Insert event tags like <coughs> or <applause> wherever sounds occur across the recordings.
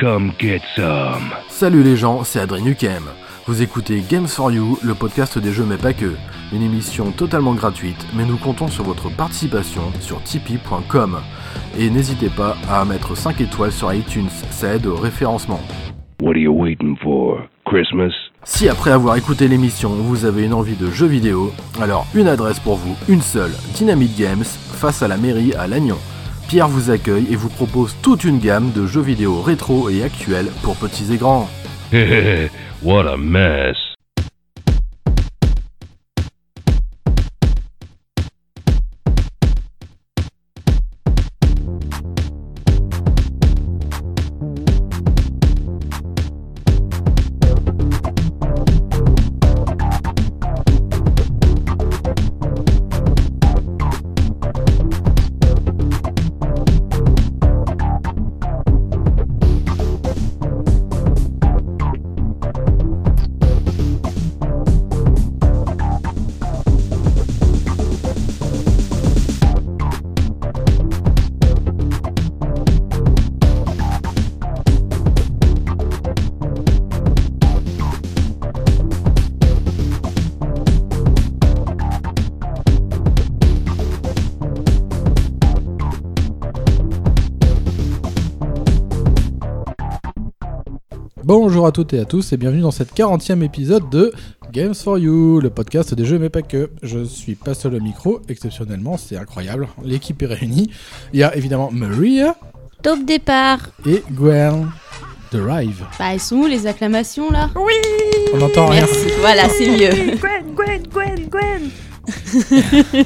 Come get some. Salut les gens, c'est Adrien Nukem. Vous écoutez Games for You, le podcast des jeux mais pas que. Une émission totalement gratuite, mais nous comptons sur votre participation sur tipeee.com. Et n'hésitez pas à mettre 5 étoiles sur iTunes, ça aide au référencement. What are you waiting for? Christmas? Si après avoir écouté l'émission, vous avez une envie de jeux vidéo, alors une adresse pour vous, une seule, Dynamite Games, face à la mairie à Lannion. Pierre vous accueille et vous propose toute une gamme de jeux vidéo rétro et actuels pour petits et grands. <laughs> what a mess. Bonjour à toutes et à tous et bienvenue dans cette 40e épisode de Games for You, le podcast des jeux mais pas que. Je suis pas seul au micro, exceptionnellement, c'est incroyable. L'équipe est réunie. Il y a évidemment Maria Top départ. et Gwen de Rive. Bah, elles sont où les acclamations là On n'entend rien. Merci, voilà, c'est mieux. Gwen, Gwen, Gwen, Gwen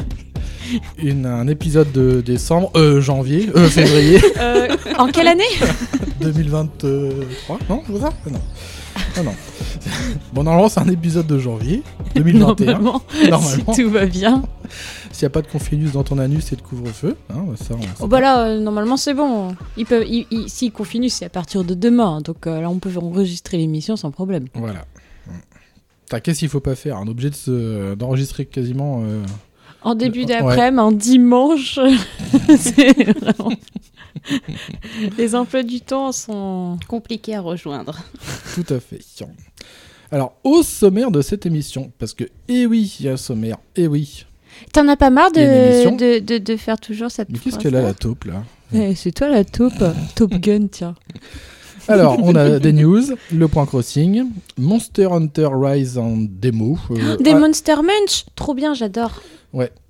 Une- un épisode de décembre, euh, janvier, <laughs> euh, février en <laughs> quelle année 2023, non C'est ça Ah Non. Non, <laughs> non. Bon, normalement, c'est un épisode de janvier 2021. Normalement, <laughs> Normalement. Oh, si tout va bien. S'il n'y a pas de confinus dans ton anus, c'est de couvre-feu. hein, ça, on- Oh bah là, euh, normalement c'est bon. Ils peuvent, ils, ils- s'ils confinent, c'est à partir de demain. Donc euh, là, on peut enregistrer l'émission sans problème. Voilà. T'as qu'est-ce qu'il faut pas faire Un objet de se- d'enregistrer quasiment. euh, En début Ouais. d'après-midi, un dimanche, <laughs> c'est vraiment... les emplois du temps sont. Compliqué à rejoindre. tout à fait. Alors, au sommaire de cette émission, parce que, eh oui, il y a un sommaire, eh oui. T'en as pas marre Il y a une de, émission de, de, de faire toujours cette Mais qu'est-ce phrase qu'elle a la taupe là Eh, c'est toi la taupe, Top Gun, tiens. Alors, on a <laughs> des news, le point crossing, Monster Hunter Rise en démo, euh, Des ah, Monster Munch, trop bien, j'adore.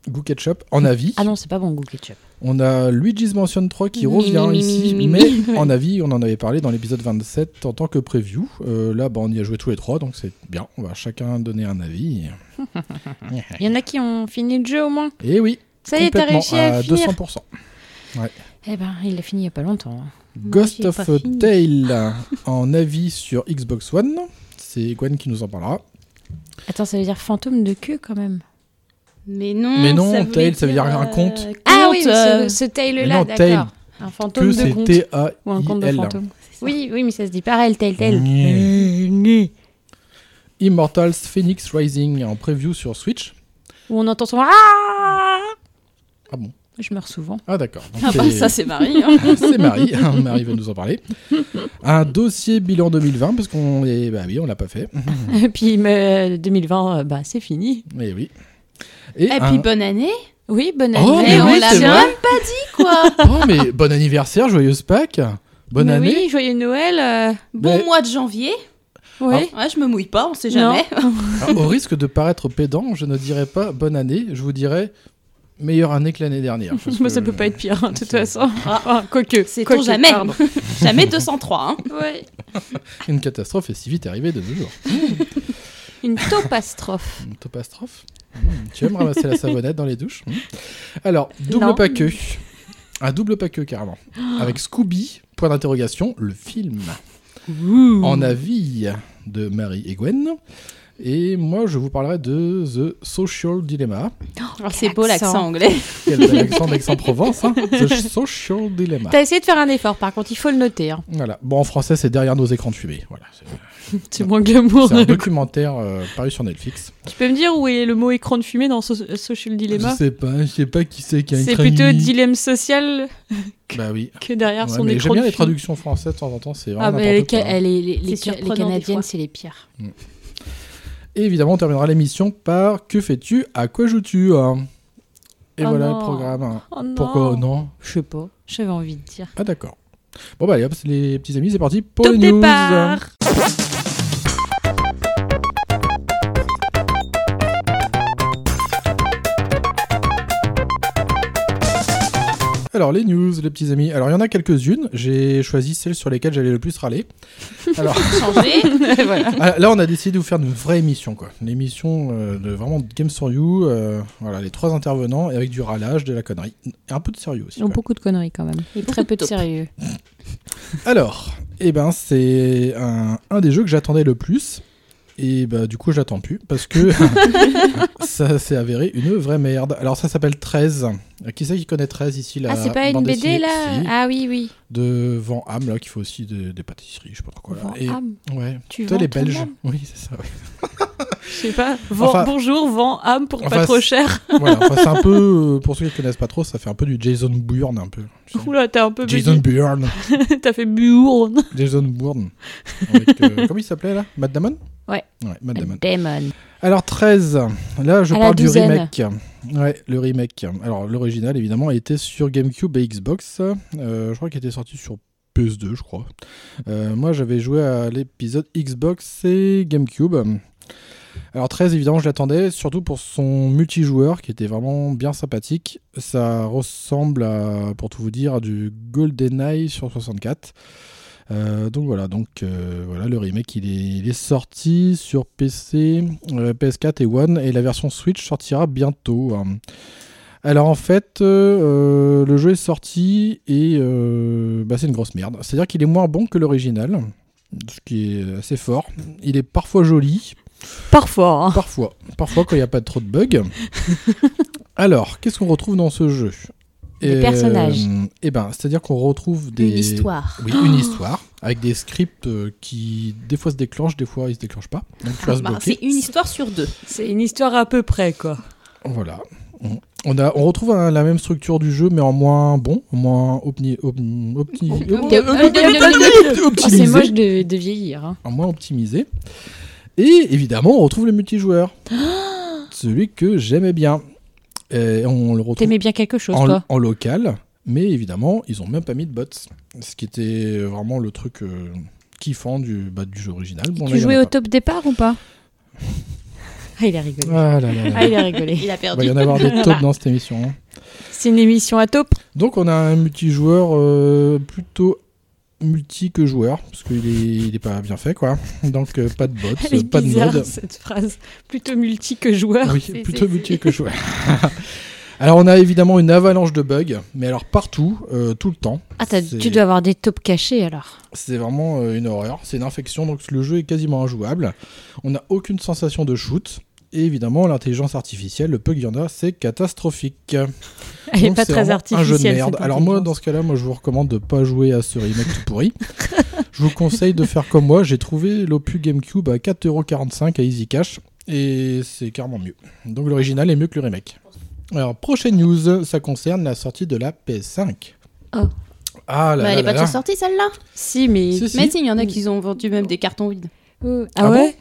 Goo Ketchup en avis. Ah non, c'est pas bon, Google Ketchup. On a Luigi's Mansion 3 qui Mi, revient mi, mi, ici, mi, mi, mais mi. en avis, on en avait parlé dans l'épisode 27 en tant que preview. Euh, là, bah, on y a joué tous les trois, donc c'est bien. On va chacun donner un avis. Il y en a qui ont fini le jeu au moins. Et Eh oui, Ça y est, t'as complètement, réussi à, à finir. 200%. Eh ben, il l'a fini il y a pas longtemps. hein. Ghost j'ai of pas fini. Tale <laughs> en avis sur Xbox One. C'est Gwen qui nous en parlera. Attends, ça veut dire fantôme de queue quand même. Mais non. Mais non, ça Tail, ça veut dire un conte. Ah oui, ce, euh, ce Mais tail-là, non, Tail, d'accord. Un que fantôme de c'est conte. Ou un conte de T-A-I-L. fantôme. oui, oui, mais ça se dit pareil, tel, tel. Immortals Phoenix Rising en preview sur Switch. Où on entend son Ah Ah bon Je meurs souvent. <laughs> Ah d'accord. Donc, Ah bah, c'est- ça c'est Marie. hein. <laughs> C'est Marie, hein, Marie va nous en parler. Un dossier bilan 2020, parce qu'on est... Bah oui, on l'a pas fait. Et puis mais, euh, 2020, euh, bah c'est fini. Mais Eh oui. Et, <laughs> Et un- puis bonne année. Oui, bonne année. Oh, mais Mais on Ah. oui, l'a c'est bien vrai. pas dit <laughs> quoi. Oh, mais bon anniversaire, joyeuse Pâques. Bonne Mais année. Oui, joyeux Noël. Bon Mais- mois de janvier. Ah, euh, ouais. Ouais, je me mouille pas, on sait Non. jamais. <laughs> Alors, Ah, au risque de paraître pédant, je ne dirais pas bonne année, je vous dirais meilleure année que l'année dernière. parce <laughs> Moi, ça que- peut pas être pire, hein, de toute c'est- façon. Ah, quoique. C'est quoique, ton jamais. pardon. <laughs> Jamais 203. Hein. <laughs> Ouais. Une catastrophe est si vite arrivée de deux jours. Une topastrophe. Une topastrophe. Mmh, Tu aimes ramasser la savonnette dans les douches Mmh. Alors, double Non. paqueux. Un double paqueux, carrément. Avec Scooby, point d'interrogation, le film. En avis de Marie et Gwen. Et moi, je vous parlerai de The Social Dilemma. Oh, Alors, c'est beau l'accent <laughs> anglais. Quel bel accent d'Aix-en-Provence, hein The Social Dilemma. T'as essayé de faire un effort, par contre, il faut le noter. hein. Voilà. Bon, en français, c'est derrière nos écrans fumés. Voilà. C'est- C'est moins glamour. <laughs> C'est un documentaire euh, paru sur Netflix. Tu peux me dire où est le mot écran de fumée dans so- euh, Social Dilemma sais pas, je sais pas qui c'est qui C'est écran plutôt de- dilemme social Bah oui. que derrière Ouais, son mais écran j'aime bien de les fumée. traductions françaises de temps en temps, c'est vraiment Ah, mais les, n'importe quoi. ca- les, les- les- C'est les surprenant, des fois. Canadiennes, c'est les pires. Et évidemment, on terminera l'émission par Que fais-tu À quoi joues-tu hein Et Oh voilà non. le programme. Oh non. Pourquoi non Je sais pas, j'avais envie de dire. Ah d'accord. Bon bah allez hop, les petits amis, c'est parti pour Top les news. départ Alors les news, les petits amis. Alors il y en a quelques-unes. J'ai choisi celles sur lesquelles j'allais le plus râler. Alors Changer. Voilà. Ah, Là, on a décidé de vous faire une vraie émission, quoi. Une émission euh, de vraiment de Games for You. euh, voilà, les trois intervenants et avec du râlage, de la connerie. Et un peu de sérieux aussi. Ils ont quoi. beaucoup de conneries quand même. Et très peu de sérieux. Alors, eh ben, c'est un, un des jeux que j'attendais le plus. Et bah, du coup, je l'attends plus parce que <laughs> ça s'est avéré une vraie merde. Alors, ça s'appelle 13. Euh, Qui c'est qui connaît 13 ici la Ah, c'est pas une bande BD dessinée là Si, Ah oui, oui. De Van Ham, là, qui fait aussi de- des pâtisseries, je sais pas trop quoi. là. Vend Et- Am. ouais. Tu Toi, vends les ton Belges. âme. Oui, c'est ça. Je sais pas. Vend- Enfin- bonjour, vend âme pour Enfin, pas trop c'est- cher. voilà, enfin, c'est un peu, euh, pour ceux qui ne connaissent pas trop, ça fait un peu du Jason Bourne un peu. tu sais. Oula, t'as un peu Jason Bourne. bêti. <laughs> T'as fait buourne. Jason Bourne. Avec, euh, comment il s'appelait là Matt Damon Ouais. Ouais, Matt Damon. Damon. Alors 13, là je À la parle du douzaine. remake. Ouais, le remake. Alors l'original évidemment était sur GameCube et Xbox. Euh, je crois qu'il était sorti sur PS2 je crois. Euh, moi j'avais joué à l'épisode Xbox et GameCube. Alors 13 évidemment je l'attendais, surtout pour son multijoueur qui était vraiment bien sympathique. Ça ressemble à, pour tout vous dire, à du GoldenEye sur 64. Euh, donc voilà, donc euh, voilà, le remake il est, il est sorti sur PC, euh, PS4 et One, et la version Switch sortira bientôt. hein. Alors en fait, euh, euh, le jeu est sorti et euh, bah, c'est une grosse merde. C'est-à-dire qu'il est moins bon que l'original, ce qui est assez fort. Il est parfois joli, Parfois. Oh. hein. parfois, parfois quand il n'y a pas trop de <laughs> bugs. Alors, qu'est-ce qu'on retrouve dans ce jeu Des Euh, personnages. Eh ben, c'est-à-dire qu'on retrouve des Une histoire. oui, une histoire avec des scripts euh, qui des fois se déclenchent, des fois ils se déclenchent pas. Donc tu vas se Bah, bloquer. c'est une histoire sur deux. C'est une histoire à peu près, quoi. Voilà. On- On, a, on retrouve hein, la même structure du jeu, mais en moins bon, en moins opni- op- opti- Euh, euh, Oh, c'est optimisé. moche de, de vieillir. hein. En moins optimisé. Et évidemment, on retrouve le <gasps> multijoueur. Celui que j'aimais bien. Et on le retrouve T'aimais bien quelque chose, en, toi en local, mais évidemment, ils ont même pas mis de bots. Ce qui était vraiment le truc euh, kiffant du, bah, du jeu original. Bon, là, il Tu y en jouais a au pas. top départ ou pas <laughs> Ah, il a rigolé. Ah là là là. Ah, il a rigolé. Il a Bah, Il va perdu. y en avoir <laughs> des taupes dans cette émission. hein. C'est une émission à taupe. Donc on a un multijoueur euh, plutôt multi que joueur, parce qu'il est, il est pas bien fait quoi. <laughs> Donc euh, pas de Elle est bots, pas de bizarre, <laughs> mode. cette phrase. Plutôt multi que joueur. Oui, C'est- plutôt c'est- multi que joueur. <laughs> Alors on a évidemment une avalanche de bugs, mais alors partout, euh, tout le temps. Ah, t'as- C'est- tu dois avoir des taupes cachées, alors. C'est vraiment euh, une horreur, c'est une infection, donc le jeu est quasiment injouable. On n'a aucune sensation de shoot. Et évidemment, l'intelligence artificielle, le peu qu'il y en a, c'est catastrophique. Elle est Donc, pas c'est très vraiment artificielle. Un jeu de merde. cette Alors moi, dans intelligence. ce cas-là, moi, je vous recommande de pas jouer à ce remake tout <laughs> pourri. je vous conseille de faire comme moi. J'ai trouvé l'opus GameCube à 4,45€ à Easy Cash et c'est carrément mieux. Donc l'original est mieux que le remake. Alors prochaine news, ça concerne la sortie de la PS5. Oh. Ah là Mais là Bah, elle là est pas là. déjà sortie celle-là Si, mais. Si, si. Mais si, il y en a qui ont vendu même des cartons vides. Oh, Ah Ah ouais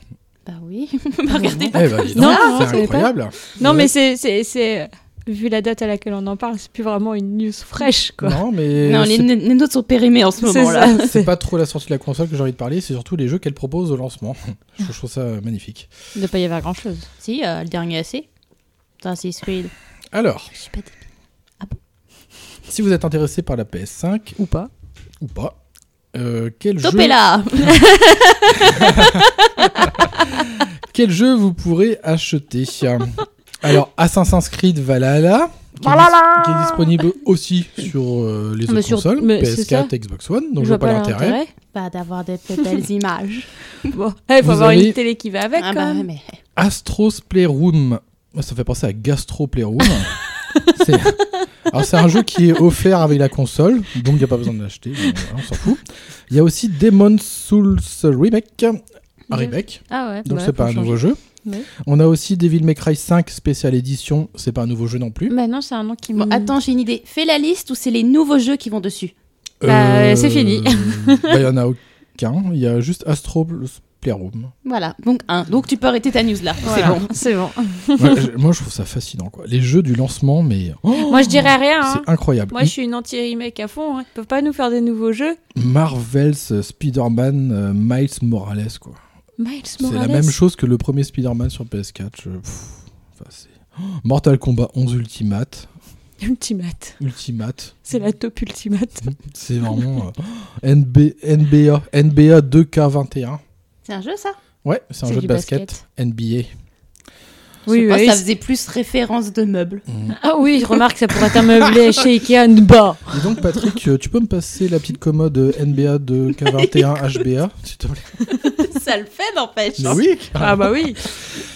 Bah oui. <laughs> Bah, Regardez Eh ben, dis donc, Non, non, je c'est savais pas. incroyable. Non, Ouais. mais c'est- c'est. c'est- Vu la date à laquelle on en parle, c'est plus vraiment une news fraîche, quoi. Non, mais Non, les, c'est les nôtres sont périmés en ce C'est moment-là. ça. c'est pas trop la sortie de la console que j'ai envie de parler, c'est surtout les jeux qu'elle propose au <laughs> lancement. je trouve ça magnifique. De pas y avoir grand chose. Si, euh, le dernier AC. Assassin's Creed. Alors, Je sais pas. si vous êtes intéressé par la PS5 Ou pas. ou pas, euh, quel, jeu, Topella quel jeu vous pourrez acheter Alors, Assassin's Creed Valhalla, qui, est dis- Valhalla qui est disponible aussi sur euh, les Mais autres sur- consoles, mais <laughs> c'est PS4, Xbox One, donc je vois pas l'intérêt. Pas d'avoir des belles <laughs> images. Bon, il Eh, faut Vous avoir avez- une télé qui va avec ah quand bah, même. mais... Astro's Playroom. Moi, Ça fait penser à Gastro Playroom. c'est... Alors, c'est un jeu qui est offert avec la console, donc il n'y a pas besoin de l'acheter, mais voilà, on s'en fout. Il y a aussi Demon's Souls Remake, un remake, Ah ouais. donc bah, c'est pas un faut nouveau changer. jeu. Ouais. On a aussi Devil May Cry 5 spécial édition, c'est pas un nouveau jeu non plus. Bah non, c'est un nom qui Bon, me- attends, j'ai une idée. Fais la liste ou c'est les nouveaux jeux qui vont dessus Bah, c'est fini. Euh, <laughs> bah, Il y en a aucun, il y a juste Astro's Playroom. Voilà, donc un. Donc tu peux arrêter ta news là. Voilà, C'est bon. C'est bon. <laughs> Ouais, je- moi, je trouve ça fascinant, quoi. Les jeux du lancement, mais oh, Moi, je dirais rien. hein. c'est incroyable. Moi, je suis une anti-remake à fond. Hein. Ils peuvent pas nous faire des nouveaux jeux. Marvel's Spider-Man euh, Miles Morales, quoi. Miles C'est la Morales. même chose <laughs> que le premier Spider-Man sur PS4. je- pff, enfin, c'est- Oh, Mortal Kombat 11 Ultimate. Ultimate. Ultimate. C'est la top ultimate. C'est vraiment euh, NB NBA, NBA 2K21. C'est un jeu ça Ouais, c'est un C'est jeu de du basket. basket. NBA. Je sais Oui, pas, oui. ça faisait plus référence de meubles. Ah oui, remarque, ça pourrait être un meublé chez Ikea bas. Dis donc, Patrick, euh, tu peux me passer la petite commode euh, NBA <laughs> 2K21 HBA, s'il te plaît <laughs> ça le fait, n'empêche. Mais oui Ah bah oui.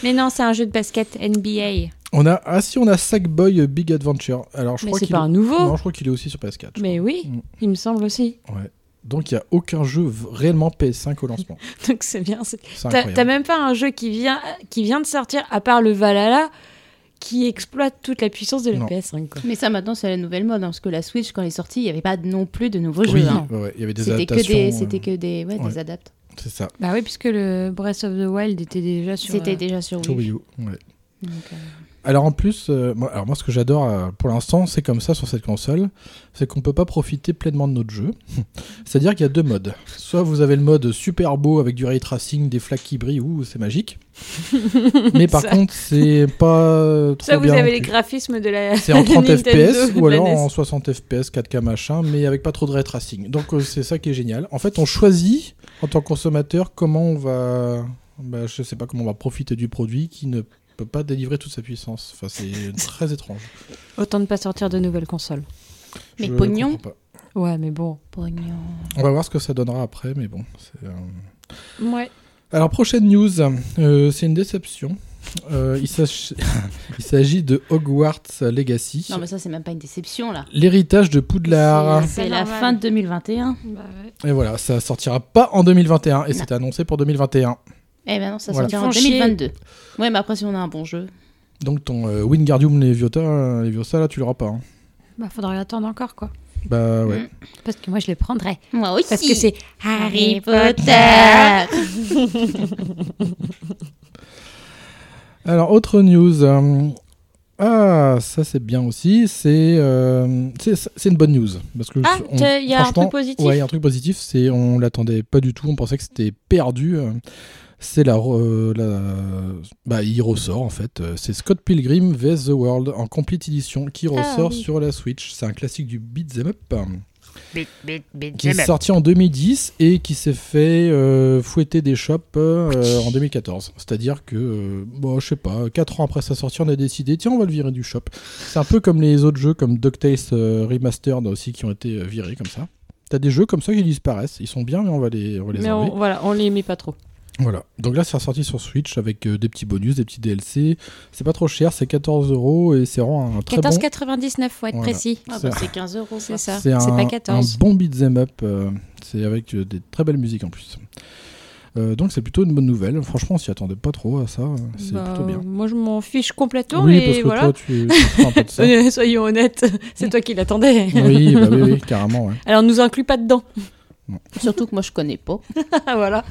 Mais non, c'est un jeu de basket NBA. On a ah si on a Sackboy Big Adventure. Alors je Mais crois c'est qu'il pas un nouveau. non je crois qu'il est aussi sur PS4. je Mais oui, Mm. il me semble aussi. crois. Ouais. Donc il y a aucun jeu v- réellement PS5 au lancement. Donc c'est bien. c'est- C'est T'as t'as incroyable. même pas un jeu qui vient, qui vient de sortir, à part le Valhalla, qui exploite toute la puissance de la Non. PS5. Quoi. Mais ça maintenant c'est la nouvelle mode, hein, parce que la Switch quand elle est sortie, il n'y avait pas non plus de nouveaux Oui, jeux. hein. ouais, ouais, il y avait des C'était que adaptations. des, euh, c'était que des, ouais, ouais. des adaptes. C'est ça. Bah oui, puisque le Breath of the Wild était déjà sur. C'était euh, déjà sur Sur Wii. Wii U, ouais. Donc, euh, Alors en plus, euh, moi, alors moi ce que j'adore euh, pour l'instant, c'est comme ça sur cette console, c'est qu'on peut pas profiter pleinement de notre jeu. <laughs> C'est-à-dire qu'il y a deux modes. Soit vous avez le mode super beau avec du ray tracing, des flaques qui brillent, ouh c'est <laughs> magique. Mais par Ça- contre, c'est pas trop Ça, vous bien non avez les plus. graphismes de la. <laughs> C'est en 30 Nintendo FPS de ou la alors NES. en 60 FPS 4K machin, mais avec pas trop de ray tracing. Donc euh, c'est ça qui est génial. En fait, on choisit en tant que consommateur comment on va, bah, je sais pas comment on va profiter du produit qui ne peut pas délivrer toute sa puissance. Enfin, <laughs> c'est très étrange. <laughs> Autant ne pas sortir de nouvelles consoles. Mais Je pognon. comprends pas. Ouais, mais bon. pognon. On va voir ce que ça donnera après, mais bon. c'est, euh, Ouais. Alors prochaine news, euh, c'est une déception. Euh, il s'ach- <laughs> il s'agit de Hogwarts Legacy, Non mais ça c'est même pas une déception là. l'héritage de Poudlard. C'est- C'est C'est la normal. fin de 2021. Bah ouais. Et voilà, ça sortira pas en 2021 et Non. c'était annoncé pour 2021. Eh ben non, ça Voilà. sortira Ils en font chier. 2022. Ouais, mais après si on a un bon jeu. Donc ton euh, Wingardium Leviota, euh, Leviosa, là tu l'auras pas. hein. Bah faudrait attendre encore, quoi. Bah ouais. Mm. Parce que moi, je le prendrais. Moi aussi. Parce que c'est Harry Potter. Potter. Alors autre news. euh, ah, ça c'est bien aussi. C'est euh, c'est c'est une bonne news parce que Ah, on- il y a un franchement, truc positif. Ouais, il y a un truc positif. C'est on l'attendait pas du tout. On pensait que c'était perdu. euh, C'est la, re- euh, la- bah il ressort en fait. euh, C'est Scott Pilgrim vs the World en complete edition qui ressort Ah oui. sur la Switch. C'est un classique du beat'em up. Bit, bit, bit, qui est sorti en 2010 et qui s'est fait euh, fouetter des chopes euh, en 2014. C'est-à-dire que, euh, bon, je sais pas, 4 ans après sa sortie, on a décidé, tiens, on va le virer du shop. C'est un peu comme les autres jeux comme DuckTales euh, Remastered aussi qui ont été euh, virés comme ça. T'as des jeux comme ça qui disparaissent. Ils sont bien, mais on va les, on va les Mais enlever. on, voilà, on les met pas trop. Voilà. Donc là, c'est sorti sur Switch avec euh, des petits bonus, des petits DLC. C'est pas trop cher, c'est 14 euros et c'est vraiment un très bon. 14,99, faut être Voilà. précis. Ah C'est- bah, c'est 15 euros. C'est quoi. ça. C'est C'est un, pas 14. un bon beat'em up. euh, c'est avec euh, des très belles musiques en plus. Euh, donc c'est plutôt une bonne nouvelle. Franchement, on s'y attendait pas trop à ça. euh, C'est Bah, plutôt bien. Moi, je m'en fiche complètement, oui, mais parce que voilà. toi, tu, tu prends un peu de <laughs> ça. oui, Euh, Soyons honnêtes, <laughs> c'est toi qui l'attendais. bah oui, oui, carrément. ouais. <laughs> Alors, nous inclus pas dedans. <laughs> Surtout que moi je connais pas. voilà.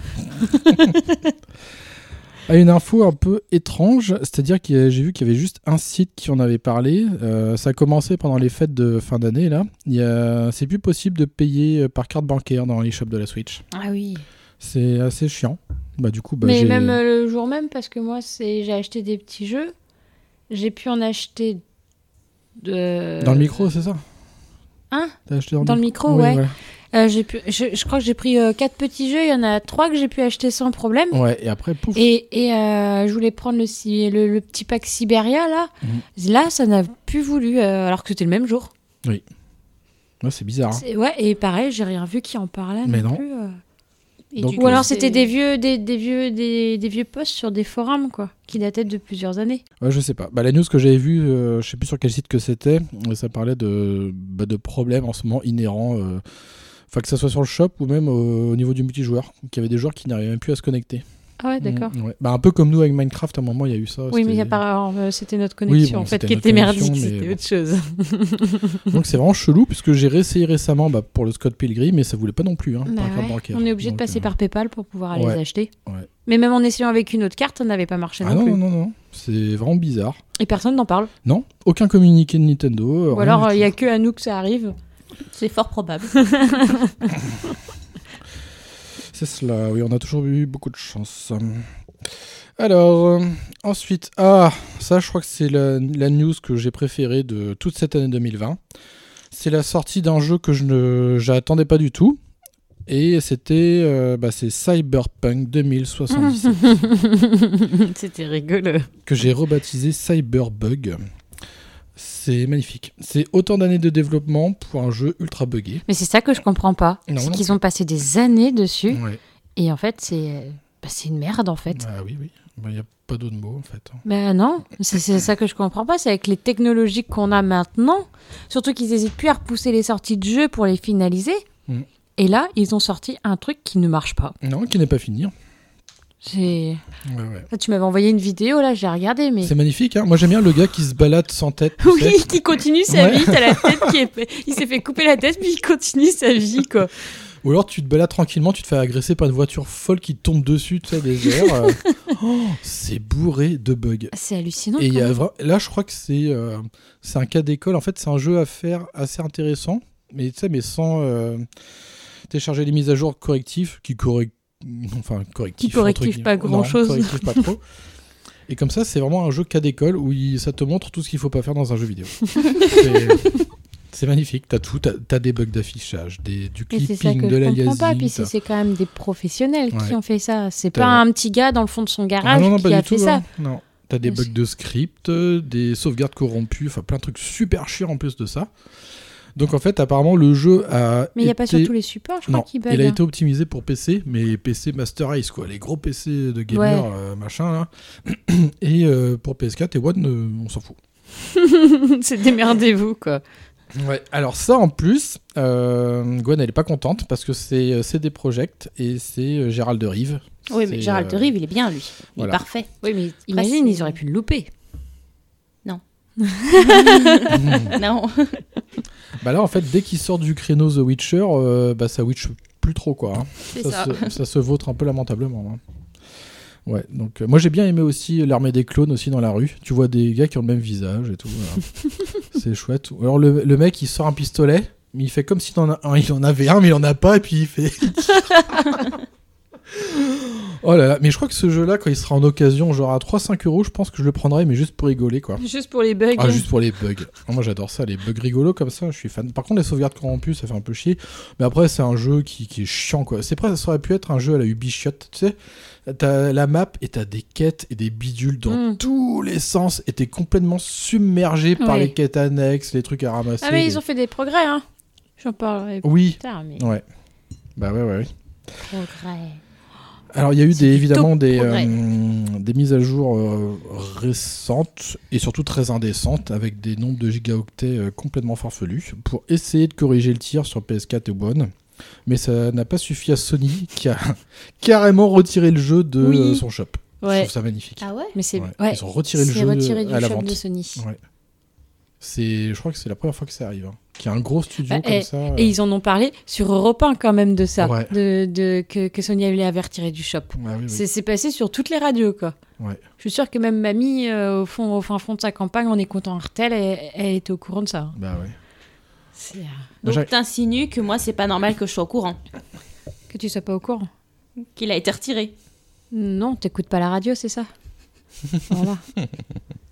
Ah, une info un peu étrange, c'est-à-dire que euh, j'ai vu qu'il y avait juste un site qui en avait parlé. Euh, ça a commencé pendant les fêtes de fin d'année là. Il y a- C'est plus possible de payer euh, par carte bancaire dans les shops de la Switch. Ah oui. C'est assez chiant. Bah du coup, bah, mais j'ai- même euh, le jour même, parce que moi, c'est j'ai acheté des petits jeux. J'ai pu en acheter. De... dans le micro, c'est ça euh, Hein T'as acheté dans, Dans le micro, Oui, ouais. voilà. Euh, j'ai pu... je, je crois que j'ai pris euh, quatre petits jeux. Il y en a trois que j'ai pu acheter sans problème. Ouais, et après, pouf. Et, et, euh, je voulais prendre le, ci- le, le petit pack Siberia, là. Mhm. Là, ça n'a plus voulu, euh, alors que c'était le même jour. Ouais, c'est bizarre. hein. C'est- Ouais, et pareil, j'ai rien vu qui en parlait. Mais non. Plus, euh. Et Donc, du Ou coup, alors c'est- c'était des vieux, des, des vieux, des, des vieux posts sur des forums quoi, qui dataient de plusieurs années. Ouais, je sais pas. Bah, la news que j'avais vue, euh, je sais plus sur quel site que c'était, mais ça parlait de, bah, de problèmes en ce moment inhérents, euh, enfin que ça soit sur le shop ou même euh, au niveau du multijoueur, qu'il y avait des joueurs qui n'arrivaient même plus à se connecter. Ah ouais, d'accord. Mm, ouais. Bah, un peu comme nous avec Minecraft, à un moment il y a eu ça. Oui, c'était- mais apparemment, euh, c'était notre connexion bon, en fait c'était qui notre était connexion, merdique, mais c'était bon. autre chose. Donc c'est vraiment chelou puisque j'ai réessayé récemment bah, pour le Scott Pilgrim, mais ça voulait pas non plus. hein, Bah par carte ouais, bancaire. On est obligé Donc, de passer euh, par PayPal pour pouvoir ouais, les acheter. ouais. Mais même en essayant avec une autre carte, ça n'avait pas marché Ah non non, plus. non, non, non. c'est vraiment bizarre. Et personne n'en parle. Non, aucun communiqué de Nintendo. Ou rien alors euh, du il n'y a que à nous que ça arrive. C'est <laughs> fort probable. tout. C'est cela, oui, on a toujours eu beaucoup de chance. Alors, euh, ensuite, ah, ça je crois que c'est la, la news que j'ai préférée de toute cette année 2020. C'est la sortie d'un jeu que je ne j'attendais pas du tout. Et c'était euh, bah, c'est Cyberpunk 2077. <laughs> C'était rigolo. que j'ai rebaptisé Cyberbug. C'est magnifique. C'est autant d'années de développement pour un jeu ultra buggé. Mais c'est ça que je comprends pas. Non, Mm. C'est non. qu'ils ont passé des années dessus Ouais. et en fait c'est euh, bah, c'est une merde en fait. Ah oui, oui. Il n'y a pas d'autre mot en fait. Ben non, c'est c'est ça que je comprends pas. C'est avec les technologies qu'on a maintenant, surtout qu'ils hésitent plus à repousser les sorties de jeux pour les finaliser. Mm. Et là, ils ont sorti un truc qui ne marche pas. Non, qui n'est pas fini. C'est. Ouais, ouais. Là, tu m'avais envoyé une vidéo, là, j'ai regardé, mais. C'est magnifique. Hein Moi j'aime bien le gars qui se balade sans tête. tu sais. <laughs> Oui, qui continue sa Ouais. vie, t'as la tête qui est... Il s'est fait couper la tête, puis il continue sa vie, quoi. Ou alors tu te balades tranquillement, tu te fais agresser par une voiture folle qui te tombe dessus, tu sais, des airs. euh. Oh, c'est bourré de bugs. C'est hallucinant. Et il y a quand vra- là, je crois que c'est euh, c'est un cas d'école. En fait, c'est un jeu à faire assez intéressant, mais tu sais, mais sans euh, télécharger les mises à jour correctifs qui correct, enfin correctifs, Qui correctifent entre guillemets. pas Non, grand-chose. correctifs pas <laughs> trop. Et comme ça, c'est vraiment un jeu cas d'école où il- ça te montre tout ce qu'il faut pas faire dans un jeu <laughs> vidéo. C'est- c'est magnifique. T'as tout, t'as as des bugs d'affichage, des du Et c'est ça clipping, que de je comprends pas. Puis l'aliasing. c'est t'as- c'est quand même des professionnels Ouais. qui ont fait ça. C'est T'as- pas un petit gars dans le fond de son Ah garage non, non, qui pas a du tout. fait ça. hein. Non. T'as des Mais bugs c'est- de script, euh, des sauvegardes corrompues, enfin plein de trucs super chiants en plus de ça. Donc en fait, apparemment, le jeu a. Mais il n'y a pas sur été- tous les supports, je Non, crois, qui bug. hein. il a été optimisé pour PC, mais PC Master Race, quoi, les gros PC de gamers, Ouais. euh, machin, là. <clears throat> Et euh, pour PS4 et One, euh, on s'en fout. <laughs> c'est démerdez-vous, quoi. Ouais, alors ça en plus, euh, Gwen, elle est pas contente parce que c'est euh, CD Projekt et c'est euh, Gérald de Rive. Oui, mais C'est, Gérald de euh, Rive, il est bien, lui. Il voilà. est <laughs> parfait. Oui, mais imagine, c'est- ils auraient pu le louper. non. Bah là, en fait, dès qu'il sort du créneau The Witcher, euh, bah ça witch plus trop, quoi. hein. C'est ça, se, ça. ça se vautre un peu lamentablement. hein. Ouais, donc euh, moi j'ai bien aimé aussi euh, l'armée des clones aussi dans la rue. Tu vois des gars qui ont le même visage et tout. <laughs> voilà. c'est chouette. Ou Alors le, le mec il sort un pistolet, mais il fait comme s'il en, a- un- il en avait un, mais il en a pas, et puis il <laughs> fait. oh là là, mais je crois que ce jeu là, quand il sera en occasion, genre à 3-5 euros, je pense que je le prendrai, mais juste pour rigoler quoi. Juste pour les bugs. Ah, juste pour les bugs. Ah, Moi, j'adore ça, les bugs rigolos comme ça. Je suis fan. Par contre, les sauvegardes corrompues, ça fait un peu chier. Mais après, c'est un jeu qui, qui est chiant, quoi. C'est presque, ça aurait pu être un jeu à la Ubisoft, tu sais. T'as la map et t'as des quêtes et des bidules dans Mm. tous les sens. Et t'es complètement submergé par Ouais. les quêtes annexes, les trucs à ramasser. Ah, mais les- ils ont fait des progrès, hein. J'en parlerai plus Oui. tard, mais Ouais. Bah ouais, ouais, ouais. Progrès. Alors, il y a eu C'est des, du évidemment top des, progrès. euh, des mises à jour euh, récentes et surtout très indécentes avec des nombres de gigaoctets euh, complètement farfelus pour essayer de corriger le tir sur PS4 et One. Mais ça n'a pas suffi à Sony qui a <laughs> carrément retiré le jeu de Oui. euh, son shop. Je ouais. trouve ça magnifique. Ah ouais Mais c'est Ouais. ouais. Ils ont retiré le C'est jeu retiré de- du à la shop vente. de Sony. Ouais. C'est, je crois que c'est la première fois que ça arrive. hein. Qu'il y a un gros studio Bah, comme ça. euh, Et ils en ont parlé sur Europe 1 quand même de ça, Ouais. de, de- que, que Sony allait avait retiré du shop. ah oui, oui. C'est c'est passé sur toutes les radios, quoi. Ouais. Je suis sûre que même mamie, euh, au, fond, au fin fond de sa campagne, en écoutant Artel, elle, elle était au courant de ça. hein. Bah ouais. C'est, euh, Jacques- Donc t'insinues que moi, c'est pas normal que je sois au courant, Que tu sois pas au courant. qu'il a été retiré. Ah Non, t'écoutes pas la radio, c'est <laughs> ça Voilà.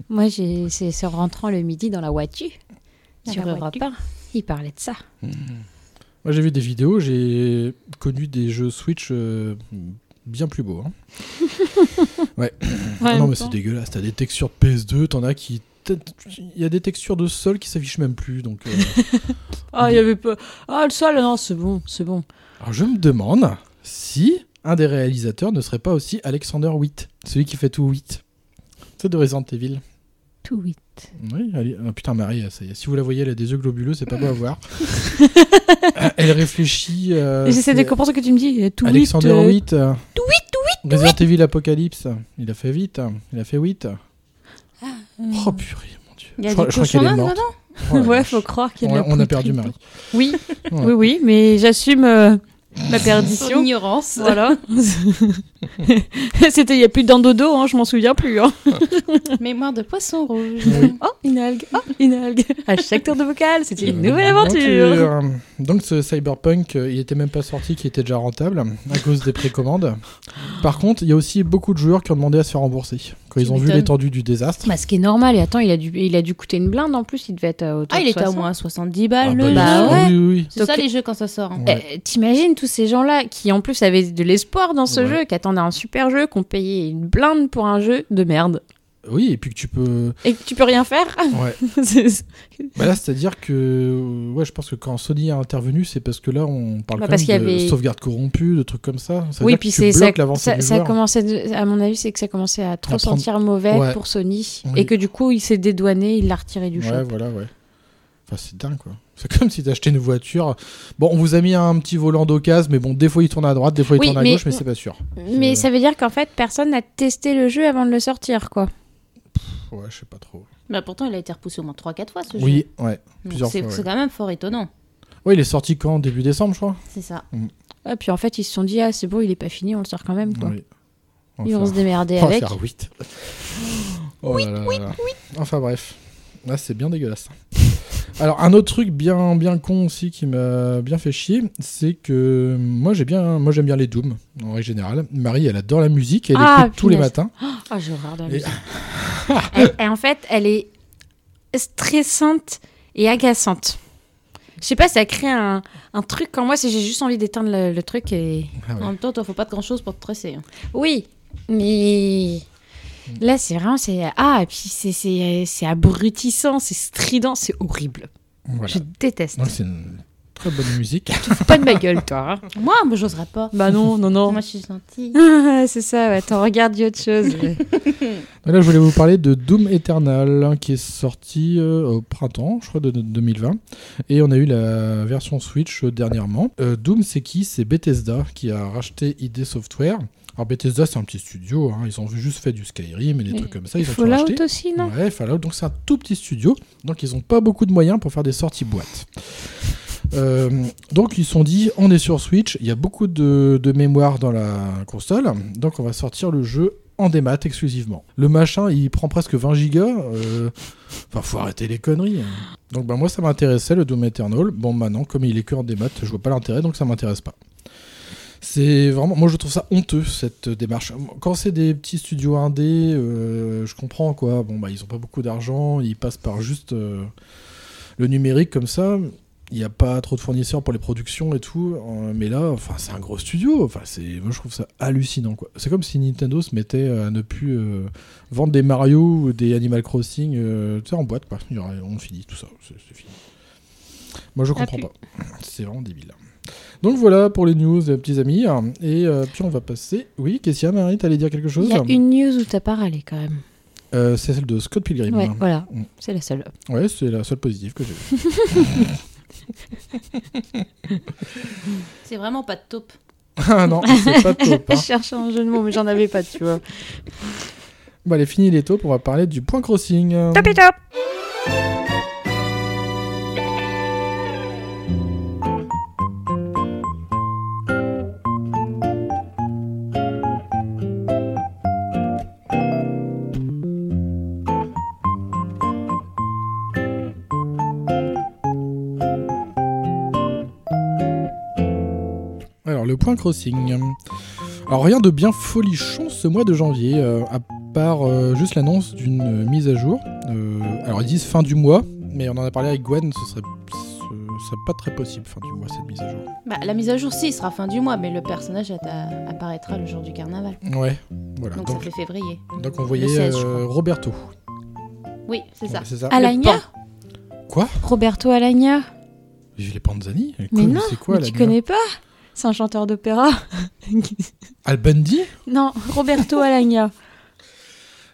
Moi, j'ai- c'est c'est en rentrant le midi dans la voiture, Dans sur la Europe voiture. 1, il parlait de ça. Moi, j'ai vu des vidéos, j'ai connu des jeux Switch euh, bien plus beaux. hein. <laughs> ouais. Ah En non, même mais temps. c'est dégueulasse. T'as des textures de PS2, t'en as qui. Il y a des textures de sol qui s'affichent même plus. <laughs> Donc, euh, Ah, il y avait pas... Ah, le sol, non, c'est bon, c'est bon. Alors, je me demande si un des réalisateurs ne serait pas aussi Alexander Witt, celui qui fait tout Witt. C'est de Resident Evil. Tout vite. Oui, allez. ah, putain, Marie, ça y est. Si vous la voyez, elle a des yeux globuleux, c'est pas beau à <laughs> voir. Euh, elle réfléchit. euh, J'essaie de c'est comprendre ce que tu me dis. Tout Alexander vite. euh, Witt. euh, Resident Evil Apocalypse. Il a fait vite. Il a fait 8. Oh purée, mon dieu. Il y a Je crois- des je crois qu'elle cochons est dedans morte. Oh la <laughs> ouais, vache. faut croire qu'il on, y a de la on a poutre perdu et Marie. tout. Oui, Ouais. oui, oui, mais j'assume euh, ma perdition. ignorance. <laughs> voilà. C'était il n'y a plus d'un dodo, hein, je m'en souviens plus. hein. Mémoire de poisson rouge. Oui. Oh, une algue, oh, une algue. À chaque tour de vocal, c'était une nouvelle aventure. aventure. Euh, Donc ce Cyberpunk, euh, il était même pas sorti, qui était déjà rentable à cause des précommandes. Par contre, il y a aussi beaucoup de joueurs qui ont demandé à se faire rembourser quand Tu ils ont vu m'étonnes. l'étendue du désastre. Bah, ce qui est normal, et attends, il a, dû, il a dû coûter une blinde en plus, il devait être euh, autour Ah, il de était à 60. moins 70 balles. Ah, le il- jeu. bah oui, ouais. oui, oui. C'est ça Donc- les jeux quand ça sort. hein. Ouais. Euh, T'imagines tous ces gens-là qui en plus avaient de l'espoir dans ce Ouais. jeu, qui attendaient un super jeu, qui ont payé une blinde pour un jeu de merde. Oui, et puis que tu peux. Et que tu peux rien faire <laughs> Ouais. C'est- Bah là, c'est-à-dire que, euh, ouais, je pense que quand Sony a intervenu, c'est parce que là, on parle Bah, quand parce même qu'il de y avait- sauvegarde corrompue, de trucs comme ça. Ça veut Oui, dire puis que tu c'est ça, bloques l'avancée ça, du ça joueur. commençait, de- à mon avis, c'est que ça commençait à trop À prendre- sentir mauvais Ouais. pour Sony Oui. et que du coup il s'est dédouané, il l'a retiré du Ouais, shop. voilà, ouais. Enfin, c'est dingue, quoi. <laughs> C'est comme si t'achetais une voiture. Bon, on vous a mis un petit volant d'occasion, mais bon, des fois il tourne à droite, des fois il Oui, tourne à mais- gauche, mais c'est pas sûr. Mais ça veut dire qu'en fait personne n'a testé le jeu avant de le sortir, quoi. Ouais, je sais pas trop. Bah, pourtant, il a été repoussé au moins 3-4 fois ce jeu. Oui, ouais. Donc, plusieurs c'est fois, ouais. c'est quand même fort étonnant. Ouais, il est sorti quand Début décembre, je crois. C'est ça. Ah, puis en fait ils se sont dit ah c'est beau, il est pas fini, on le sort quand même. Quoi. Oui. On va Ils vont se faire- <laughs> démerder on va avec. faire huit. Oh là là là. Enfin bref. Là, c'est bien dégueulasse. Alors, un autre truc bien, bien con aussi qui m'a bien fait chier, c'est que moi, j'ai bien, moi, j'aime bien les Doom, en règle générale. Marie, elle adore la musique, elle Ah, écoute tous les punaise. matins. Ah j'ai horreur de la Et- musique. <laughs> Elle- elle- en fait elle est stressante et agaçante. Je sais pas, ça crée un, un truc en moi, c'est j'ai juste envie d'éteindre le- le truc et Ah ouais. En même temps, toi, faut pas de grand chose pour te stresser. hein. Oui, mais là, c'est vraiment. C'est... Ah, et puis c'est, c'est, c'est abrutissant, c'est strident, c'est horrible. Voilà. Je déteste. Donc, c'est une très bonne musique. Fous pas de ma gueule, toi. hein. <laughs> Moi, mais j'oserais pas. <laughs> Bah non, non, non. Moi, je suis gentille. Ah, c'est ça, ouais, t'en regardes autre chose. Donc là, je voulais vous parler de Doom Eternal, hein, qui est sorti euh, au printemps, je crois, de, de 2020. Et on a eu la version Switch euh, dernièrement. Euh, Doom, c'est qui C'est Bethesda, qui a racheté ID Software. Alors, Bethesda, c'est un petit studio. hein, Ils ont juste fait du Skyrim et des Et- trucs comme ça. Il Ils ont faut tout racheté. Fallout aussi, non Ouais, Fallout. Donc c'est un tout petit studio, donc ils ont pas beaucoup de moyens pour faire des sorties boîtes. Euh, donc ils se sont dit, on est sur Switch, il y a beaucoup de, de mémoire dans la console, donc on va sortir le jeu en démat exclusivement. Le machin, il prend presque 20 gigas. euh, Enfin, faut arrêter les conneries. hein. Donc bah, moi, ça m'intéressait le Doom Eternal. Bon, maintenant, comme il est que en démat, je vois pas l'intérêt, donc ça m'intéresse pas. C'est vraiment, moi je trouve ça honteux cette démarche. Quand c'est des petits studios indés, euh, je comprends quoi. Bon bah ils ont pas beaucoup d'argent, ils passent par juste euh, le numérique comme ça. Il n'y a pas trop de fournisseurs pour les productions et tout. Euh, mais là, enfin c'est un gros studio. Enfin c'est, moi je trouve ça hallucinant quoi. C'est comme si Nintendo se mettait à ne plus euh, vendre des Mario ou des Animal Crossing, euh, tu sais en boîte quoi. Il y aurait- on finit tout ça, c'est c'est fini. Moi je Ah, comprends puis- pas. C'est vraiment débile. Donc voilà pour les news, euh, petits amis. Et euh, puis on va passer. Oui, Kessia, Marie, t'allais dire quelque Il chose y a une news où t'as pas râlé quand même. Euh, C'est celle de Scott Pilgrim. Ouais, voilà. Mm. C'est la seule. Ouais, c'est la seule positive que j'ai <laughs> vue. C'est vraiment pas de taupe. ah non, c'est pas top. Je hein. cherchais un jeu de mots, mais j'en avais pas, tu vois. Bon, allez, fini les taupes, on va parler du point crossing. Top et top Alors, le point crossing. Alors, rien de bien folichon ce mois de janvier, euh, à part euh, juste l'annonce d'une euh, mise à jour. Euh, alors, ils disent fin du mois, mais on en a parlé avec Gwen, ce serait, ce serait pas très possible fin du mois cette mise à jour. Bah, la mise à jour, si, sera fin du mois, mais le personnage atta- apparaîtra le jour du carnaval. Ouais, voilà. Donc, Bah, Donc, ça fait février. donc on voyait 16, je euh, Roberto. Oui, c'est ça. Ouais, C'est ça. Alagna Quoi Roberto Alagna Vive les Panzani Mais non, C'est quoi mais la tu connais pas C'est un chanteur d'opéra. Al Bundy Non, Roberto Alagna.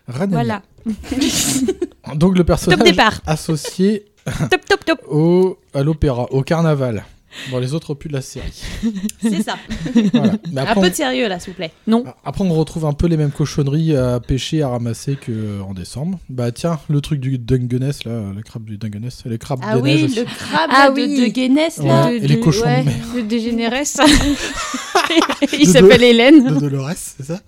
Ranania. voilà. Donc le personnage Top départ. associé top, top, top. au, à l'opéra, au carnaval, dans les autres plus de la <laughs> série. <laughs> C'est ça. Voilà. Mais Un après, peu on, de sérieux là, s'il vous plaît. après, on retrouve un peu les mêmes cochonneries à pêcher, à ramasser qu'en décembre. Bah tiens, le truc du Dungeness, là, le crabe du Dungeness, le crabe Ah des oui, neiges le crabe Ah là, de, oui. de Guinness Ouais. là. Et les cochons de ouais, mer. de dégénéresse. De- Il s'appelle de- Hélène. de Dolores, c'est ça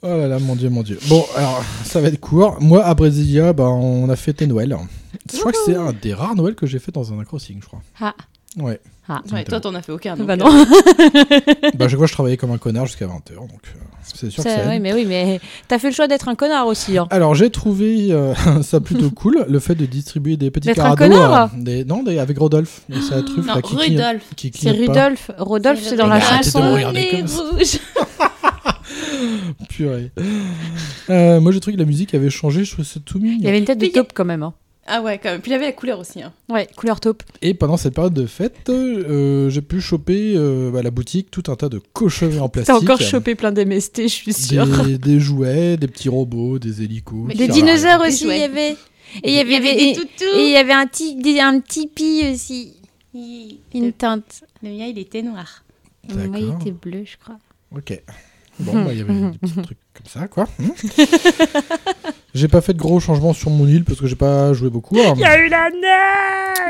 Oh là là, mon dieu, mon dieu. Bon, alors, ça va être court. Moi, à Brasilia, ben, on a fêté Noël. Je crois que c'est un des rares Noël que j'ai fait dans un crossing, je crois. Ah. Ouais. Ah. Ouais, toi, t'en as fait aucun. donc, Bah euh, non. bah, à chaque fois, je travaillais comme un connard jusqu'à 20h, donc euh, c'est sûr que Ça, ça aide. ouais, mais oui, mais t'as fait le choix d'être un connard aussi. Hein. Alors, j'ai trouvé euh, <laughs> ça plutôt cool, le fait de distribuer des petits D'être un carados. connard euh, des- Non, des- avec Rodolphe. Et sa truffe, Non, là, qui clignote- Rudolph. qui C'est clignote pas. Rudolf. Rodolphe, c'est dans Mais la arrêtez de me chanson. regarder comme ça. rouge. Purée. <laughs> Euh, moi, j'ai trouvé que la musique avait changé, je trouve ça tout mignon. Il y avait une tête de taupe quand même. Hein. Ah ouais, quand même. Puis il avait la couleur aussi. hein. Ouais, couleur taupe. Et pendant cette période de fête, euh, j'ai pu choper euh, à la boutique tout un tas de cochonneries en plastique. T'as encore chopé plein d'MST, je suis sûre. des, des jouets, des petits robots, des hélicos. Mais qui Des Des servent à rien. dinosaures jouets. aussi, il y avait. Et il y avait, et- des et il toutous. y avait un petit, des- un petit pie aussi, Il- une Le teinte. le mien, il était noir. D'accord. Moi, il était bleu, je crois. Ok. Bon, bah, il y avait des petits trucs comme ça, quoi. Hmm. j'ai pas fait de gros changements sur mon île parce que j'ai pas joué beaucoup. hein. a eu la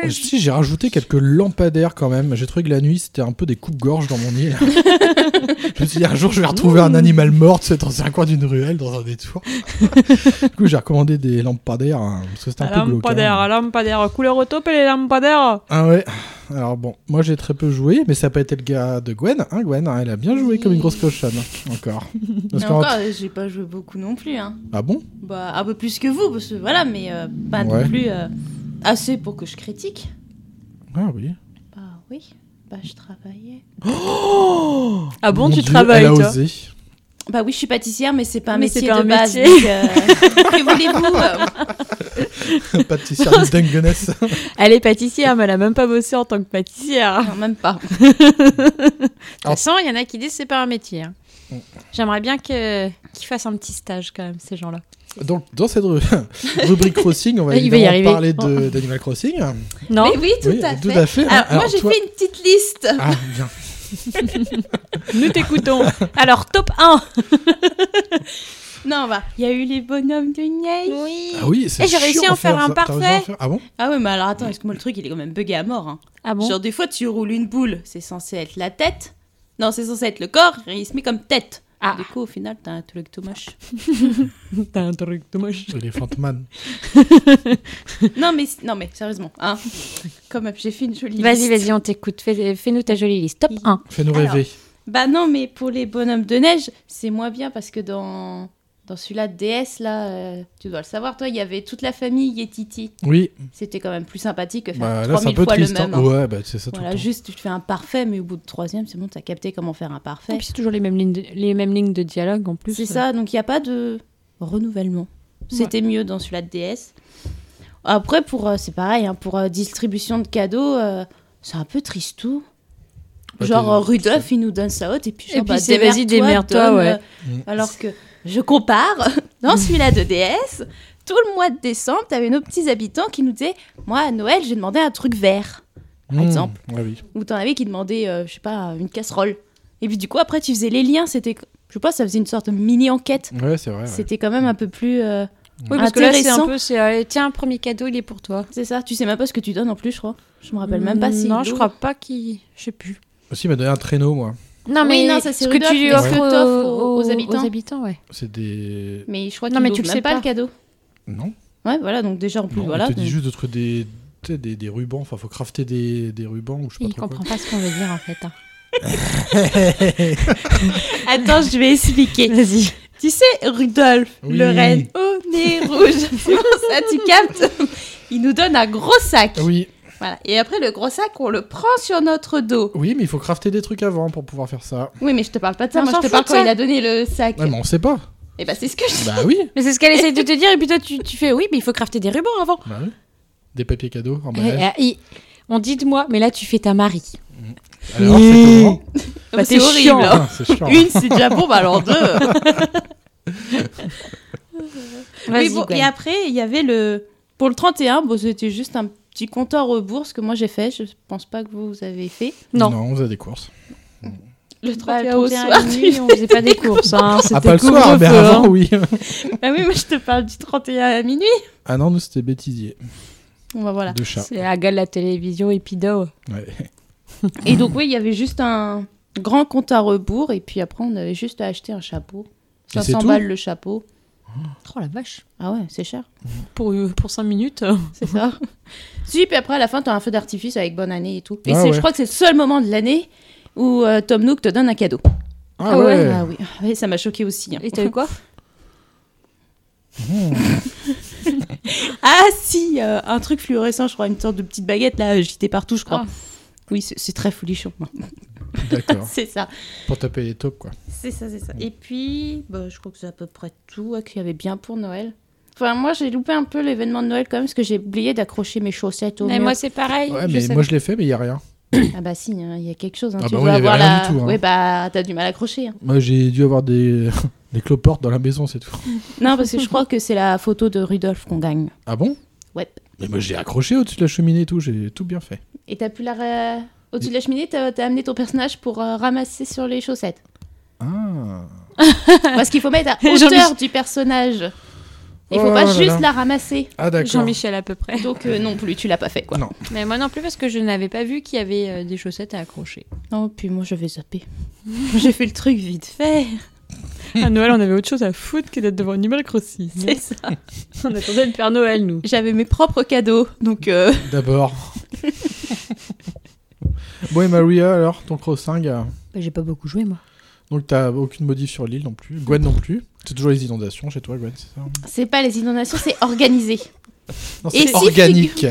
neige Si, j'ai rajouté quelques lampadaires quand même. J'ai trouvé que la nuit, c'était un peu des coupes-gorges dans mon île. je me suis dit, un jour, je vais retrouver un animal mort, c'est dans un coin d'une ruelle, dans un détour. du coup, j'ai recommandé des lampadaires, hein, parce que c'était un peu glauque. hein. lampadaire, couleur au taupe et les lampadaires. Ah ouais. Alors bon, moi j'ai très peu joué, mais ça n'a pas été le gars de Gwen. Hein, Gwen, hein, elle a bien joué comme une grosse cochonne. hein, Encore. Parce Mais qu'en- encore, euh, j'ai pas joué beaucoup non plus. Hein. Ah bon Bah, un peu plus que vous, parce que voilà, mais euh, pas Ouais. non plus euh, assez pour que je critique. Ah oui. Bah oui, bah je travaillais. Ah Mon bon, tu Dieu, travailles, elle a toi osé. <laughs> Bah oui, je suis pâtissière, mais c'est pas un Mais c'est métier pas de un base. métier. donc, euh, <laughs> que voulez-vous euh, pas de petit service d'Ungeness. Elle est pâtissière, mais elle a même pas bossé en tant que pâtissière. Non, même pas. De toute façon, il y en a qui disent que c'est pas un métier. hein. Ah. Mm. J'aimerais bien que- qu'ils fassent un petit stage quand même, ces gens-là. Donc dans cette ru- <laughs> rubrique Crossing, on va Il va y évidemment parler arriver. de- d'Animal Crossing. Non mais oui, tout, oui, à, tout fait. à fait. Alors, moi, j'ai toi- fait une petite liste. Ah bien. Nous <laughs> t'écoutons. Alors, top 1 Non, bah, il y a eu les bonhommes de Niaï. Oui Ah oui, c'est Eh, j'ai réussi chiant à en faire ça. un T'as réussi à en parfait. faire Ah bon Ah ouais, mais alors attends, est-ce que moi, le truc, il est quand même bugué à mort. hein. Ah bon Genre, des fois, tu roules une boule, c'est censé être la tête. Non, c'est censé être le corps, et il se met comme tête. Ah. Du coup, au final, t'as un truc tout moche. T'as un truc de moche. Elephant Man. non, mais, non, mais sérieusement, hein. <laughs> Quand même, j'ai fait une jolie Vas-y, liste. vas-y, on t'écoute. Fais- Fais-nous ta jolie liste. Top Il- 1. Fais-nous Alors. rêver. Bah non, mais pour les bonhommes de neige, c'est moins bien parce que dans, dans celui-là de DS, là, euh, tu dois le savoir, toi, il y avait toute la famille et Titi. Oui. C'était quand même plus sympathique que faire Mm. Bah, là, c'est un 3000 peu fois triste. le même. hein. hein. Ouais, bah c'est ça tout Voilà, le temps. juste tu te fais un parfait, mais au bout de troisième, c'est bon, t'as capté comment faire un Et parfait. puis c'est toujours les mêmes, lignes de, les mêmes lignes de dialogue en plus. euh. C'est ça, donc il n'y a pas de renouvellement. C'était mieux dans celui-là de DS. Après, pour euh, c'est pareil, hein, pour euh, distribution de cadeaux, euh, c'est un peu tristou. Bah, genre, t'es- euh, Rudolf, il nous donne sa haute, et puis, Et genre, puis, bah, c'est vas-y, démerde-toi, donne, ouais. euh, Mm. Alors que je compare, <laughs> dans celui-là de DS, tout le mois de décembre, t'avais nos petits habitants qui nous disaient Moi, à Noël, j'ai demandé un truc vert. Par Hmm, exemple. ouais, oui. Ou t'en avais qui demandaient, euh, je sais pas, une casserole. Et puis, du coup, après, tu faisais les liens, c'était. Je sais pas, ça faisait une sorte de mini-enquête. Ouais, c'est vrai. ouais. C'était quand même un peu plus. euh, Oui, parce que là, c'est un Intéressant. peu, c'est euh, tiens, premier cadeau, il est pour toi. Mm, C'est ça, tu sais même pas ce que tu donnes en plus, je crois. Mm, Je me rappelle même pas si. Non, je crois pas qu'il. Je sais plus. Aussi, il m'a donné un traîneau, moi. Non, Oui, mais non, ça, c'est ce que Rudolph, tu lui mais ce offres que aux, t'offres aux- aux habitants. ouais. C'est des. Mais je crois Non, qu'il mais ouvre tu le même sais pas, pas. le cadeau. Non. Ouais, voilà, donc déjà en plus, non voilà. on te dit donc- juste de trouver des, tu sais, des, des rubans. Enfin, faut crafter des, des rubans ou je sais pas Il trop comprend pas ce qu'on veut dire en fait. hein. Attends, je vais <laughs> expliquer. Vas-y. tu sais, Rudolf, Oui. le reine au nez rouge, <laughs> c'est pour ça, tu captes Il nous donne un gros sac. quoi. Ah Oui, Voilà. Et après, le gros sac, on le prend sur notre dos. oui, mais il faut crafter des trucs avant pour pouvoir faire ça. Oui, mais je te parle pas de ça, On moi s'en je te fout parle de quand ça. il a donné le sac. Ouais, mais on sait pas. Et bah, c'est ce que je dis. Bah <laughs> oui. Mais c'est ce qu'elle essaie de te dire, et puis toi, tu, tu fais oui, mais il faut crafter des rubans avant. Bah oui. Des papiers cadeaux, Eh, emballage. eh, il- On dit de moi, mais là, tu fais ta Marie. Alors, c'est comment Bah, <laughs> c'est horrible. Ah, hein. C'est chiant. Une, c'est déjà bon, bah alors deux. <laughs> Vas-y, Mais bon, Gwen. et après, il y avait le. Pour le 31, bon, c'était juste un petit compteur rebours ce que moi j'ai fait. Je pense pas que vous, vous avez fait. Non. on faisait des courses. Le Bah, 31, le au 31 soir. et tu- demi, on faisait pas des courses. Hein. Ah, C'était pas le soir, mais couvre-feu, avant, hein. oui. Ah oui, moi je te parle du 31 à minuit. <laughs> Ah non, nous, c'était bêtisier Bon, bah, voilà. de chat. C'est à gueule la télévision et Pido. Ouais. Et donc, oui, il y avait juste un grand compte à rebours. Et puis après, on avait juste à acheter un chapeau. Et c'est 500 tout balles le chapeau. Oh la vache. Ah ouais, c'est cher. Pour, euh, pour 5 minutes. C'est ça. <laughs> si, puis après, à la fin, t'as un feu d'artifice avec bonne année et tout. Et Ah c'est- ouais. je crois que c'est le seul moment de l'année où euh, Tom Nook te donne un cadeau. Ah, Ah ouais. ouais, Ah oui, Ah oui, ça m'a choqué aussi. hein. Et t'as eu <laughs> quoi Ah si, euh, un truc fluorescent, je crois, une sorte de petite baguette là, agitée partout, je crois. Ah. Oui, c'est c'est très folichon. D'accord. c'est ça, Pour taper les taupes, quoi. c'est ça, c'est ça. Et puis, bah, je crois que c'est à peu près tout hein, qu'il y avait bien pour Noël. Enfin, moi, j'ai loupé un peu l'événement de Noël quand même, parce que j'ai oublié d'accrocher mes chaussettes au Mais mur. moi, c'est pareil. Ouais, je mais sais. moi, je l'ai fait, mais il n'y a rien. Ah bah si, hein, il y a quelque chose. hein, Ah tu bah oui, dois il y avait avoir rien la... du tout, hein. Ouais, bah, t'as du mal à accrocher. hein. Moi, j'ai dû avoir des, <laughs> des cloportes dans la maison, c'est tout. Non, parce que je crois que c'est la photo de Rudolf qu'on gagne. Ah bon Ouais. Mais moi, j'ai accroché au-dessus de la cheminée et tout. J'ai tout bien fait. Et t'as pu la... ra- Au-dessus de la cheminée, t'as t'as amené ton personnage pour euh, ramasser sur les chaussettes. Ah. Parce qu'il faut mettre <laughs> à Jean-Mich- hauteur du personnage. Il faut Oh pas là juste là. la ramasser. Ah, d'accord. Jean-Michel à peu près. Donc euh, non plus, tu l'as pas fait quoi. Non. <laughs> Mais moi non plus parce que je n'avais pas vu qu'il y avait euh, des chaussettes à <laughs> accrocher. Non, Oh, puis moi j'avais zappé. J'ai fait le truc <laughs> vite fait. À Noël, on avait autre chose à foutre que d'être devant Animal Crossing. C'est ça. On attendait le Père Noël, nous. <laughs> J'avais mes propres cadeaux. Donc euh, D'abord. bon, et Maria, alors, ton crossingue euh, j'ai pas beaucoup joué, moi. Donc, t'as aucune modif sur l'île non plus. Gwen non plus. C'est toujours les inondations chez toi, Gwen, c'est ça c'est pas les inondations, c'est organisé. Non, Et c'est si, organique.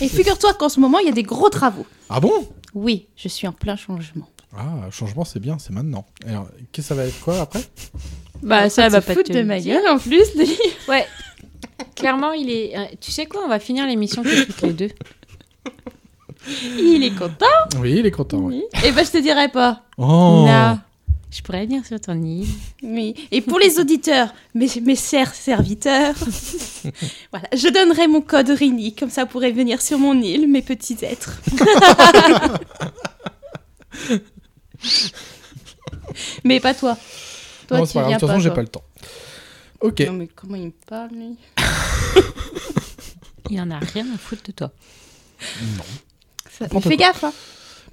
Et figure-toi qu'en ce moment, il y a des gros travaux. ah bon Oui, je suis en plein changement. Ah, changement, c'est bien, c'est maintenant. Alors, qu'est-ce que ça va être quoi après Bah, ça Ils va se pas foutent te de le ma dire. gueule en plus. lui. Ouais. Clairement, il est. euh, Tu sais quoi On va finir l'émission que toutes les deux. Il est content. Oui, il est content, oui. Et ben je te dirai pas. Oh Là, je pourrais venir sur ton île. Oui. Et pour les auditeurs, mes, mes <laughs> chers serviteurs, voilà, je donnerai mon code Rini, comme ça pourrait venir sur mon île, mes petits <laughs> êtres. Mais pas toi. Toi, Non, tu c'est pas grave, viens de toute façon, j'ai toi. pas le temps. Ok. Non, mais comment il me parle, lui Il en a rien à foutre de toi. Ça- N'importe Fais quoi. gaffe, hein.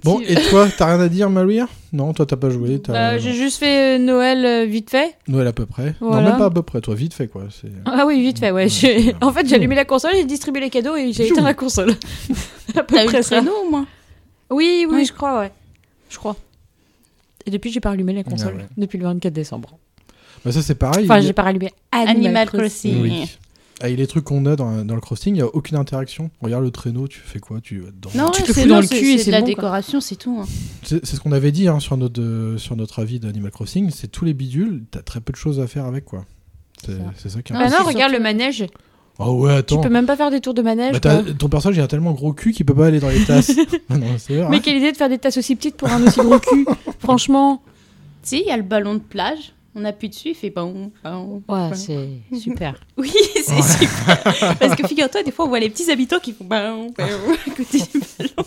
Bon, tu- et toi, t'as rien à dire, Maria Non, toi, t'as pas joué. t'as- Bah, j'ai juste fait euh, Noël euh, vite fait. Noël à peu près. Non, Voilà. même pas à peu près, toi, vite fait, quoi. c'est- Ah oui, vite fait, ouais. Ouais, j'ai- <laughs> ouais. En fait, j'ai allumé la console, j'ai distribué les cadeaux et j'ai éteint la console. <laughs> à peu T'as eu près le ça. traîneau, au moins. Oui, oui, Ouais. je crois, ouais. Je crois. Et depuis, j'ai pas allumé la console. Ah ouais. Depuis le 24 décembre. Bah, ça, c'est pareil. Enfin, il y a- j'ai pas allumé Animal, Animal Crossing. Crossing. Oui. Avec Ah, les trucs qu'on a dans, dans le crossing, il n'y a aucune interaction. Regarde le traîneau, tu fais quoi Tu vas dedans. Non, Tu te c'est fous dans non, le c'est- cul et c'est c'est de la bon, quoi. décoration, c'est tout. hein. C'est c'est ce qu'on avait dit hein, sur, notre, euh, sur notre avis d'Animal Crossing. C'est tous les bidules, t'as très peu de choses à faire avec quoi. C'est C'est ça. Bah c'est ça qui est Non, Ah important. non, c'est regarde surtout- le manège. Oh ouais, Tu attends. peux même pas faire des tours de manège. Bah, t'as- quoi. ton personnage, il a tellement gros cul qu'il peut pas aller dans les <laughs> tasses. Ah non, c'est vrai. hein. Mais quelle idée de faire des tasses aussi petites pour un aussi gros cul. <laughs> Franchement. Si, il y a le ballon de plage. On appuie dessus, il fait bon, bon, Ouais, bon. c'est super. Oui, <laughs> c'est super. <laughs> Parce que figure-toi, des fois, on voit les petits habitants qui font bah, baou, baou à côté du ballon.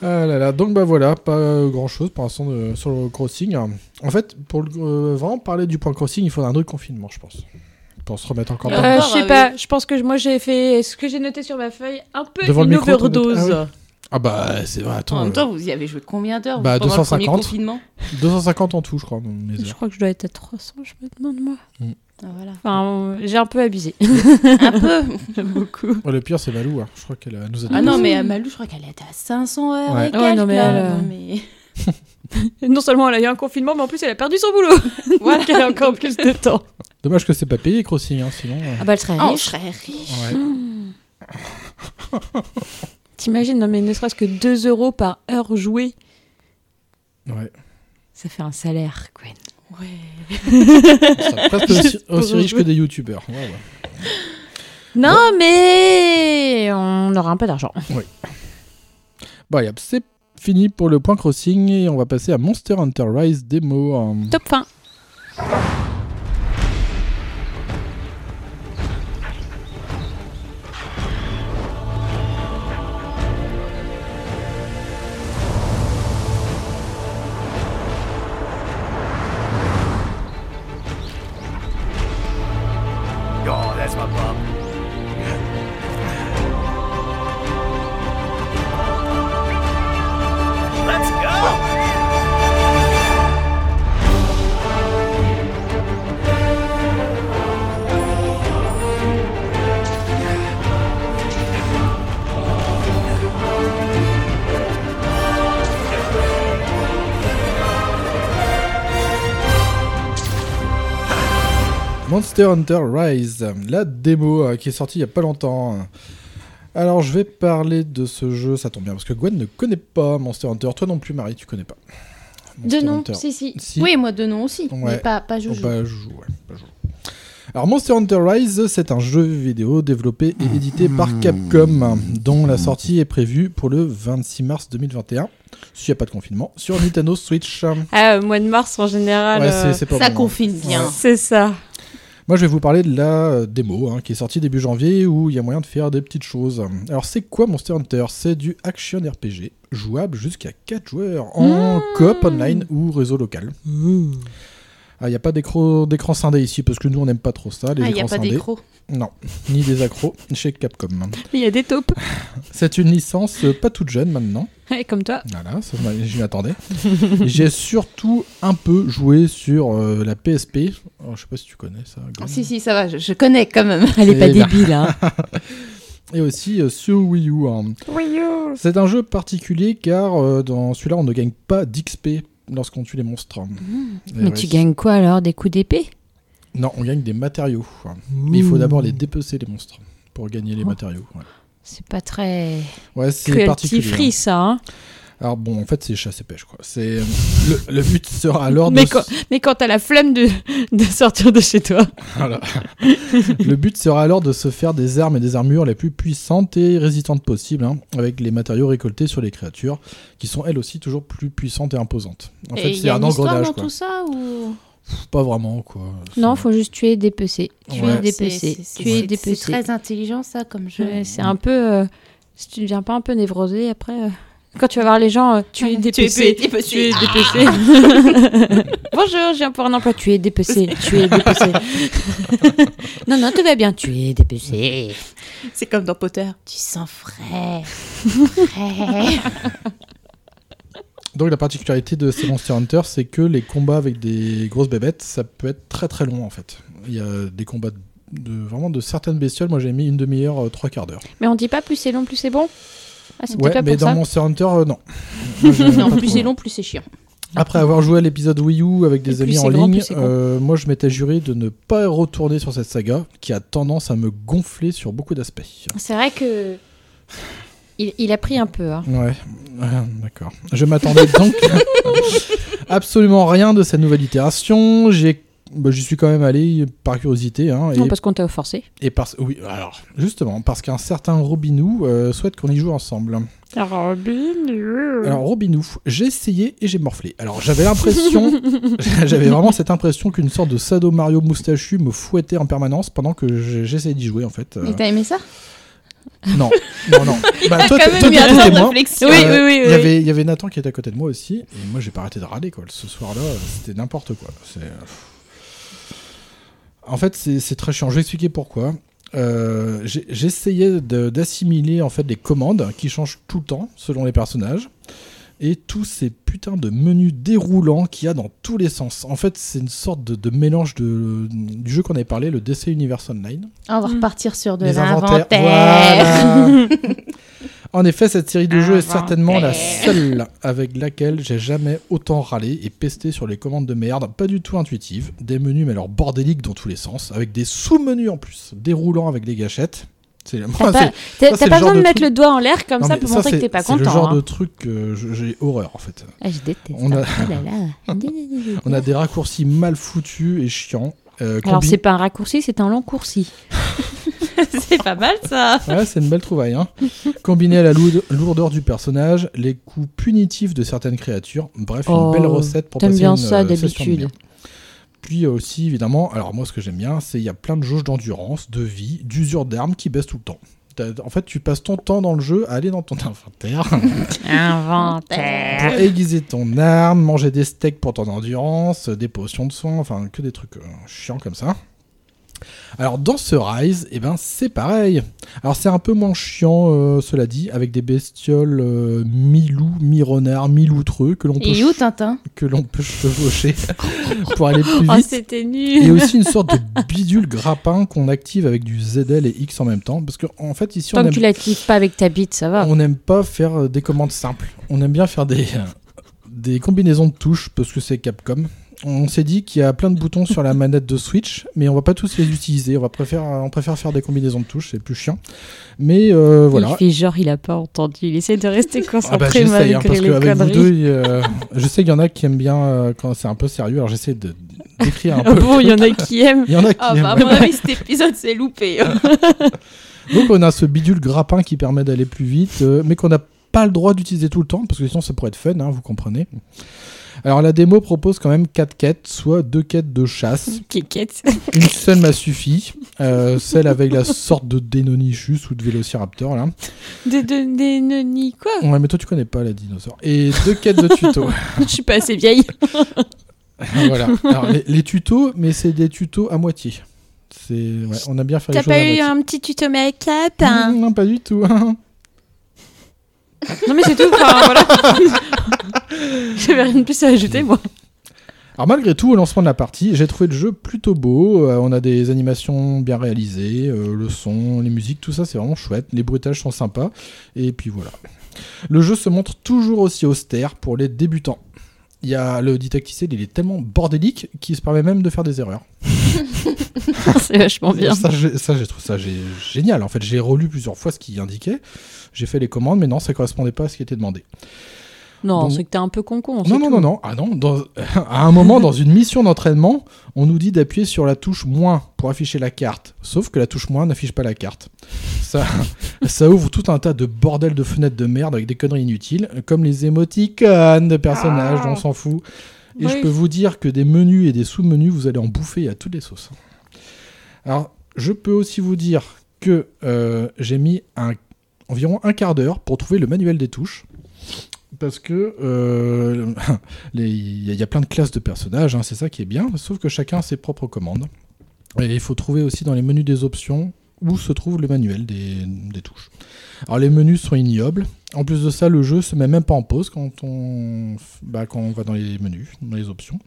Ah là là. Donc bah voilà, pas grand chose pour l'instant de- sur le crossing. En fait, pour le, euh, vraiment parler du point crossing, il faudra un autre confinement, je pense. Pour se remettre encore Euh, dedans. je encore, sais ah pas, je pense que je- moi j'ai fait ce que j'ai noté sur ma feuille, un peu Devant une le micro, t'en notes- overdose. ah Ah bah c'est vrai, attends. en même euh, temps, vous y avez joué combien d'heures Bah, pendant le premier 250. confinement 250 en tout, je crois. dans mes Je heures. crois que je dois être à 300, je me demande moi. Ah, voilà. Enfin, euh, j'ai un peu abusé. Un <laughs> peu. beaucoup. Ouais, le pire, c'est Malou. hein. Je crois qu'elle euh, nous a Ah dit- non, <laughs> mais euh, Malou, je crois qu'elle était à 500 heures Ouais. et Ouais, quelques, non, mais là. elle, euh, Non, <laughs> mais- non seulement elle a eu un confinement, mais en plus elle a perdu son <laughs> boulot. <laughs> voilà, elle a encore plus de temps. Dommage que c'est pas payé, Crossing, hein, sinon. euh, Ah bah elle serait Ah, on riche. serait riche. ouais. T'imagines, non mais ne serait-ce que 2 euros par heure jouée, <laughs> ouais. ça fait un salaire, Gwen. Ouais. On sera presque aussi, pour aussi riche que jouer. des youtubeurs. Ouais, ouais. Non mais on aura un peu d'argent. Bon, allez, hop, c'est fini pour le point crossing et on va passer à Monster Hunter Rise démo. hein. Top 1. Oh, that's my bump. Let's go! Monster Hunter Rise, la démo euh, qui est sortie il y a pas longtemps. hein. Alors je vais parler de ce jeu, ça tombe bien parce que Gwen ne connaît pas Monster Hunter, toi non plus Marie, tu connais pas. De Monster nom, Hunter. si, si, Si. Oui, moi de nom aussi, Ouais. mais pas, pas Oh, Joujou. bah, Joujou, ouais, pas Joujou. Alors Monster Hunter Rise, c'est un jeu vidéo développé et édité par Capcom, dont la sortie est prévue pour le 26 mars 2021, s'il n'y a pas de confinement, sur Nintendo Switch. Ah, au mois de mars en général. Ouais, euh, c'est- c'est pas Ça bon, hein. confine bien. c'est ça. Moi, je vais vous parler de la euh, démo hein, qui est sortie début janvier où il y a moyen de faire des petites choses. Alors, c'est quoi Monster Hunter C'est du action RPG jouable jusqu'à 4 joueurs Mmh. en coop online ou réseau local. Ah, Il n'y a pas d'écro- d'écran scindé ici parce que nous, on n'aime pas trop ça, les Ah, il n'y écrans a pas scindés. d'écro. Non, ni des accros <laughs> chez Capcom. Il y a des taupes. <laughs> C'est une licence euh, pas toute jeune maintenant. Ouais, comme toi. Voilà, ça, je m'a- je m'y <laughs> attendais. J'ai surtout un peu joué sur euh, la PSP. Alors, Oh, je sais pas si tu connais ça. Glenn. Si, si, ça va, je, je connais quand même. Elle est est pas pas Eh bien. <laughs> débile, hein. et aussi euh, sur Wii U. hein. C'est un jeu particulier car euh, dans celui-là, on ne gagne pas d'XP lorsqu'on tue les monstres. Mmh. Et Mais ouais, tu gagnes quoi alors Des coups d'épée Non, on gagne des matériaux. hein. Mais il faut d'abord les dépecer, les monstres, pour gagner les Mmh. Oh. matériaux. Ouais, C'est pas très Ouais, c'est cruelty particulier. free, hein. ça. hein. Alors bon, en fait, c'est chasse et pêche, quoi. C'est euh, le, le but sera alors de mais, s- quand, mais quand t'as la flemme de, <laughs> de sortir de chez toi. <laughs> Voilà. le but sera alors de se faire des armes et des armures les plus puissantes et résistantes possibles, hein, avec les matériaux récoltés sur les créatures, qui sont elles aussi toujours plus puissantes et imposantes. En Et fait, il c'est y a un une histoire engrenage, dans quoi. tout ça ou Pas vraiment, quoi. Non, C'est- faut juste tuer et dépecer. Tuer Ouais. et dépecer. Tuer et C'est c'est dépecer. très intelligent ça comme jeu. Ouais, C'est un peu. euh, si tu ne deviens pas un peu névrosé après. euh, Quand tu vas voir les gens, euh, <laughs> tuer et dépecer. tuer et dépecer. Tuer et dépecer. Ah. <laughs> Bonjour, j'ai un pour un emploi. Tuer et <laughs> dépecer. Tuer et dépecer. <laughs> non, non, tout va bien. Tuer et dépecer. C'est comme dans Potter. Tu sens frais. frais. Donc la particularité de ces Monster Hunter, c'est que les combats avec des grosses bébêtes, ça peut être très très long en fait. Il y a des combats de vraiment de certaines bestioles. Moi, j'ai mis une demi-heure, euh, trois quarts d'heure. Mais on dit pas plus c'est long, plus c'est bon Ah, c'est Ouais, peut-être pas mais pour dans Monster ça. Hunter, euh, <laughs> non. Moi, j'ai pas non, plus trouvé. c'est long, plus c'est chiant. Après avoir joué à l'épisode Wii U avec des Et plus amis c'est en grand, ligne, plus c'est con. euh, moi je m'étais juré de ne pas retourner sur cette saga qui a tendance à me gonfler sur beaucoup d'aspects. C'est vrai que. Il, il a pris un peu. hein. Ouais, Ah, d'accord. Je m'attendais <laughs> donc absolument rien de cette nouvelle itération. J'ai bah, j'y suis quand même allé par curiosité. hein, et, Non, parce qu'on t'a forcé. et parce- Oui, alors, justement, parce qu'un certain Robinou euh, souhaite qu'on y joue ensemble. Hmm. Ah, Alors Robinou, j'ai essayé et j'ai morflé. Alors j'avais <laughs> l'impression, j'avais vraiment cette impression qu'une sorte de Sado Mario moustachu me fouettait en permanence pendant que je- j'essayais d'y jouer en fait. Euh, Et t'as aimé ça non, non, <laughs> non. Bah, toi, quand t'es- même toi, eu t'étais un temps de témoin. réflexion. Oui, Euh, oui, oui, Il y oui. avait, il y avait Nathan qui était à côté de moi aussi, et moi j'ai pas arrêté de râler quoi. Ce soir-là, euh, c'était n'importe quoi. C'est, euh, En fait, c'est c'est très chiant. Je vais expliquer pourquoi. Euh, j'ai- J'essayais de- d'assimiler en fait les commandes qui changent tout le temps selon les personnages et tous ces putains de menus déroulants qu'il y a dans tous les sens. En fait, c'est une sorte de, de mélange de, du jeu qu'on avait parlé, le DC Universe Online. Ah, On va repartir sur de Les l'inventaire. Voilà. en effet, cette série de jeux est certainement la seule avec laquelle j'ai jamais autant râlé et pesté sur les commandes de merde, pas du tout intuitives, des menus mais alors bordéliques dans tous les sens, avec des sous-menus en plus, déroulants avec les gâchettes. C'est moi, T'as pas, c'est- ça, t'as- t'as c'est pas le genre besoin de de mettre truc- le doigt en l'air comme non, ça mais pour montrer c'est- que t'es pas c'est content. le genre hein. de truc que je- j'ai horreur en fait. Ah, je déteste. On a- Oh là <laughs> là. On a des raccourcis mal foutus et chiants. euh, Alors, combi- c'est pas un raccourci, c'est un long coursi. <laughs> c'est pas mal ça. Ouais, c'est une belle trouvaille. <laughs> Hein. Combiné à la lourde- lourdeur du personnage, les coups punitifs de certaines créatures, bref, une Oh, belle recette pour t'aimes passer bien une, ça euh, session de d'habitude. bien. Puis euh, aussi, évidemment, alors moi ce que j'aime bien, c'est il y a plein de jauges d'endurance, de vie, d'usure d'armes qui baissent tout le temps. T'as- En fait, tu passes ton temps dans le jeu à aller dans ton <laughs> inventaire <laughs> Inventaire. pour aiguiser ton arme, manger des steaks pour ton endurance, euh, des potions de soins, enfin que des trucs euh, chiants comme ça. Alors dans ce Rise, eh ben, c'est pareil. Alors c'est un peu moins chiant, euh, cela dit, avec des bestioles euh, mi-loup, mi-renard, mi-loutreux que l'on peut, Et où Tintin que l'on peut <laughs> chevaucher pour aller plus hein. Oh, vite. c'était Et nul. aussi une <laughs> sorte de bidule grappin qu'on active avec du ZL et X en même temps. Parce qu'en en fait, ici, on Tant que aime tu la cliques pas avec ta bite, ça va. on n'aime pas faire euh, des commandes simples. On aime bien faire des, <laughs> euh, des combinaisons de touches parce que c'est Capcom. On s'est dit qu'il y a plein de boutons sur <laughs> la manette de Switch, mais on va pas tous les utiliser. On, va préfère, on préfère faire des combinaisons de touches, c'est plus chiant. Mais euh, voilà. Il fait genre, il a pas entendu. Il essaie de rester <laughs> Ah bah, concentré j'essaye, hein, malgré parce les qu'avec vous conneries. deux, il y a- je sais qu'il y en a qui aiment bien euh, quand c'est un peu sérieux, alors j'essaie de d'écrire un <laughs> peu. Ah le bon, il y truc. en a qui aiment. Il y en a qui Ah aiment. bah à <laughs> mon avis cet épisode c'est <laughs> loupé. Donc on a ce bidule grappin qui permet d'aller plus vite, euh, mais qu'on n'a pas le droit d'utiliser tout le temps, parce que sinon ça pourrait être fun, hein, vous comprenez. Alors la démo propose quand même 4 quêtes, soit deux quêtes de chasse. Kékette. Une seule m'a suffi, euh, celle avec la sorte de Denonichus ou de Vélociraptor là. De, de, <laughs> des noni, quoi. Ouais mais toi tu connais pas la dinosaure. Et deux quêtes de tuto. <laughs> Je suis pas assez vieille. voilà. Alors, les, les tutos, mais c'est des tutos à moitié. C'est ouais, on a bien fait les T'as choses à pas eu moitié. un petit tuto make-up hein Mm, Non pas du tout. <laughs> Non, mais c'est tout. Enfin, voilà. <laughs> J'avais rien de plus à ajouter, moi. <laughs> Alors malgré tout, au lancement de la partie, j'ai trouvé le jeu plutôt beau. Euh, on a des animations bien réalisées, euh, le son, les musiques, tout ça, c'est vraiment chouette. Les bruitages sont sympas. Et puis voilà. Le jeu se montre toujours aussi austère pour les débutants. Il y a le détecticide, il est tellement bordélique qu'il se permet même de faire des erreurs. c'est vachement bien. Ça, j'ai- ça, j'ai trouvé ça gé- génial. En fait, j'ai relu plusieurs fois ce qu'il indiquait. J'ai fait les commandes, mais non, ça correspondait pas à ce qui était demandé. Non, Bon. c'est que t'es un peu concon. Non, non, non, non. Ah non, dans- <laughs> à un moment, dans une mission d'entraînement, on nous dit d'appuyer sur la touche moins pour afficher la carte. Sauf que la touche moins n'affiche pas la carte. Ça, <laughs> ça ouvre tout un tas de bordel de fenêtres de merde avec des conneries inutiles, comme les émoticônes de personnages, on s'en fout. Et je Oui. peux vous dire que des menus et des sous-menus, vous allez en bouffer à toutes les sauces. Alors, je peux aussi vous dire que euh, j'ai mis un- environ un quart d'heure pour trouver le manuel des touches. Parce que euh, <laughs> les- il y, a- il y a plein de classes de personnages, hein, c'est ça qui est bien, sauf que chacun a ses propres commandes. Et il faut trouver aussi dans les menus des options où se trouve le manuel des, des touches. Alors les menus sont ignobles. En plus de ça, le jeu se met même pas en pause quand on, bah, quand on va dans les menus, dans les options.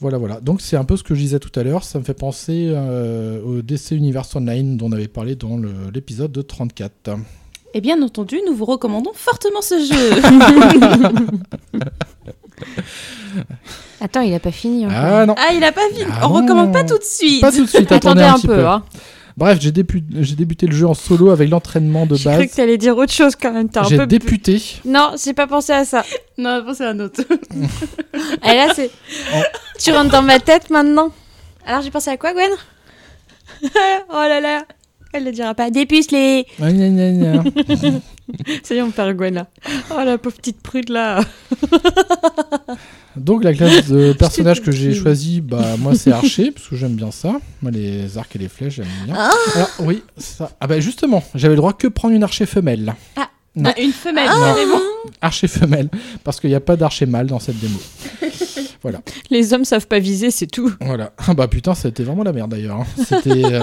Voilà, voilà. Donc c'est un peu ce que je disais tout à l'heure. Ça me fait penser euh, au DC Universe Online dont on avait parlé dans le- l'épisode de 34. Et Eh bien entendu, nous vous recommandons fortement ce jeu. <laughs> Attends, il a pas fini. Ah non, <laughs> Ah, il a pas fini. Ah On recommande non. pas tout de suite. pas tout de suite. <laughs> Attendez un, petit peu. Hein. Bref, j'ai dépu- j'ai débuté le jeu en solo avec l'entraînement de J'ai cru que base. t'allais dire autre chose quand même. T'as un J'ai peu. débuté. Non, j'ai pas pensé à <laughs> ça. Non, pensez à un autre. Et Eh, là, c'est. Oh. Tu rentres dans ma tête maintenant. Alors, j'ai pensé à quoi, Gwen <laughs> Oh là là. Elle le dira pas. Dépuce-les. Gna, gna, gna, <laughs> gna. Ça y est, on perd Gwen là. Oh la pauvre petite prude là. Donc la classe de personnage que j'ai choisi, bah moi c'est archer parce que j'aime bien ça. Moi les arcs et les flèches j'aime bien. Ah. Alors, oui, ça. Ah bah justement, j'avais le droit que prendre une archer femelle. Non. Ah, une femelle, Non. carrément. Archer femelle parce qu'il n'y a pas d'archer mâle dans cette démo. Les hommes savent pas viser, c'est tout. Voilà. Ah bah putain, c'était vraiment la merde d'ailleurs. hein. C'était. euh,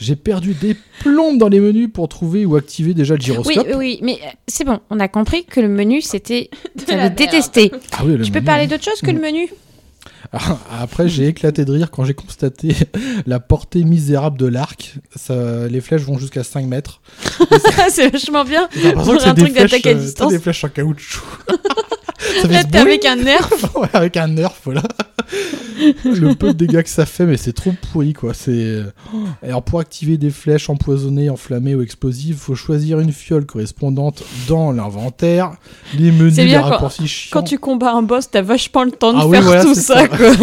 J'ai perdu des plombes dans les menus pour trouver ou activer déjà le Oui, gyroscope. oui, oui, mais euh, c'est bon, on a compris que le menu <laughs> c'était. la T'avais merde. détesté. Ah oui, le Tu peux menu, parler hein. d'autre chose que le <laughs> menu Ah, Après, j'ai éclaté de rire quand j'ai constaté <laughs> la portée misérable de l'arc. Ça- Les flèches vont jusqu'à 5 mètres. C'est vachement bien. J'ai l'impression que Pour c'est un des truc flèches, d'attaque à euh, distance. des flèches en <laughs> caoutchouc. ça fait Là, ce t'es bruit. avec un nerf. <laughs> Ouais, avec un nerf, voilà. Le peu de dégâts que ça fait, mais c'est trop pourri, quoi. C'est. euh, Alors, pour activer des flèches empoisonnées, enflammées ou explosives, faut choisir une fiole correspondante dans l'inventaire. Les menus, C'est les bien quand- raccourcis chiants. Quand tu combats un boss, t'as vachement le temps de Ah oui, faire <laughs> voilà, tout c'est ça. ça, quoi.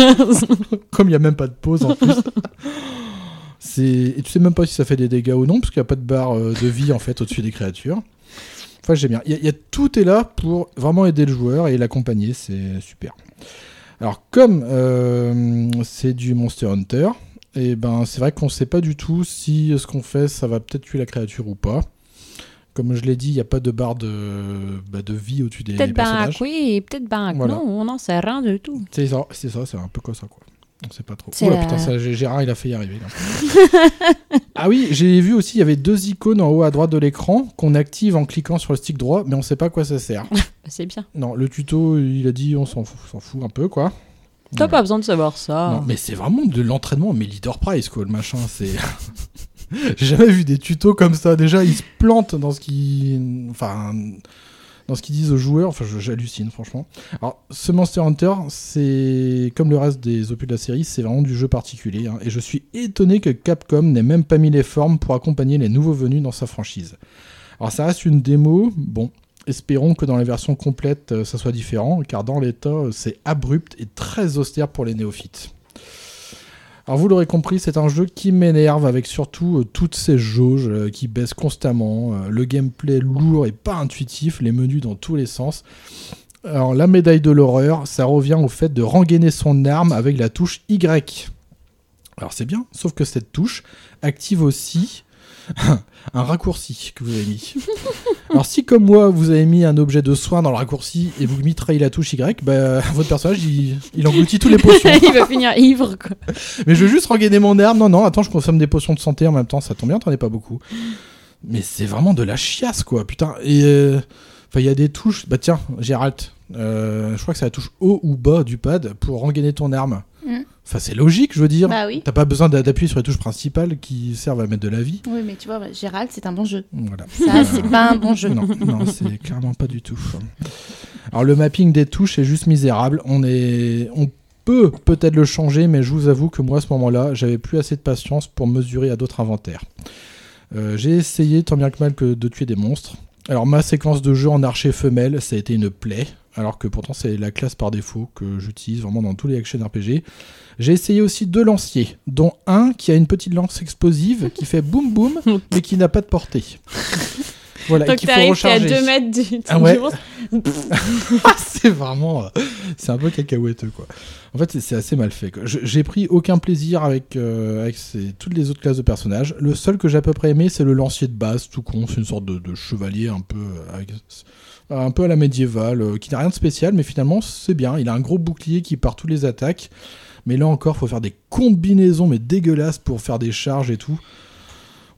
Comme il n'y a même pas de pause en plus. C'est- Et tu sais même pas si ça fait des dégâts ou non, parce qu'il n'y a pas de barre euh, de vie en fait au-dessus des créatures. Enfin, j'aime bien. Il y a- il y a- tout est là pour vraiment aider le joueur et l'accompagner, c'est super. Alors, comme euh, c'est du Monster Hunter, et ben c'est vrai qu'on sait pas du tout si ce qu'on fait, ça va peut-être tuer la créature ou pas. Comme je l'ai dit, il n'y a pas de barre de, bah, de vie au-dessus des, des Peut-être personnages. Barack, oui, et peut-être Barack. Voilà. Non, on n'en sait rien du tout. C'est ça, c'est ça, c'est un peu comme ça, quoi. On sait pas trop. C'est Oula, la- putain, ça, G- Gérard, il a fait y arriver. là. <laughs> ah oui, j'ai vu aussi, il y avait deux icônes en haut à droite de l'écran qu'on active en cliquant sur le stick droit, mais on sait pas à quoi ça sert. Bah, C'est bien. non, le tuto, il a dit, on s'en fout, s'en fout un peu, quoi. T'as Voilà. pas besoin de savoir ça. <laughs> Non, mais c'est vraiment de l'entraînement, mais leader prize, quoi, le machin, c'est... <laughs> J'ai jamais vu des tutos comme ça. Déjà, ils se plantent dans ce qu'ils... Enfin, dans ce qu'ils disent aux joueurs. Enfin, je- j'hallucine, franchement. Alors, ce Monster Hunter, c'est... Comme le reste des opus de la série, c'est vraiment du jeu particulier. hein. et je suis étonné que Capcom n'ait même pas mis les formes pour accompagner les nouveaux venus dans sa franchise. Alors, ça reste une démo, bon... Espérons que dans la version complète, euh, ça soit différent, car dans l'état, euh, c'est abrupt et très austère pour les néophytes. Alors vous l'aurez compris, c'est un jeu qui m'énerve avec surtout euh, toutes ces jauges euh, qui baissent constamment, euh, le gameplay lourd et pas intuitif, les menus dans tous les sens. Alors la médaille de l'horreur, ça revient au fait de rengainer son arme avec la touche Y. Alors c'est bien, sauf que cette touche active aussi <laughs> un raccourci que vous avez mis. Alors si comme moi vous avez mis un objet de soin dans le raccourci et vous mitraillez la touche Y, bah, votre personnage il, il engloutit tous les <laughs> potions. il va finir ivre, quoi. Mais je veux juste regainer mon arme. Non, non, attends, je consomme des potions de santé en même temps. Ça tombe bien, t'en es pas beaucoup. Mais c'est vraiment de la chiasse, quoi. Putain. Et. euh, Enfin, il y a des touches. Bah, tiens, Gérald. euh, je crois que c'est la touche haut ou bas du pad pour regainer ton arme. Mm. Enfin, c'est logique, je veux dire. Bah oui. T'as pas besoin d'a- d'appuyer sur les touches principales qui servent à mettre de la vie. Oui, mais tu vois, Gérald, c'est un bon jeu. Voilà. <laughs> Euh, Ça, c'est pas un bon jeu. Non, non, c'est clairement pas du tout. Alors le mapping des touches est juste misérable. On est, on peut peut-être le changer, mais je vous avoue que moi à ce moment-là, j'avais plus assez de patience pour mesurer à d'autres inventaires. Euh, J'ai essayé tant bien que mal que de tuer des monstres. Alors ma séquence de jeu en archer femelle, ça a été une plaie, alors que pourtant c'est la classe par défaut que j'utilise vraiment dans tous les action RPG. J'ai essayé aussi deux lanciers, dont un qui a une petite lance explosive qui fait boum <laughs> boum, mais qui n'a pas de portée. Voilà, et Donc Bah, qu'il faut t'arrives t'es à recharger. 2 mètres du Ah ouais. du monstre. <laughs> c'est vraiment. euh, C'est un peu cacahuèteux, quoi. En fait, c'est- c'est assez mal fait. quoi. Je- J'ai pris aucun plaisir avec, euh, avec ces- toutes les autres classes de personnages. Le seul que j'ai à peu près aimé, c'est le lancier de base, tout con. C'est une sorte de, de chevalier un peu, euh, avec- un peu à la médiévale, euh, qui n'a rien de spécial, mais finalement, c'est bien. Il a un gros bouclier qui part tous les attaques. Mais là encore, faut faire des combinaisons, mais dégueulasses, pour faire des charges et tout.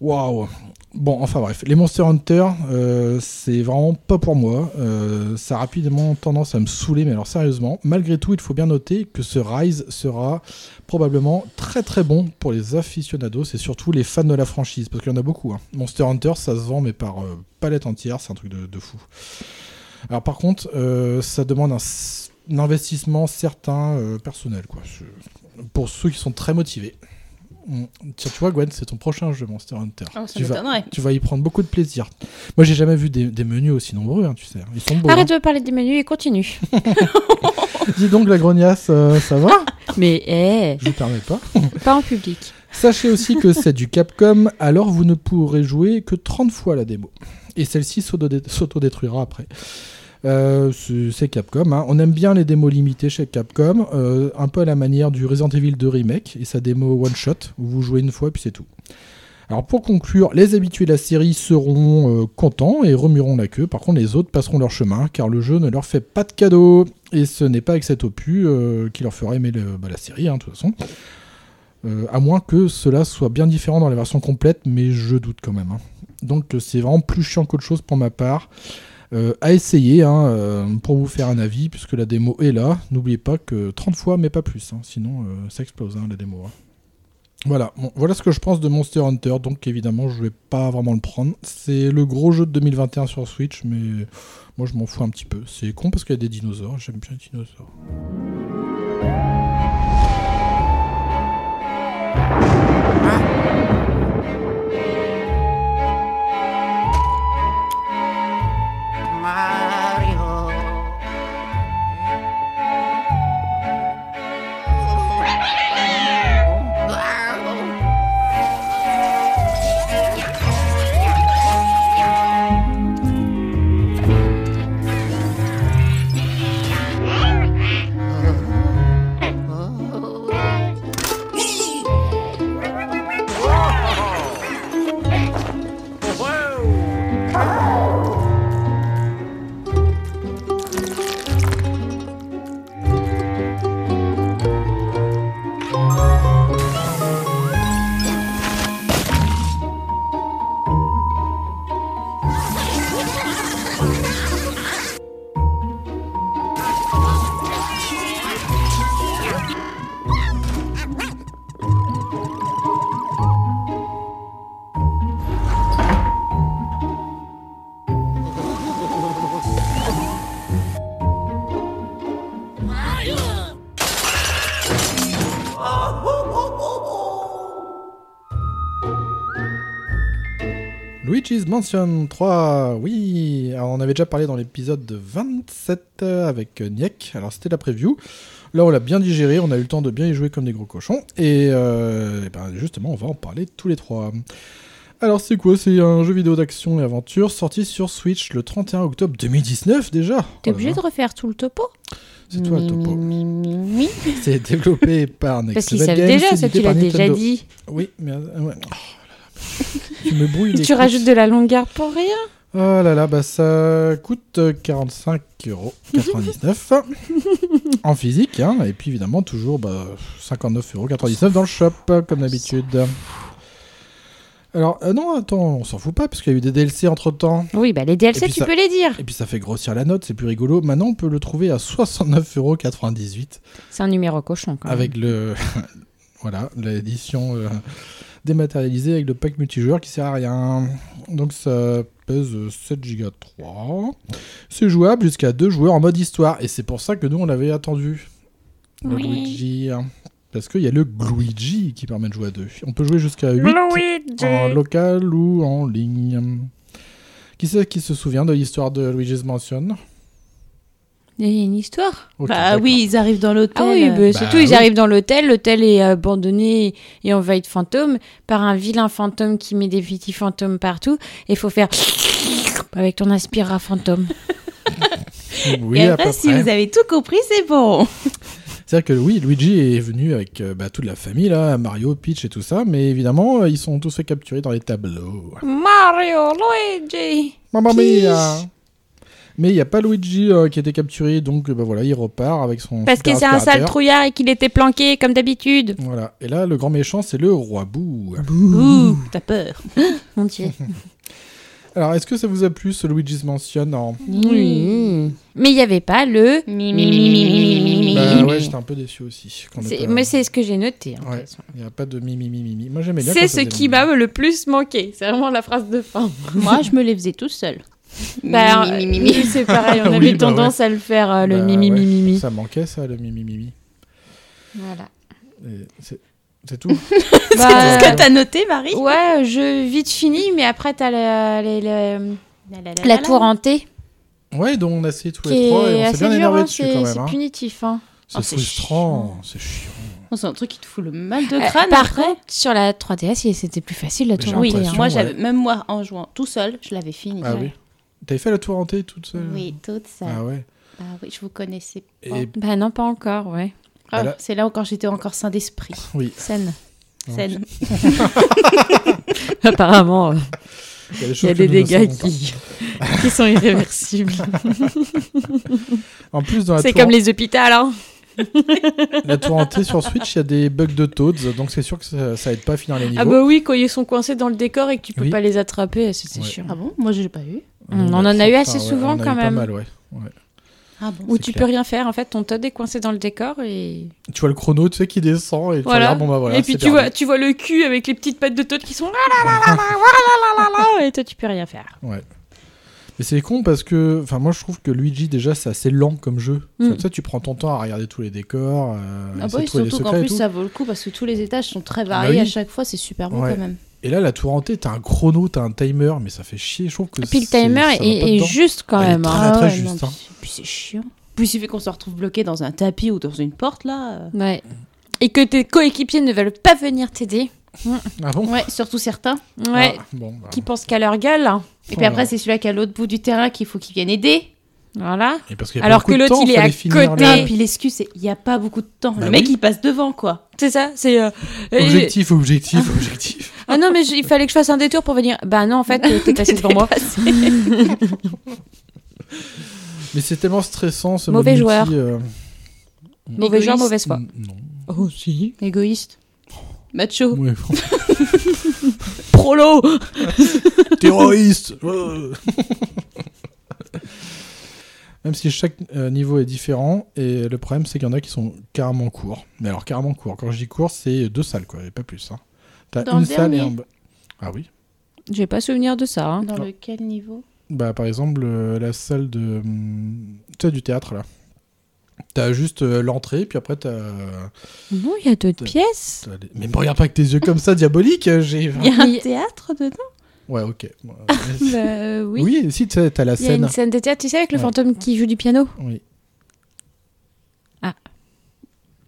Waouh! Bon, enfin bref, les Monster Hunter, euh, c'est vraiment pas pour moi. Euh, ça a rapidement tendance à me saouler, mais alors sérieusement, malgré tout, il faut bien noter que ce Rise sera probablement très très bon pour les aficionados et surtout les fans de la franchise, parce qu'il y en a beaucoup. hein. Monster Hunter, ça se vend, mais par euh, palette entière, c'est un truc de, de fou. Alors par contre, euh, ça demande un, s- un investissement certain euh, personnel, quoi. Je- Pour ceux qui sont très motivés. Mm. Tiens, tu vois, Gwen, c'est ton prochain jeu, Monster Hunter. Oh, ça Tu vas- m'étonnerait. tu vas y prendre beaucoup de plaisir. Moi, j'ai jamais vu des, des menus aussi nombreux, hein, tu sais. Ils sont beaux. Arrête de parler des menus et continue. hein. Dis donc, la grognasse, euh, ça va Mais eh, <laughs> Je vous permets pas. pas en public. Sachez aussi que c'est du Capcom, alors vous ne pourrez jouer que 30 fois la démo. Et celle-ci s'autodé- s'autodétruira après. Euh, c'est c'est Capcom. hein. On aime bien les démos limitées chez Capcom, euh, un peu à la manière du Resident Evil 2 Remake et sa démo One Shot, où vous jouez une fois et puis c'est tout. Alors pour conclure, les habitués de la série seront euh, contents et remueront la queue. Par contre, les autres passeront leur chemin car le jeu ne leur fait pas de cadeau. Et ce n'est pas avec cet opus euh, qui leur fera aimer le- bah, la série, hein, de toute façon. Euh, à moins que cela soit bien différent dans la version complète, mais je doute quand même. hein. Donc euh, c'est vraiment plus chiant qu'autre chose pour ma part. Euh, à essayer hein, euh, pour vous faire un avis, puisque la démo est là. N'oubliez pas que 30 fois, mais pas plus. hein. sinon, euh, ça explose hein, la démo. hein. Voilà, Bon, voilà ce que je pense de Monster Hunter. Donc évidemment, je vais pas vraiment le prendre. C'est le gros jeu de 2021 sur Switch, mais moi je m'en fous un petit peu. C'est con parce qu'il y a des dinosaures. J'aime bien les dinosaures. Mario. Witches Mansion 3. Oui, alors on avait déjà parlé dans l'épisode de 27 euh, avec euh, Niek. Alors c'était la preview. Là, on l'a bien digéré, on a eu le temps de bien y jouer comme des gros cochons. Et, euh, eh ben, justement, on va en parler tous les trois. Alors c'est quoi C'est un jeu vidéo d'action et aventure sorti sur Switch le 31 octobre 2019 déjà. T'es Oh là obligé là, de refaire tout le topo C'est toi le Mi, Mm, topo. mi, mi, mi, mi. <laughs> C'est développé par Next Parce qu'ils Level savent Games, déjà ce édité qu'il par a déjà Nintendo. dit. Oui, mais euh, <laughs> ouais. Oh là là. tu me brouilles. les Tu couilles. rajoutes de la longueur pour rien. Oh là là, bah ça coûte 45,99€ en physique, hein, et puis évidemment toujours bah, 59,99€ dans le shop, comme d'habitude. Alors, euh, non, attends, on s'en fout pas, parce qu'il y a eu des DLC entre temps. Oui, bah les DLC, Et puis tu ça- peux les dire. Et puis ça fait grossir la note, c'est plus rigolo. Maintenant, on peut le trouver à 69,98€ C'est un numéro cochon quand même. avec le. <laughs> voilà, l'édition euh, dématérialisée avec le pack multijoueur qui sert à rien. Donc ça pèse 7,3 Go. C'est jouable jusqu'à deux joueurs en mode histoire. Et c'est pour ça que nous, on l'avait attendu. Le Oui. Luigi. Parce qu'il y a le Gluigi qui permet de jouer à deux. On peut jouer jusqu'à 8 en local ou en ligne. Qui c'est qui se souvient de l'histoire de Luigi's Mansion Il y a une histoire. Ok, Bah d'accord. oui, ils arrivent dans l'hôtel. Ah oui, euh, bah, Bah c'est tout. oui. Ils arrivent dans l'hôtel, l'hôtel est abandonné et envahi de fantômes par un vilain fantôme qui met des petits fantômes partout. Et faut faire <laughs> avec ton aspirateur fantôme. Oui, et à après, peu si près. vous avez tout compris, c'est bon. C'est-à-dire que oui, Luigi est venu avec euh, bah, toute la famille, là, Mario, Peach et tout ça, mais évidemment, euh, ils sont tous fait capturer dans les tableaux. Mario, Luigi. Mamma Peach mia Mais il n'y a pas Luigi euh, qui a été capturé, donc euh, bah, voilà, il repart avec son. Parce super que c'est un sale aspirateur. trouillard et qu'il était planqué comme d'habitude. Voilà, et là, le grand méchant, c'est le roi Bou. Ouh, t'as peur. Mon dieu. Alors, est-ce que ça vous a plu ce Luigi's Mansion en... Oui. Mais il n'y avait pas le. Mi, mi, mi, mi, mi, mi, mi. Bah ouais, j'étais un peu déçu aussi. qu'on ait c'est- pas- Mais c'est ce que j'ai noté. hein, de toute Ouais, façon. il n'y a pas de mimi mimi mimi. Moi j'aimais bien. C'est quand ça ce faisait qui mimi. m'a le plus manqué. C'est vraiment la phrase de fin. Moi, je me les faisais tout seul. <laughs> Bah, <laughs> euh, c'est pareil, <laughs> on Oui, avait bah tendance à le faire, euh, le Bah mimi ouais, mimi mimi. Ça manquait ça, le mimi mimi. Voilà. Et C'est c'est tout. Bah, Est-ce que t'as noté, Marie ouais, je vite fini, mais après t'as la, les- les- la tour hantée Ouais, donc on a essayé tous qui les trois et on est s'est assez bien dure, énervé hein, dessus quand c'est même. c'est hein. punitif. hein. C'est Oh, c'est frustrant, c'est chiant. Oh, C'est un truc qui te fout le mal de Euh, crâne. par après. contre, sur la 3DS, il- c'était plus facile la Mais tour j'ai hantée. hein. oui, hein, l'impression, moi ouais. j'avais même moi en jouant tout seul, je l'avais fini. Ah oui. T'avais fait la tour hantée toute seule Oui, tout seul. Ah ouais. Bah oui, je vous connaissais pas. Et Bah non, pas encore, ouais. Ah, Voilà. C'est là où quand j'étais encore sain d'esprit. Ah oui, Scène. Ouais. Saine. <laughs> Apparemment, euh, il y a des, choses il y a que des nous ne dégâts savons qui, <laughs> qui sont irréversibles. pas. En plus, dans la C'est tour, comme les hôpitaux, hein. la tour hantée sur Switch, il y a des bugs de Toads, donc c'est sûr que ça, ça aide pas à finir les niveaux. Ah bah oui, quand ils sont coincés dans le décor et que tu peux Oui. pas les attraper, c'est c'est Ouais. chiant. Ah bon Moi je l'ai pas eu. Hmm, on bah, en a ça, eu enfin, assez ouais, souvent, on a quand eu Pas même. mal, ouais. ouais. Ah bon Où C'est tu clair. peux rien faire, en fait, ton Todd est coincé dans le décor et. Tu vois le chrono, tu sais, qui descend et tu Voilà. regardes, bon bah voilà. et puis c'est tu vois, perdu. tu vois le cul avec les petites pattes de Todd qui sont. la la la la la, la la la la, et toi, tu peux rien faire. Mais c'est con parce que, enfin, moi je trouve que Luigi, déjà, c'est assez lent comme jeu. Mm. Comme ça, tu prends ton temps à regarder tous les décors, euh, Ah bah essayer oui, de trouver les surtout qu'en secrets et plus tout. ça vaut le coup parce que tous les étages sont très Bah variés à oui. chaque fois, c'est super bon Ouais. quand même. Et là, la tour hantée, t'as un chrono, t'as un timer, mais ça fait chier. Je trouve que Et Ah, puis le c'est- ça va timer pas est, est dedans. juste quand Elle est même. hein. très, très Ah non, juste, hein. puis- Puis c'est chiant. Puis il fait qu'on se retrouve bloqué dans un tapis ou dans une porte là. euh. Ouais. Mm. Et que tes coéquipiers ne veulent pas venir t'aider. Ah bon Ouais, surtout certains. Ouais. Ah, bon, bah. Qui pensent qu'à leur gueule. hein. Et Oh puis après c'est celui qui est à l'autre bout du terrain qu'il faut qu'il vienne aider. Voilà. Et parce qu'il y a Alors beaucoup que de l'autre, temps, il est fallait à finir côté. les- Et puis l'excuse c'est il y a pas beaucoup de temps. Oh Bah le mec oui. il passe devant quoi. C'est ça. C'est. euh, Objectif, <laughs> objectif, objectif. Ah non, mais je- il fallait que je fasse un détour pour venir. Bah non, en fait, euh, t'es passé <laughs> devant moi. Mais c'est tellement stressant ce Mauvais mode joueur. multi, euh, Mauvais genre, Égoïste. mauvaise foi. n- Non. Oh si. Égoïste. Macho. Ouais, bon. <laughs> Prolo. <laughs> Terroriste Euh. Même si chaque euh, niveau est différent, et le problème c'est qu'il y en a qui sont carrément courts. Mais alors carrément courts, quand je dis court, c'est deux salles quoi, et pas plus. Hein. T'as Dans une le salle et un... dernier. ba- Ah oui J'ai pas souvenir de ça. hein. Dans Ah. lequel niveau Bah, par exemple, euh, la salle de. hum, Tu sais, du théâtre, là. T'as juste euh, l'entrée, puis après t'as. Non, Mm. il y a d'autres Ouais. pièces. <laughs> t'as les- Mais me regarde pas avec tes yeux comme ça, diabolique euh, J'ai. Il y a un théâtre dedans Ouais, ok. <laughs> Ouais. Bah, euh, oui. oui, si tu sais, t'as la Il y a scène. une scène de théâtre, tu sais, avec le Ouais. fantôme qui joue du piano. Oui. Ah.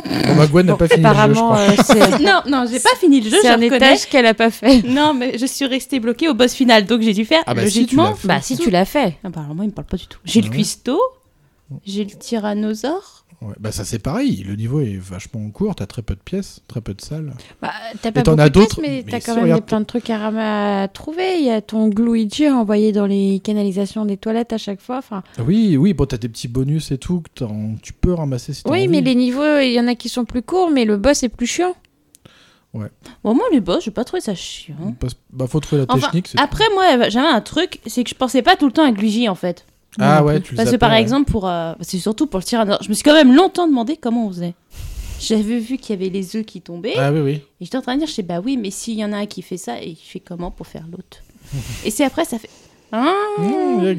Bon, bah, Gwen n'a Bon, pas fini le jeu, je apparemment, crois. euh, c'est- non, non, j'ai pas fini le jeu, c'est je un reconnais. étage qu'elle a pas fait. Non, mais je suis restée bloquée au boss final, donc j'ai dû faire Ah bah si, tu logiquement. l'as fait. Bah, si tu l'as fait. Ah bah alors moi, il me parle pas du tout. J'ai le Ah Ouais. cuistot, j'ai le tyrannosaure. euh, Ouais, bah, ça, c'est pareil. Le niveau est vachement court. T'as très peu de pièces, très peu de salles. Bah, t'as pas t'en beaucoup as de pièces, d'autres, mais mais t'as si, quand même regarde. des- plein de trucs à, ram- à trouver. Il y a ton Gluigi envoyé dans les canalisations des toilettes à chaque fois. Enfin, Oui, oui, bon, t'as des petits bonus et tout que t'en- tu peux ramasser si t'as oui, envie. mais les niveaux, il y en a qui sont plus courts, mais le boss est plus chiant. Bon, moi, les boss, j'ai pas trouvé ça chiant. Parce- Bah, faut trouver la Enfin, technique. c'est- Après, moi, j'avais un truc, c'est que je pensais pas tout le temps à Luigi, en fait. ah ouais, tu le Parce que zappes, par ouais. exemple, pour, euh, c'est surtout pour le tyrannosaure. Je me suis quand même longtemps demandé comment on faisait. J'avais vu qu'il y avait les œufs qui tombaient. Ah oui, oui. Et j'étais en train de dire, je sais, bah oui, mais s'il y en a un qui fait ça, et il fait comment pour faire <laughs> l'autre Et c'est après, ça fait. Ah, Mmh,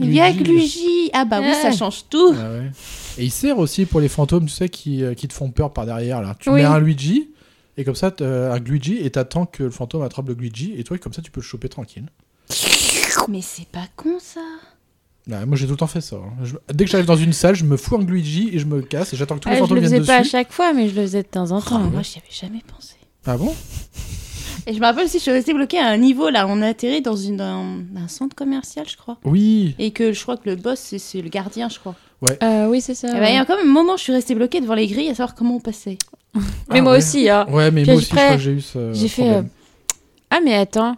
il y a Gluigi. Gluigi Ah bah oui, ça Ouais. change tout Ah ouais. Et il sert aussi pour les fantômes, tu sais, qui, euh, qui te font peur par derrière. Là. Tu Oui. mets un Luigi, et comme ça, t'as euh, un Luigi, et t'attends que le fantôme attrape le Luigi, et toi, comme ça, tu peux le choper tranquille. Mais c'est pas con ça Ah Ouais, Bah, moi, j'ai tout le temps fait ça. hein. Je- Dès que j'arrive dans une salle, je me fous un Luigi, et je me casse, et j'attends que tous les Ah, je fantômes le viennent faisais dessus. pas à chaque fois, mais je le faisais de temps en Oh, temps. Moi, j'y avais jamais pensé. Ah bon Et je me rappelle aussi, je suis restée bloquée à un niveau là, on a atterri dans une, un, un centre commercial, je crois. Oui. Et que je crois que le boss, c'est- c'est le gardien, je crois. Euh, oui, c'est ça. Et ouais. bah, il y a quand même un moment, je suis restée bloquée devant les grilles à savoir comment on passait. Mais Ah moi ouais. aussi, hein. Ouais, mais Puis moi aussi, après, je crois que j'ai eu ce. j'ai fait, problème. Ah, mais attends.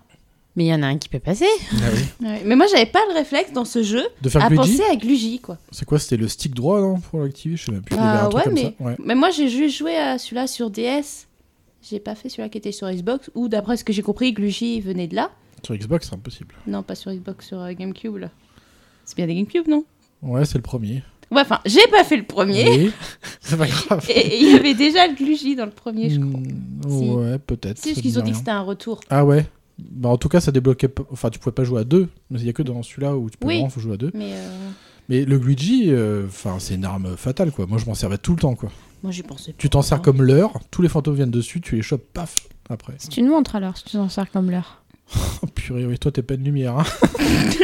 Mais il y en a un qui peut passer. Ah oui. Ouais, Mais moi, j'avais pas le réflexe dans ce jeu De faire euh, à Luigi penser à Gluigi, quoi. C'est quoi C'était le stick droit, non Pour l'activer Je sais même plus. il y avait Ah un truc ouais, comme mais, ça. Ouais. mais moi j'ai juste joué à celui-là sur DS. J'ai pas fait celui-là qui était sur Xbox, ou d'après ce que j'ai compris, Glugi venait de là. Sur Xbox, c'est impossible. Non, pas sur Xbox, sur euh, GameCube là. C'est bien des GameCube, non Ouais, c'est le premier. Ouais, enfin, j'ai pas fait le premier. <laughs> Oui. <laughs> C'est pas grave. Et et il y avait déjà le Glugi dans le premier, je crois. Mm, Si. Ouais, peut-être. C'est ça ce qu'ils me ont dit dit rien. que c'était un retour. Ah ouais bah en tout cas, ça débloquait. pas- Enfin, tu pouvais pas jouer à deux, mais il y a que dans celui-là où tu peux Oui. vraiment faut jouer à deux. Mais euh, Mais le Luigi, euh, enfin, c'est une arme fatale quoi. Moi, je m'en servais tout le temps quoi. moi j'y pensais pas. Tu t'en sers comme l'heure, tous les fantômes viennent dessus, tu les chopes, paf, après. C'est une montre alors, si tu t'en sers comme l'heure. Oh purée, oui, toi t'es pas de lumière. Hein.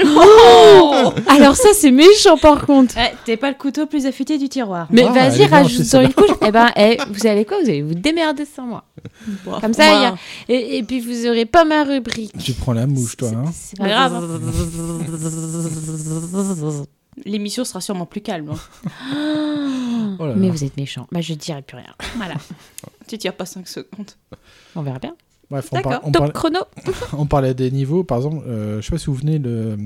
Oh <laughs> alors, ça, c'est méchant par contre. Ouais, Eh, T'es pas le couteau plus affûté du tiroir. Mais Ah, elle vas-y, est bien, rajoute c'est dans une couche. Eh ben, eh, vous allez quoi Vous allez vous démerder sans moi. <laughs> Bon, Comme ça, il y a- moi, Et, et puis, vous aurez pas ma rubrique. <laughs> Tu prends la mouche toi. Hein. C'est pas grave. hein. L'émission sera sûrement plus calme. hein. Oh là Mais là. vous êtes méchant. Bah, je dirai plus rien. <laughs> Voilà. <laughs> tu tires pas 5 secondes. On verra bien. Bref, on, D'accord. par- on Top parlait- chrono. on parlait des niveaux, par exemple, euh, je sais pas si vous venez le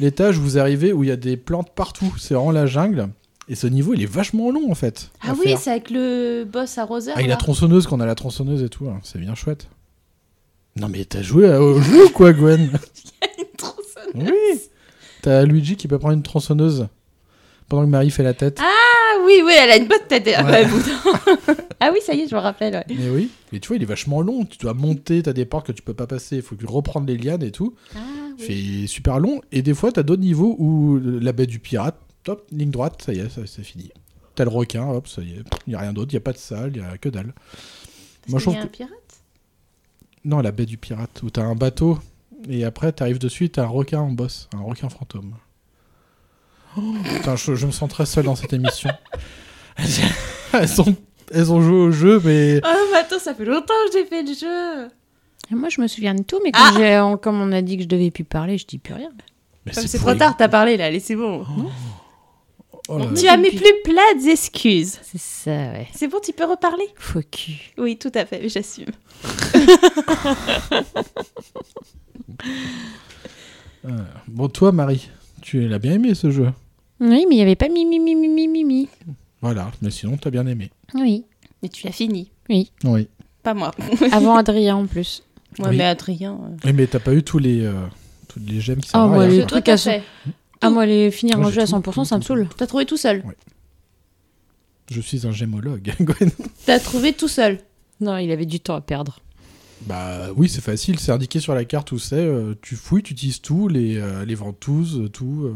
l'étage où vous arrivez où il y a des plantes partout. C'est vraiment la jungle. Et ce niveau, il est vachement long en fait. à Ah oui, faire. c'est avec le boss arroseur. Avec là. la tronçonneuse, qu'on a la tronçonneuse et tout, hein. c'est bien chouette. Non mais t'as joué à- au jeu ou quoi, <laughs> Gwen <laughs> Tronçonneuse. Oui T'as Luigi qui peut prendre une tronçonneuse pendant que Marie fait la tête. Ah oui, oui, elle a une bonne tête. Ah, Ouais. bah, putain. <laughs> ah oui, ça y est, je me rappelle. ouais. Mais oui, mais tu vois, il est vachement long, tu dois monter, t'as des portes que tu peux pas passer, il faut que tu reprennes les lianes et tout. Ah, C'est super long, et des fois t'as d'autres niveaux où la baie du pirate, top, ligne droite, ça y est, ça- c'est fini. T'as le requin, hop, ça y est, il y a rien d'autre, il y a pas de salle, il y a que dalle. Moi, je Parce qu'il trouve y a que- un pirate. Non, la baie du pirate, où t'as un bateau, et après t'arrives dessus, t'as un requin en boss, un requin fantôme. Oh, putain, je, je me sens très seul dans cette <laughs> émission. elles, ont, elles ont joué au jeu, mais... Oh, mais attends, ça fait longtemps que j'ai fait le jeu. Et moi, je me souviens de tout, mais quand j'ai- on- comme on a dit que je devais plus parler, je dis plus rien. mais Comme c'est pour trop les- tard, t'as parlé là, allez, c'est bon. Oh là là. Tu as mes plus plates excuses. C'est ça, ouais. C'est bon, tu peux reparler Faux cul. Oui, tout à fait, j'assume. Bon, toi, Marie, tu l'as bien aimé ce jeu. Oui, mais il n'y avait pas mimi, mimi, mimi, mimi. Voilà, mais sinon, t'as bien aimé. Oui. Mais tu l'as fini, Oui. Oui. pas moi. <laughs> Avant Adrien en plus. Ouais, Oui. mais Adrien. euh, Oui, Eh, Mais t'as pas eu tous les, euh, tous les gemmes qui Oh, servent à moi, rien, les quoi. trucs- Toi, à t'as son- fait. Ah, moi, les finir Moi, un j'ai jeu à tout, 100%, tout, ça me tout, saoule. T'as trouvé tout seul. Je suis un gémologue, <laughs> Gwen. T'as trouvé tout seul. Non, il avait du temps à perdre. Bah oui, c'est facile, c'est indiqué sur la carte où c'est. euh, tu fouilles, tu utilises tout, les, euh, les ventouses, tout, euh,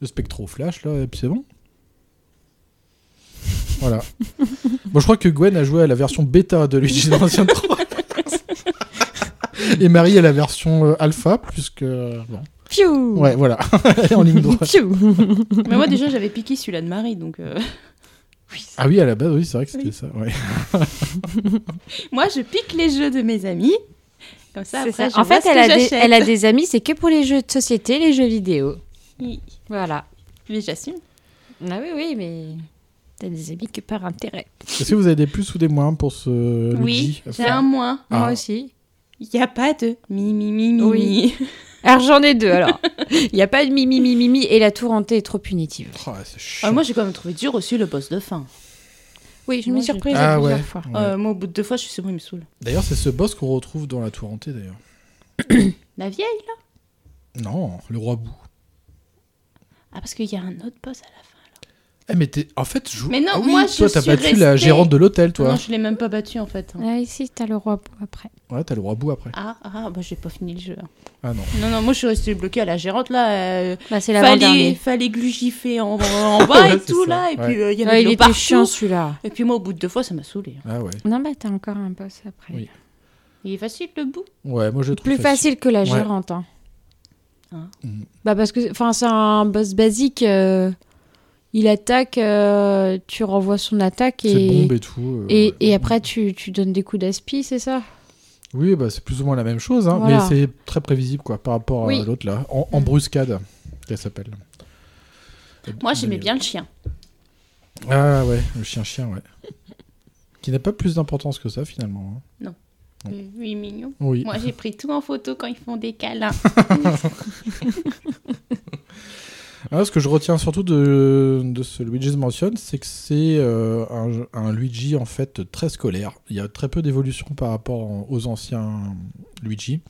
le spectroflash, là, et puis c'est bon. <laughs> Voilà. bon, je crois que Gwen a joué à la version bêta de Luigi's Mansion 3. Et Marie a la version euh, alpha, puisque. euh, Bon. Piou Ouais, <laughs> voilà. Elle est en ligne droite. Piou <laughs> Mais moi, déjà, j'avais piqué celui-là de Marie. Donc, euh, <laughs> Ah oui, à la base, oui, c'est vrai que c'était ça. ouais. moi, je pique les jeux de mes amis. Comme ça, C'est après, ça. En fait, elle a, des, elle a des amis, c'est que pour les jeux de société, les jeux vidéo. des. Voilà. Mais j'assume. Ah oui, oui, mais t'as des amis que par intérêt. Est-ce que vous avez des plus ou des moins pour ce Luigi Oui, j'ai un moins. Ah. Moi aussi. Il n'y a pas de mi mi mi mi. Oui. mi. Alors j'en ai deux alors. <laughs> Il n'y a pas de mimi mimi mimi et la tour hantée est trop punitive. Oh, c'est chiant. Ah, moi, j'ai quand même trouvé dur aussi le boss de fin. Oui, je me Moi, suis j'ai- surprise Ah à plusieurs ouais. fois. Ouais. Euh, moi, au bout de deux fois, je suis sûre, il me saoule. D'ailleurs, c'est ce boss qu'on retrouve dans la tour hantée, d'ailleurs. La vieille là Non, le roi bout. Ah, parce qu'il y a un autre boss à la fin. Ah Eh, mais t'es. En fait, je. Mais non, Ah oui, moi, je Toi, t'as suis battu la restée- Ah, gérante de l'hôtel, Non, toi. je l'ai même pas battu en fait. hein. Ah, ici, t'as le roi pour après. Ouais, t'as le roi bout après. Ah, ah, bah j'ai pas fini le jeu. hein. Ah non. Non, non, moi je suis restée bloquée à la gérante là. euh, Bah, c'est fallait, fallait glugiffer <laughs> en, en bas Ouais, et c'est tout ça, là. Et ouais. puis euh, il y en Ah, avait de il l'eau était partout. chiant celui-là. Et puis moi au bout de deux fois ça m'a saoulée. hein. Ah ouais. Non, bah t'as encore un boss après. Oui. Il est facile le bout. Ouais, moi je le trouve. Plus facile que la gérante. hein. Hein. Mm. Bah parce que enfin c'est un boss basique. euh, il attaque, euh, tu renvoies son attaque Cette et bombe et tout. euh, et, ouais. et après tu, tu donnes des coups d'aspi, c'est ça Oui, bah, c'est plus ou moins la même chose, hein, Voilà. mais c'est très prévisible quoi, par rapport à Oui. l'autre là. En, en Mm. bruscade, qu'elle s'appelle. Moi j'aimais bien le chien. Ah ouais, le chien-chien, ouais. Qui n'a pas plus d'importance que ça finalement. hein. Mm. Oui, oui, mignon. Oui. Moi j'ai pris tout en photo quand ils font des câlins. Ah, ce que je retiens surtout de, de ce Luigi's Mansion, c'est que c'est euh, un, un Luigi en fait très scolaire. Il y a très peu d'évolution par rapport en- aux anciens Luigi.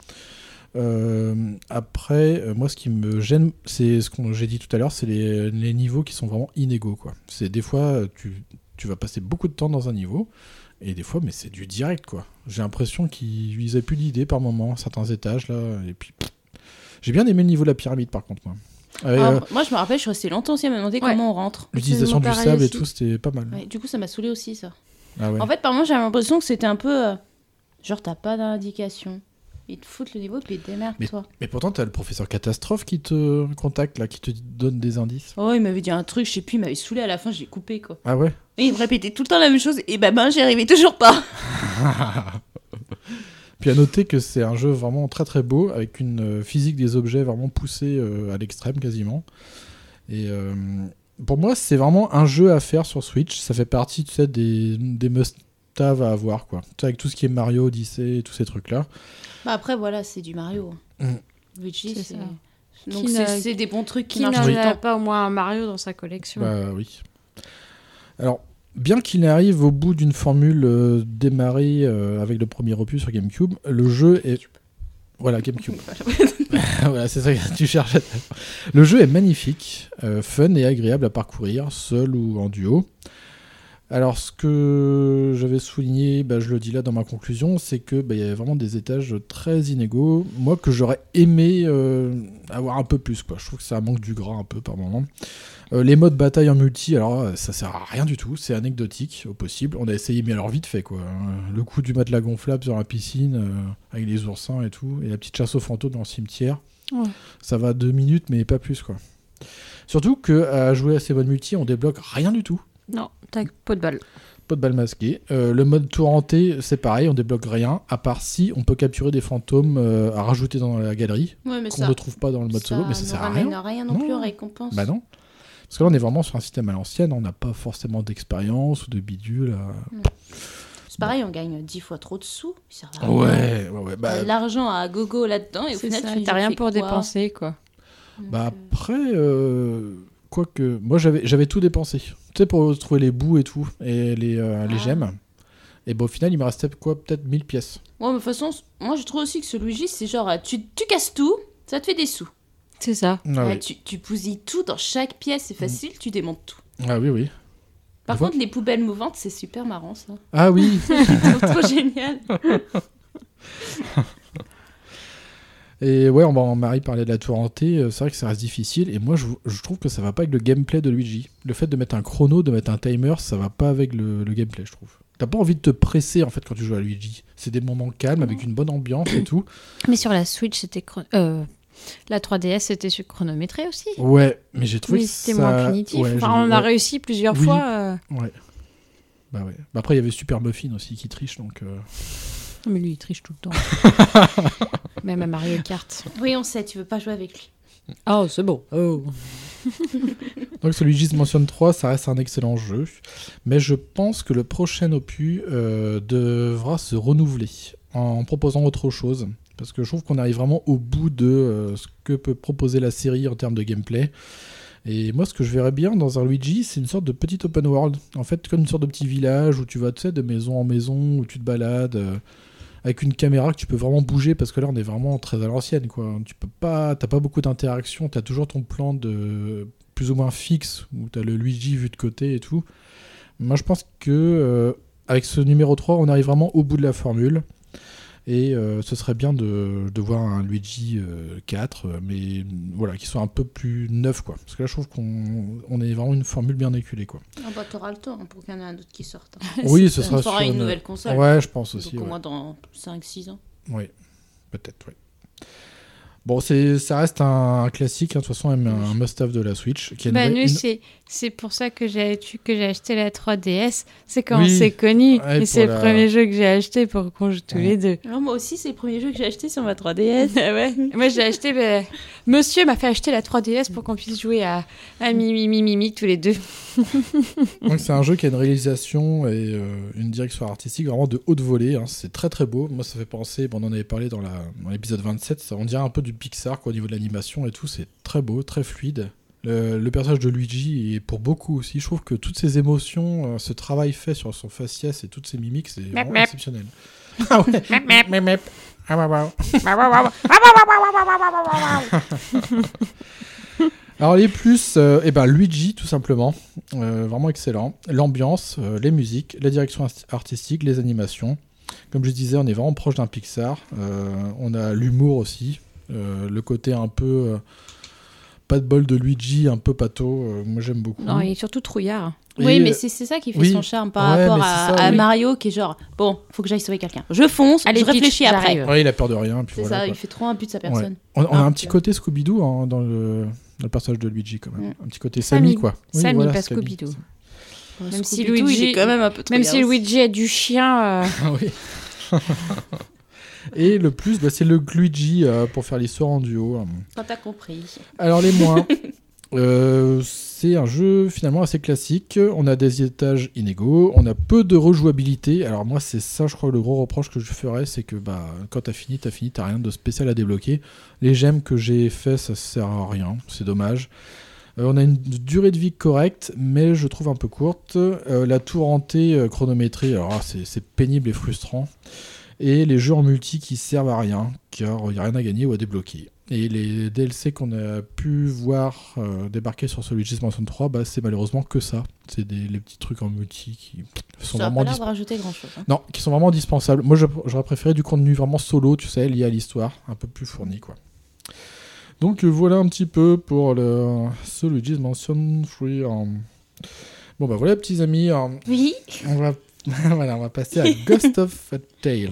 Euh, après, euh, moi, ce qui me gêne, c'est ce que j'ai dit tout à l'heure, c'est les, les niveaux qui sont vraiment inégaux. Quoi. C'est des fois, euh, tu, tu vas passer beaucoup de temps dans un niveau, et des fois, mais c'est du direct. quoi. J'ai l'impression qu'ils ils avaient plus d'idées par moment, certains étages là, et puis. pff. J'ai bien aimé le niveau de la pyramide, par contre, moi. Avec, Ah, euh, Moi je me rappelle, je suis restée longtemps aussi à me demander Ouais. comment on rentre. L'utilisation du Absolument pareil sable et aussi. tout, c'était pas mal. Ouais, du coup ça m'a saoulée aussi ça. Ah ouais. En fait, par moment, j'avais l'impression que c'était un peu. euh, genre, t'as pas d'indication. Ils te foutent le niveau, puis ils te démerdent-toi. Mais pourtant, t'as le professeur Catastrophe qui te contacte, là, qui te donne des indices. Oh, il m'avait dit un truc, je sais plus, il m'avait saoulé à la fin, j'ai coupé quoi. Ah ouais Et il me répétait tout le temps la même chose, et bah ben, j'y arrivais toujours pas. Puis à noter que c'est un jeu vraiment très très beau, avec une euh, physique des objets vraiment poussée euh, à l'extrême quasiment. Et euh, pour moi, c'est vraiment un jeu à faire sur Switch. Ça fait partie, tu sais, des, des must-have à avoir, quoi. Tu sais, avec tout ce qui est Mario, Odyssey, et tous ces trucs-là. Bah, après, voilà, c'est du Mario. Mm. Luigi, C'est c'est. ça. Donc, Qui c'est- n'a- c'est des bons trucs qui, Qui marchent n'en tout le a temps. pas au moins un Mario dans sa collection Bah oui. Alors, bien qu'il arrive au bout d'une formule euh, démarrée euh, avec le premier opus sur GameCube, le jeu est. Voilà, GameCube. <laughs> voilà, c'est ça que tu cherches. Le jeu est magnifique, euh, fun et agréable à parcourir, seul ou en duo. Alors, ce que j'avais souligné, bah, je le dis là dans ma conclusion, c'est que bah, il y avait vraiment des étages très inégaux. Moi, que j'aurais aimé euh, avoir un peu plus. Quoi. Je trouve que ça manque du gras un peu par moment. Euh, les modes bataille en multi, alors euh, ça sert à rien du tout, c'est anecdotique au possible. On a essayé, mais alors vite fait quoi. hein. Le coup du matelas gonflable sur la piscine euh, avec les oursins et tout, et la petite chasse aux fantômes dans le cimetière. Ouais. Ça va deux minutes, mais pas plus quoi. Surtout que à jouer à ces modes multi, on débloque rien du tout. Non, t'as pas de balle. Pas de balles masquées. Euh, le mode tour hanté, c'est pareil, on débloque rien, à part si on peut capturer des fantômes euh, à rajouter dans la galerie, Ouais, mais qu'on ça. ne trouve pas dans le mode ça solo, mais ça ne sert à rien. ramène à rien non Non. plus en récompense. Bah non. Parce que là, on est vraiment sur un système à l'ancienne, on n'a pas forcément d'expérience ou de bidule. euh. à- C'est pareil, on gagne 10 fois trop de sous. ils servent à rien. Ouais, ouais, ouais. T'as Bah, de l'argent à gogo là-dedans, et au C'est final, ça, tu t'as rien pour dépenser. dépenser quoi. bah après, euh, quoique, moi j'avais j'avais tout dépensé. Tu sais, pour trouver les bouts et tout, et les, euh, les Ah. gemmes. Et bah, au final, il me restait quoi Peut-être 1000 pièces. Ouais, mais de toute façon, c- moi je trouve aussi que ce Luigi, c'est genre, euh, tu, tu casses tout, ça te fait des sous. C'est ça. Ah, Ouais, oui. Mm. tu, tu pousilles tout dans chaque pièce, c'est facile, tu démontes tout. ah oui, oui. Par Je vois. contre, les poubelles mouvantes, c'est super marrant ça. <laughs> Ah oui <laughs> Je trouve trop génial. Et ouais, on va en Marie parler de la tour hantée. euh, C'est vrai que ça reste difficile. Et moi, je, je trouve que ça va pas avec le gameplay de Luigi. Le fait de mettre un chrono, de mettre un timer, ça va pas avec le, le gameplay, je trouve. T'as pas envie de te presser en fait quand tu joues à Luigi. C'est des moments calmes avec une bonne ambiance et tout. Mais sur la Switch, c'était. chron- euh, la 3DS, c'était sur- chronométré aussi. Ouais, mais j'ai trouvé oui, que c'était ça- moins punitif. ouais, Enfin, j'ai- on a ouais. réussi plusieurs Oui. fois. euh, Ouais. Bah ouais. Bah après, il y avait Super Muffin aussi qui triche, donc. euh, Non, Mais lui, il triche tout le temps. <laughs> Même à Mario Kart. Oui, on sait, tu veux pas jouer avec lui. Oh, c'est beau. Donc, ce Luigi's Mansion 3, ça reste un excellent jeu. Mais je pense que le prochain opus euh, devra se renouveler en proposant autre chose. Parce que je trouve qu'on arrive vraiment au bout de euh, ce que peut proposer la série en termes de gameplay. Et moi, ce que je verrais bien dans un Luigi, c'est une sorte de petit open world. En fait, comme une sorte de petit village où tu vas, tu sais, de maison en maison, où tu te balades. euh, avec une caméra que tu peux vraiment bouger parce que là on est vraiment très à l'ancienne quoi. Tu peux pas, t'as pas beaucoup d'interactions, t'as toujours ton plan de plus ou moins fixe où t'as le Luigi vu de côté et tout. Moi je pense que euh, avec ce numéro 3 on arrive vraiment au bout de la formule et euh, ce serait bien de, de voir un Luigi euh, 4 euh, mais euh, voilà qui soit un peu plus neuf quoi parce que là je trouve qu'on on est vraiment une formule bien éculée quoi. Ah bah t'auras le temps hein, pour qu'il y en ait un autre qui sorte. hein. <laughs> Oui ce sera on fera sur une nouvelle console. Ouais je pense Donc aussi. au ouais. moins dans 5-6 ans. Oui, peut-être, oui. Bon, c'est, ça reste un, un classique, hein, de toute façon, un, un must-have de la Switch. Qui est Bah, une- nous, une- c'est- c'est pour ça que j'ai tu- que j'ai acheté la 3DS. C'est quand Oui. on s'est connus. Ouais, et c'est pour le la- premier jeu que j'ai acheté pour qu'on joue tous Ouais. les deux. Alors, Ah, moi aussi, c'est le premier jeu que j'ai acheté sur ma <laughs> 3DS. Moi, j'ai acheté. bah, Monsieur m'a fait acheter la 3DS pour qu'on puisse jouer à, à Mimi, Mimi, Mimi tous les deux. donc c'est un jeu qui a une réalisation et euh, une direction artistique vraiment de haute volée. hein, c'est très très beau. Moi, ça fait penser, bon, on en avait parlé dans, la, dans l'épisode 27, ça, on dirait un peu du Pixar quoi, au niveau de l'animation et tout. C'est très beau, très fluide. Le, le personnage de Luigi, et pour beaucoup aussi, je trouve que toutes ces émotions, euh, ce travail fait sur son faciès et toutes ses mimiques, c'est vraiment mep. exceptionnel. <laughs> ah ouais, mep. mep, mep. Ah, bah, bah. Alors les plus, euh, eh ben Luigi tout simplement, Euh, vraiment excellent. L'ambiance, euh, les musiques, la direction ast- artistique, les animations. Comme je disais, on est vraiment proche d'un Pixar. Euh, on a l'humour aussi, Euh, le côté un peu euh, pas de bol de Luigi, un peu pâteau. Euh, moi j'aime beaucoup. Non, il est surtout trouillard. Et, Oui, euh, mais c'est c'est ça qui fait oui. son charme par Ouais, rapport mais à, c'est ça, à oui. Mario qui est genre bon, faut que j'aille sauver quelqu'un. Je fonce, Allez, je pitch, réfléchis après. j'arrive. ouais, il a peur de rien. puis C'est voilà, ça, quoi. il fait trop un but de sa personne. Ouais. On, on a Ah, un petit ok. côté Scooby-Doo hein, dans, le, dans le personnage de Luigi quand même. Un petit côté Sammy, Mm. Sammy. quoi. Oui, Sammy, voilà, pas Sammy. Scooby-Doo. Bon, Même si Scooby-Doo, il Luigi- est quand même un peu trop Même bien si aussi. Luigi a du chien. euh, Ah oui. <laughs> Et le plus, bah, c'est le Luigi euh, pour faire l'histoire en duo. hein. Quand t'as compris. Alors les <laughs> moins, euh, c'est un jeu finalement assez classique. On a des étages inégaux, on a peu de rejouabilité. Alors moi, c'est ça, je crois, le gros reproche que je ferais, c'est que bah, quand t'as fini, t'as fini, t'as rien de spécial à débloquer. Les gemmes que j'ai fait, ça sert à rien, c'est dommage. Euh, on a une durée de vie correcte, mais je trouve un peu courte. Euh, la tour hantée euh, chronométrée, alors ah, c'est c'est pénible et frustrant. Et les jeux en multi qui servent à rien, car il n'y a rien à gagner ou à débloquer. Et les DLC qu'on a pu voir euh, débarquer sur ce Luigi's Mansion 3, bah, c'est malheureusement que ça. C'est des les petits trucs en multi qui sont Ça n'a vraiment pas l'air dis- de rajouter hein. grand chose. non, qui sont vraiment indispensables. Moi, je- j'aurais préféré du contenu vraiment solo, tu sais, lié à l'histoire, un peu plus fourni, quoi. Donc euh, voilà un petit peu pour le ce Luigi's Mansion 3. hein. Bon bah voilà, petits amis, hein, Oui. on va <laughs> voilà, on va passer à Ghost of a Tale.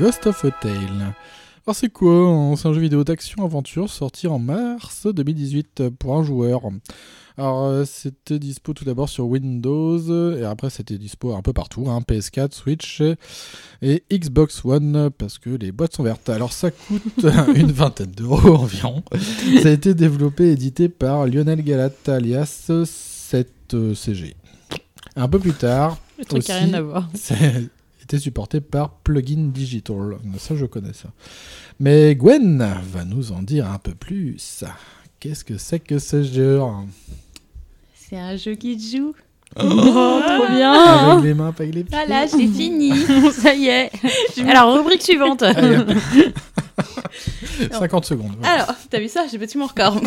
Ghost of a Tale. Alors c'est quoi C'est un jeu vidéo d'action-aventure sorti en mars 2018 pour un joueur. Alors euh, c'était dispo tout d'abord sur Windows euh, et après c'était dispo un peu partout, hein, PS4, Switch euh, et Xbox One euh, parce que les boîtes sont vertes. Alors ça coûte <laughs> une vingtaine d'euros environ. Ça a été développé et édité par Lionel Galat alias 7CG. euh, Un peu plus tard, Le truc n'a Aussi. rien à voir. ça a été supporté par Plugin Digital. Ça, je connais ça. Mais Gwen va nous en dire un peu plus. Qu'est-ce que c'est que ce jeu C'est un jeu qui te joue. Ah. Trop bien Avec les mains, pas avec les pieds. Ah, Voilà, j'ai <laughs> fini. Ça y est. Alors, rubrique <laughs> suivante. Allez, hop. 50 secondes. voilà. Alors, t'as vu ça J'ai battu mon record.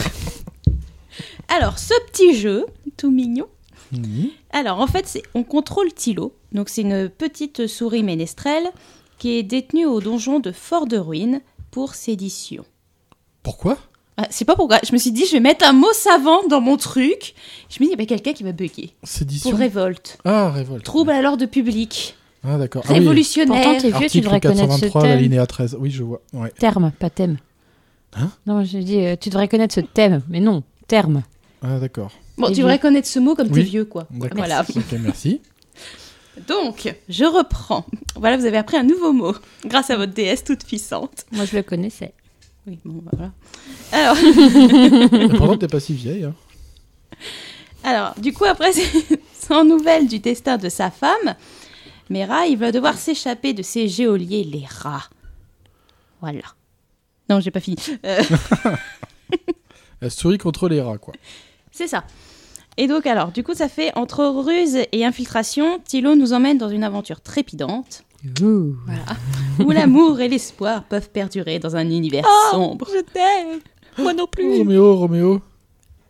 <laughs> Alors, ce petit jeu, tout mignon. Mhm. Alors, en fait, c'est- on contrôle Tilo. Donc, c'est une petite souris ménestrelle qui est détenue au donjon de Fort de Ruine pour sédition. Pourquoi Ah, c'est pas pourquoi. Je me suis dit, je vais mettre un mot savant dans mon truc. Je me dis, il y a quelqu'un qui va bugger. Sédition. Pour révolte. Ah, révolte. Trouble à l'ordre public. Ah, d'accord. Ah oui. Révolutionnaire. Pourtant, t'es vieux, tu Article devrais connaître ce 423, thème. l'alinéa 13. Oui, je vois. Ouais. Terme, pas thème. Hein Non, j'ai dit, euh, tu devrais connaître ce thème. Mais non, terme. Ah, d'accord. bon, t'es tu vieux. devrais connaître ce mot comme Oui. t'es vieux, quoi. D'accord. Voilà. Ok, merci. Donc, je reprends. Voilà, vous avez appris un nouveau mot grâce à votre déesse toute puissante. Moi, je le connaissais. Oui, bon, bah, voilà. Alors, <laughs> Et pourtant, t'es pas si vieille. hein. alors du coup, après, c'est- <laughs> sans nouvelles du destin de sa femme, Mera, il va devoir s'échapper de ses géoliers, les rats. Voilà. Non, j'ai pas fini. Euh, Elle sourit contre les rats, quoi. C'est ça. Et donc alors, du coup, ça fait entre ruse et infiltration, Thilo nous emmène dans une aventure trépidante, où l'amour et l'espoir peuvent perdurer dans un univers sombre. Je t'aime. Moi non Oh, Roméo, Roméo.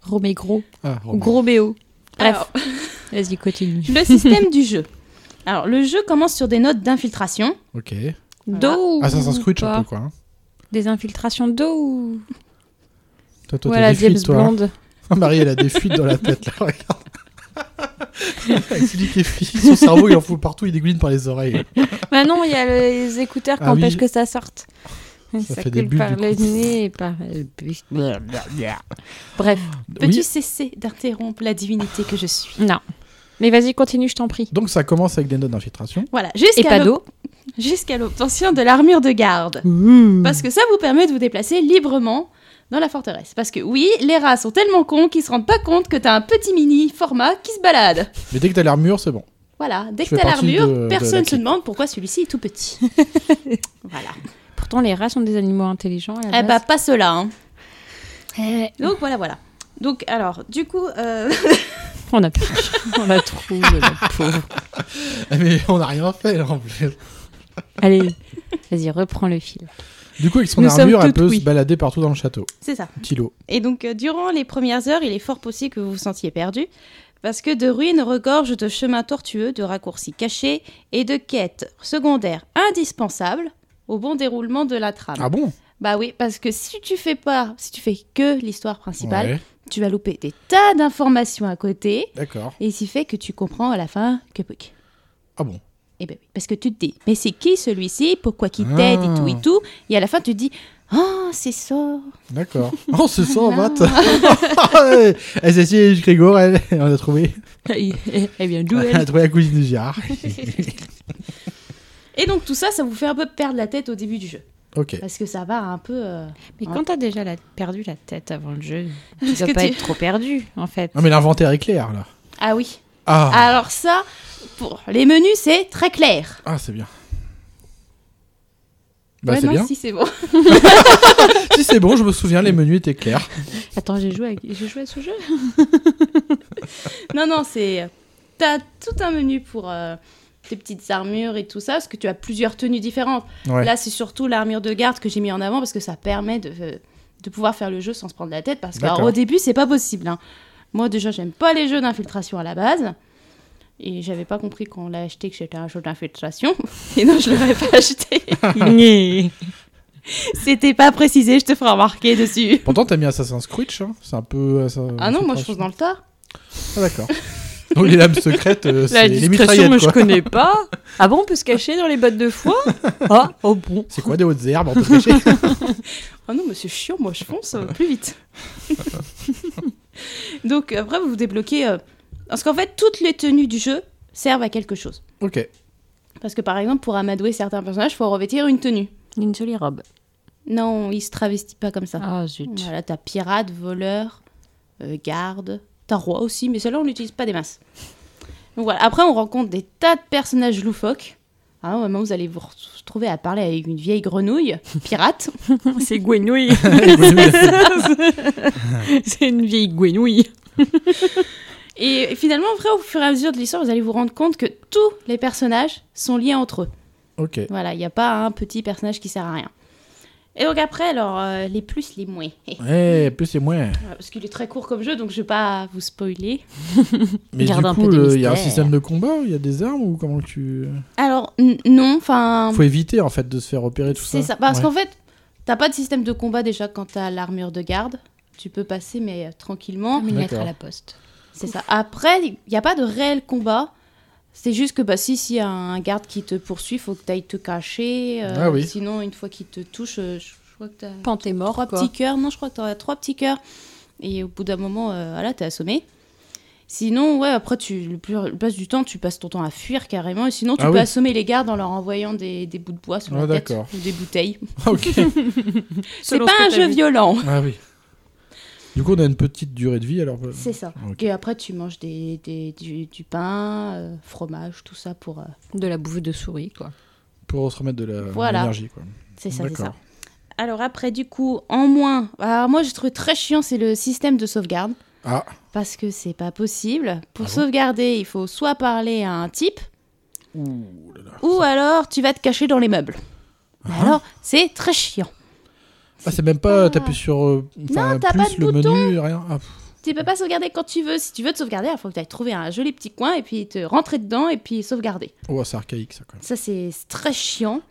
Romé gros. Ah, Ou Roméo. gros BO. Bref, Alors, vas-y, <laughs> continue. le système du jeu. Alors, le jeu commence sur des notes d'infiltration. Ok. D'eau. Assassin's Creed, pas. un peu, quoi. hein. Des infiltrations d'eau ou. Toi, toi, t'as Voilà, des James fuites, toi. hein. Blonde. Ah, <laughs> Marie, elle a des fuites dans la tête, là, regarde. <laughs> Expliquez, fille. Son cerveau, il en fout partout, il dégouline par les oreilles. Bah non, il y a les écouteurs qui Ah oui. empêchent que ça sorte. Ça fait des bulles, par du le coup. nez et par le bus. Bref, Peux-tu Oui. cesser d'interrompre la divinité que je suis non. Mais vas-y, continue, je t'en prie. Donc, ça commence avec des notes d'infiltration. Voilà, Et jusqu'à pas l'ob- d'eau. jusqu'à l'obtention de l'armure de garde. Mmh. Parce que ça vous permet de vous déplacer librement dans la forteresse. Parce que oui, les rats sont tellement cons qu'ils se rendent pas compte que t'as un petit mini format qui se balade. Mais dès que t'as l'armure, c'est bon. <laughs> Voilà, dès Je que fais t'as partie l'armure, de- de la personne se clique. demande pourquoi celui-ci est <laughs> tout petit. voilà. Pourtant, les rats sont des animaux intelligents. À la Eh bah, base. pas cela. hein. Eh, Donc voilà, voilà. Donc alors, du coup, euh, <laughs> on a <laughs> on la trouve, la pauvre. Mais on n'a rien fait, là, en plus. Allez, vas-y, reprends le fil. Du coup, avec son Nous sommes armure, elle toutes peut oui. se balader partout dans le château. c'est ça. Tilo. Et donc, euh, durant les premières heures, il est fort possible que vous vous sentiez perdu, parce que de ruines regorgent de chemins tortueux, de raccourcis cachés et de quêtes secondaires indispensables au bon déroulement de la trame. Ah bon Bah oui, parce que si tu fais pas, si tu fais que l'histoire principale, Ouais, tu vas louper des tas d'informations à côté, d'accord. et ce qui fait que tu comprends à la fin que Puck. Ah bon Eh ben oui, parce que tu te dis, mais c'est qui celui-ci Pourquoi qui Ah. t'aide et tout et tout Et à la fin, tu te dis, oh, c'est ça <laughs> D'accord. On se sent, <laughs> Matt. Ouais. Eh, c'est si, Grégor, elle, on a trouvé. Eh <laughs> bien, d'où On a trouvé la cousine du Gérard. Et donc, tout ça, ça vous fait un peu perdre la tête au début du jeu. Ok. Parce que ça va un peu. euh, Mais quand t'as déjà la- perdu la tête avant <laughs> le jeu, tu Parce dois que pas tu- être trop perdu, en fait. Non, Ah, mais l'inventaire est clair, là. Ah oui. Ah, Alors, ça, pour les menus, c'est très clair. ah c'est bien. Bah, ouais, c'est non, bien. si, c'est bon. <laughs> Si c'est bon, je me souviens, les menus étaient clairs. Attends, j'ai joué, avec- j'ai joué à ce jeu non, non, c'est. T'as tout un menu pour euh, tes petites armures et tout ça, parce que tu as plusieurs tenues différentes. Ouais. Là, c'est surtout l'armure de garde que j'ai mis en avant parce que ça permet de, euh, de pouvoir faire le jeu sans se prendre la tête. Parce que D'accord. alors, au début, c'est pas possible. hein. Moi, déjà, j'aime pas les jeux d'infiltration à la base. Et j'avais pas compris quand on l'a acheté que c'était un jeu d'infiltration. <laughs> Et non, je l'aurais pas acheté. <laughs> <laughs> C'était pas précisé, je te ferai remarquer dessus. Pourtant, t'as mis Assassin's Creed, hein. c'est un peu. euh, ça- Ah non, moi je fonce dans le tas. Ah d'accord. Donc les lames secrètes, euh, La c'est les discrétion, mitraillettes. moi, je Quoi. <laughs> connais pas. Ah bon, on peut se cacher dans les bottes de foie Ah, oh bon. C'est quoi des hautes herbes on peut se cacher Oh non, mais c'est chiant, moi je fonce euh, <laughs> plus vite. Donc après, vous vous débloquez. euh, parce qu'en fait, toutes les tenues du jeu servent à quelque chose. Ok. Parce que par exemple, pour amadouer certains personnages, il faut revêtir une tenue. Une jolie robe. Non, ils se travestissent pas comme ça. Ah zut. Voilà, t'as pirate, voleur, euh, garde, t'as roi aussi, mais celle-là on l'utilise pas des masses. Donc voilà, après on rencontre des tas de personnages loufoques. Ah, moment vous allez vous retrouver à parler avec une vieille grenouille, pirate. <laughs> C'est <laughs> Gwenouille. <laughs> C'est une vieille Gwenouille. Et finalement, après, au fur et à mesure de l'histoire, vous allez vous rendre compte que tous les personnages sont liés entre eux. Ok. Voilà, il n'y a pas un petit personnage qui sert à rien. Et donc après, alors, euh, les plus, les moins. <laughs> Ouais, Eh, plus et moins. Voilà, Parce qu'il est très court comme jeu, donc je vais pas vous spoiler. Mais Garde du un coup, peu de euh, il y a un mystère. système de combat, il y a des armes ou comment tu. Alors, n- non, enfin... Faut éviter en fait de se faire repérer tout ça. C'est ça, bah, parce Ouais. qu'en fait, t'as pas de système de combat déjà quand t'as l'armure de garde. Tu peux passer, mais euh, tranquillement. Comme une lettre D'accord. à la poste. C'est ça. Après, il n'y a pas de réel combat. C'est juste que bah, si s'il y a un garde qui te poursuit, faut que tu ailles te cacher. euh, Ah oui. Sinon, une fois qu'il te touche, euh, je je crois que tu as Panté mort, trois petits cœurs. Non, je crois que tu as trois petits cœurs. Et au bout d'un moment, euh, voilà, tu es assommé. Sinon, ouais, après, tu, le plus le reste du temps, tu passes ton temps à fuir carrément. Et sinon, tu Ah peux oui. assommer les gardes en leur envoyant des, des bouts de bois sur Ah, la tête d'accord. ou des bouteilles. <laughs> ok. C'est Selon pas ce que un t'as jeu vu. violent. Ah oui. Du coup, on a une petite durée de vie alors. euh, C'est ça. Ok. Et après, tu manges des, des- du, du pain, euh, fromage, tout ça pour. euh, De la bouffe de souris, quoi. Pour se remettre de la- de Voilà. l'énergie. quoi. C'est ça, c'est ça. D'accord. Alors après, du coup, en moins, alors moi j'ai trouvé très chiant, c'est le système de sauvegarde. Ah, Parce que c'est pas possible. Pour sauvegarder, il faut soit parler à un type, ou alors tu vas te cacher dans les meubles. Mais alors, c'est très chiant. Ah, c'est même pas. T'appuies sur. euh, enfin, Non, t'as plus pas de le bouton. menu, rien. Ah, pff, Tu peux pas sauvegarder quand tu veux. Si tu veux te sauvegarder, il faut que tu ailles trouver un joli petit coin et puis te rentrer dedans et puis sauvegarder. oh, c'est archaïque ça quand même. Ça, c'est c'est très chiant.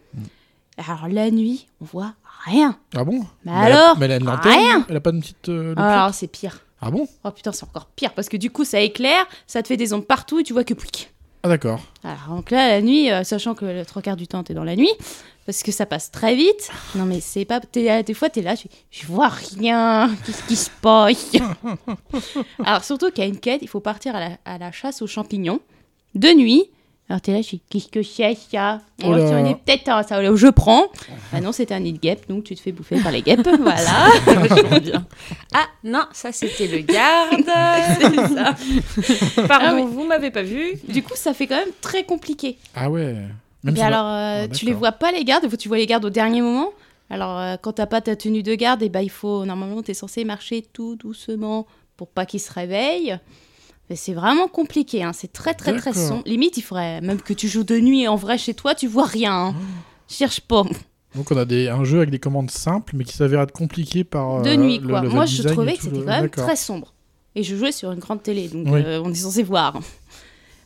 Alors la nuit, on voit rien. Ah bon elle Mais a- Bah alors Mais elle a une lanterne Rien Elle a pas une petite. euh, lampe Alors c'est pire. Ah bon Oh putain, c'est encore pire parce que du coup, ça éclaire, ça te fait des ombres partout et tu vois que pouic. Ah d'accord. Alors donc là, la nuit, euh, sachant que le trois quarts du temps, t'es dans la nuit, parce que ça passe très vite. Non mais c'est pas... t'es là- des fois, t'es là, tu fais, je vois rien, <laughs> qu'est-ce qui se passe Alors surtout qu'il y a une quête, il faut partir à la, à la chasse aux champignons, de nuit. Alors t'es là, je dis, qu'est-ce que c'est ça On Oh va là. sur une tête, hein, ça, je prends. Ah non, c'était un nid de guêpe, donc tu te fais bouffer par les guêpes, <laughs> <laughs> voilà. Ah non, ça c'était le <laughs> garde. C'est ça. Pardon, Ah oui. vous m'avez pas vu. Du coup, ça fait quand même très compliqué. Ah ouais. Mais sur la- alors, euh, Ah, tu les d'accord. vois pas les gardes, faut- tu vois les gardes au dernier moment. Alors, euh, quand t'as pas ta tenue de garde, et ben il faut normalement t'es censé marcher tout doucement pour pas qu'ils se réveillent. Mais c'est vraiment compliqué, hein, c'est très très très D'accord. sombre. Limite, il faudrait même que tu joues de nuit et en vrai chez toi, tu vois rien. Oh. hein. Cherche pas. Donc on a des, un jeu avec des commandes simples mais qui s'avère être compliqué par. de euh, nuit le- quoi. le Moi je design et trouvais tout que c'était le- quand même d'accord. très sombre. Et je jouais sur une grande télé, donc Oui. euh, on est censé voir.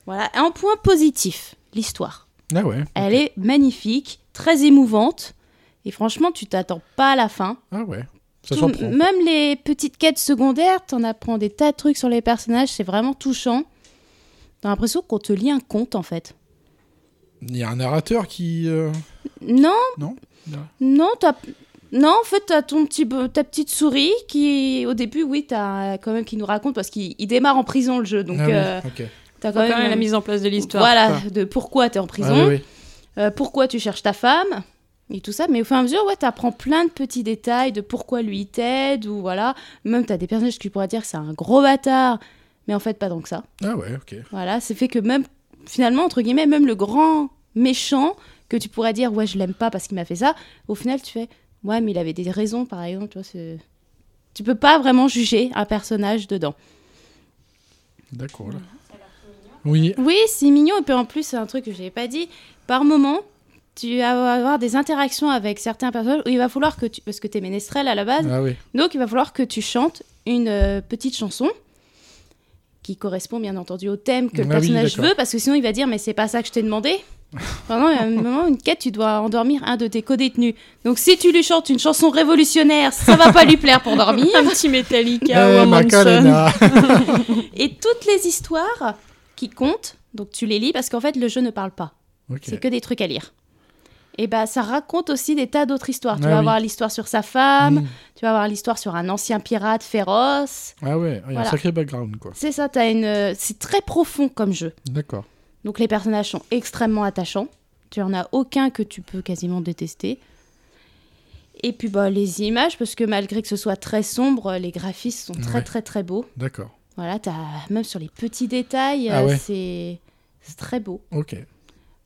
Voilà, un point positif, l'histoire. Ah ouais. Elle est magnifique, très émouvante. Et franchement, tu t'attends pas à la fin. Ah ouais. Ça Tout- s'en prend. même les petites quêtes secondaires, t'en apprends des tas de trucs sur les personnages, c'est vraiment touchant. T'as l'impression qu'on te lit un conte en fait. Il y a un narrateur qui. euh, Non Non Non. Non, t'as- Non, en fait, t'as ton petit, be- ta petite souris qui, au début, oui, t'as quand même qui nous raconte parce qu'il il démarre en prison le jeu, donc ah oui, euh, ok. t'as quand Quand même, même la mise en place de l'histoire. voilà de pourquoi t'es en Ah prison. oui, oui. Euh, pourquoi tu cherches ta femme et tout ça, mais au fur et à mesure, ouais, t'apprends plein de petits détails de pourquoi lui il t'aide, ou voilà. Même t'as des personnages qui pourraient dire que c'est un gros bâtard, mais en fait, pas tant que ça. Ah ouais, ok. Voilà, c'est fait que même, finalement, entre guillemets, même le grand méchant que tu pourrais dire, ouais, je l'aime pas parce qu'il m'a fait ça, au final, tu fais, ouais, mais il avait des raisons, par exemple, tu vois, c'est- Tu peux pas vraiment juger un personnage dedans. D'accord. là. Oui. Oui, c'est mignon. Et puis en plus, c'est un truc que je n'avais pas dit. Par moment, tu vas avoir des interactions avec certains personnages où il va falloir que tu. Parce que tu es ménestrel à la base. Ah oui. Donc il va falloir que tu chantes une euh, petite chanson qui correspond bien entendu au thème que le Ah oui, personnage d'accord. veut. Parce que sinon, il va dire Mais c'est pas ça que je t'ai demandé. <laughs> Pendant un moment, une quête, tu dois endormir un de tes codétenus. Donc si tu lui chantes une chanson révolutionnaire, ça va pas lui plaire pour dormir. Un petit Metallica Eh, ou un Manson. Macarena. Et toutes les histoires qui comptent, donc tu les lis parce qu'en fait le jeu ne parle pas. Ok. <laughs> C'est que des trucs à lire. Et bah ça raconte aussi des tas d'autres histoires. tu Ah vas oui. avoir l'histoire sur sa femme, Mmh. tu vas avoir l'histoire sur un ancien pirate féroce. Ah ouais, il y a un Voilà. sacré background, quoi. C'est ça, t'as une... euh, c'est très profond comme jeu. D'accord. Donc les personnages sont extrêmement attachants. Tu en as aucun que tu peux quasiment détester. Et puis bah, les images, parce que malgré que ce soit très sombre, les graphismes sont très Ouais. très très beaux. D'accord. Voilà, t'as- même sur les petits détails, Ah euh, ouais. c'est c'est très beau. Ok.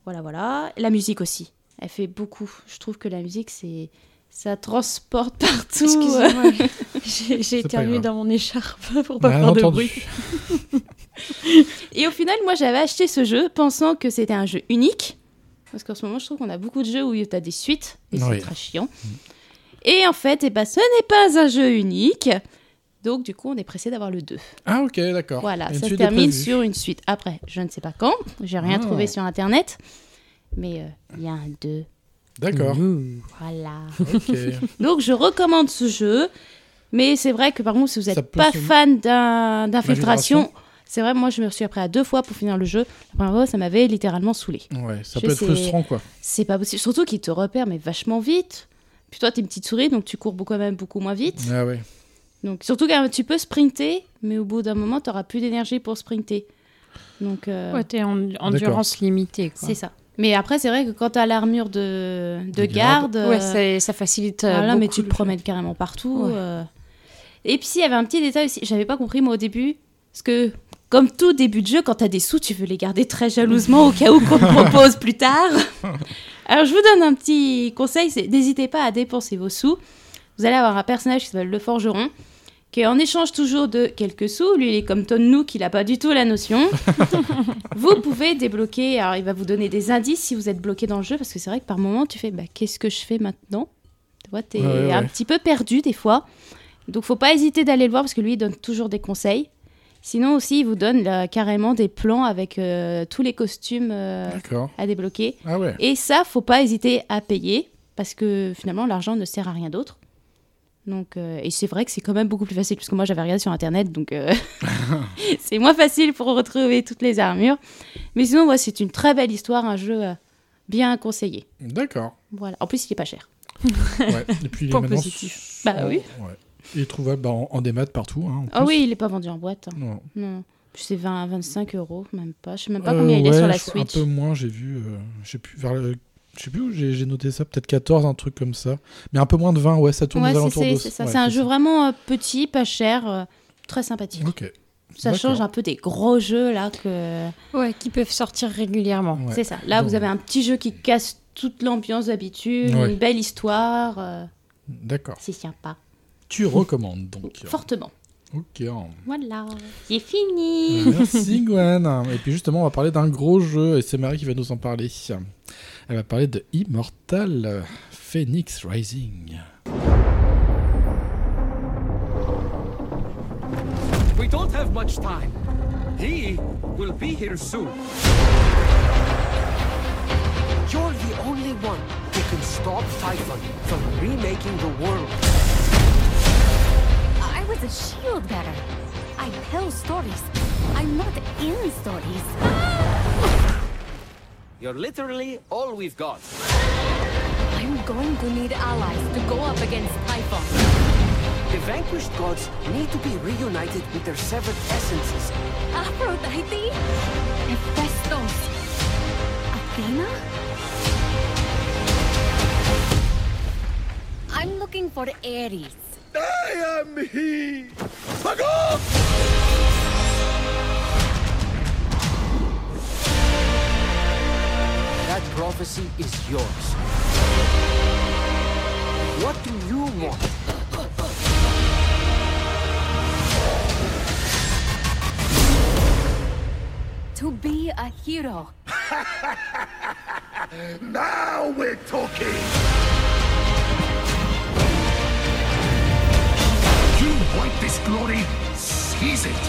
Voilà, voilà. La musique aussi, elle fait beaucoup. Je trouve que la musique, c'est ça transporte <laughs> <laughs> partout. Excusez-moi, j'ai j'ai pas éternué grave. dans mon écharpe <laughs> pour pas Bien faire de entendu. bruit. Et au final, moi, j'avais acheté ce jeu pensant que c'était un jeu unique. Parce qu'en ce moment, je trouve qu'on a beaucoup de jeux où tu as des suites. Et Oui. c'est très chiant. Et en fait, eh ben, ce n'est pas un jeu unique. Donc, du coup, on est pressé d'avoir le 2. Ah ok, d'accord. Voilà, Une ça se suite est termine prévue. sur une suite. Après, je ne sais pas quand. J'ai rien Ah. trouvé sur Internet. Mais euh, il y a un 2. <laughs> D'accord. Voilà. Ok. donc, je recommande ce jeu. Mais c'est vrai que, par contre, si vous Ça n'êtes peut pas se- fan d'un- D'infiltration. d'infiltration, c'est vrai, moi, je me suis appris à deux fois pour finir le jeu. La première fois, ça m'avait littéralement saoulé. Ouais, ça Je peut être sais. frustrant, quoi. C'est pas possible. Surtout qu'il te repère, mais vachement vite. Puis toi, t'es une petite souris, donc tu cours beaucoup- quand même beaucoup moins vite. Ah ouais. Donc surtout quand tu peux sprinter, mais au bout d'un moment, t'auras plus d'énergie pour sprinter. Donc euh, Ouais, t'es en endurance limitée, quoi. c'est ça. Mais après, c'est vrai que quand t'as l'armure de, de De garde. garde, Ouais, euh, c'est- ça facilite. euh, voilà, mais beaucoup tu te le promènes carrément partout. Ouais. euh. Et puis, il y avait un petit détail aussi, j'avais pas compris moi au début, parce que comme tout début de jeu, quand t'as des sous, tu veux les garder très jalousement au cas où <laughs> qu'on te propose plus tard. Alors, je vous donne un petit conseil, c'est n'hésitez pas à dépenser vos sous. Vous allez avoir un personnage qui s'appelle le forgeron, qui en échange toujours de quelques sous, lui il est comme Tonne nous qu'il a pas du tout la notion. <laughs> vous pouvez débloquer, alors il va vous donner des indices si vous êtes bloqué dans le jeu, parce que c'est vrai que par moment tu fais, bah, qu'est-ce que je fais maintenant Tu vois, t'es Ouais, ouais, un ouais. petit peu perdu des fois. Donc faut pas hésiter d'aller le voir, parce que lui il donne toujours des conseils. Sinon aussi il vous donne là, carrément des plans avec euh, tous les costumes euh, D'accord. à débloquer. Ah ouais. Et ça, faut pas hésiter à payer parce que finalement, l'argent ne sert à rien d'autre. Donc, euh, et c'est vrai que c'est quand même beaucoup plus facile puisque moi j'avais regardé sur internet, donc euh, <laughs> c'est moins facile pour retrouver toutes les armures. Mais sinon, ouais, c'est une très belle histoire, un jeu euh, bien conseillé. <laughs> D'accord. Voilà. En plus, il est pas cher. Ouais. Et puis il est Point maintenant. positif. sur- Bah oui. Ouais. Il est trouvable bah, en, en démat partout. hein, en Ah plus. oui, il est pas vendu en boîte. hein. Non. Non, c'est 20, 25 euros, même pas. Je sais même pas Euh, combien il est ouais, sur la je- Un Switch. peu moins, j'ai vu. euh, je sais plus vers le- je sais plus où j'ai j'ai noté ça, peut-être 14, un truc comme ça. Mais un peu moins de 20, ouais, ça tourne Ouais, aux c'est- alentours c'est de c'est ça. c'est un jeu vraiment euh, petit, pas cher, euh, très sympathique. Ok. Ça D'accord. change un peu des gros jeux là que. jeu. Ouais, qui peuvent sortir régulièrement. Ouais. C'est ça. Là, Donc- vous avez un petit jeu qui casse toute l'ambiance d'habitude, Ouais. une belle histoire. euh, D'accord. c'est sympa. Tu recommandes donc. Fortement. Ok. Voilà. C'est fini. Merci Gwen. Et puis justement, on va parler d'un gros jeu et c'est Marie qui va nous en parler. Elle va parler de Immortal Phoenix Rising. We don't have much time. He will be here soon. You're the only one who can stop Typhon from remaking the world. I was a shield bearer. I tell stories. I'm not in stories. You're literally all we've got. I'm going to need allies to go up against Typhon. The vanquished gods need to be reunited with their severed essences. Aphrodite? Hephaestus? Athena? I'm looking for Ares. I am he! That prophecy is yours. What do you want? To be a hero. Now we're talking! You want this glory? Seize it!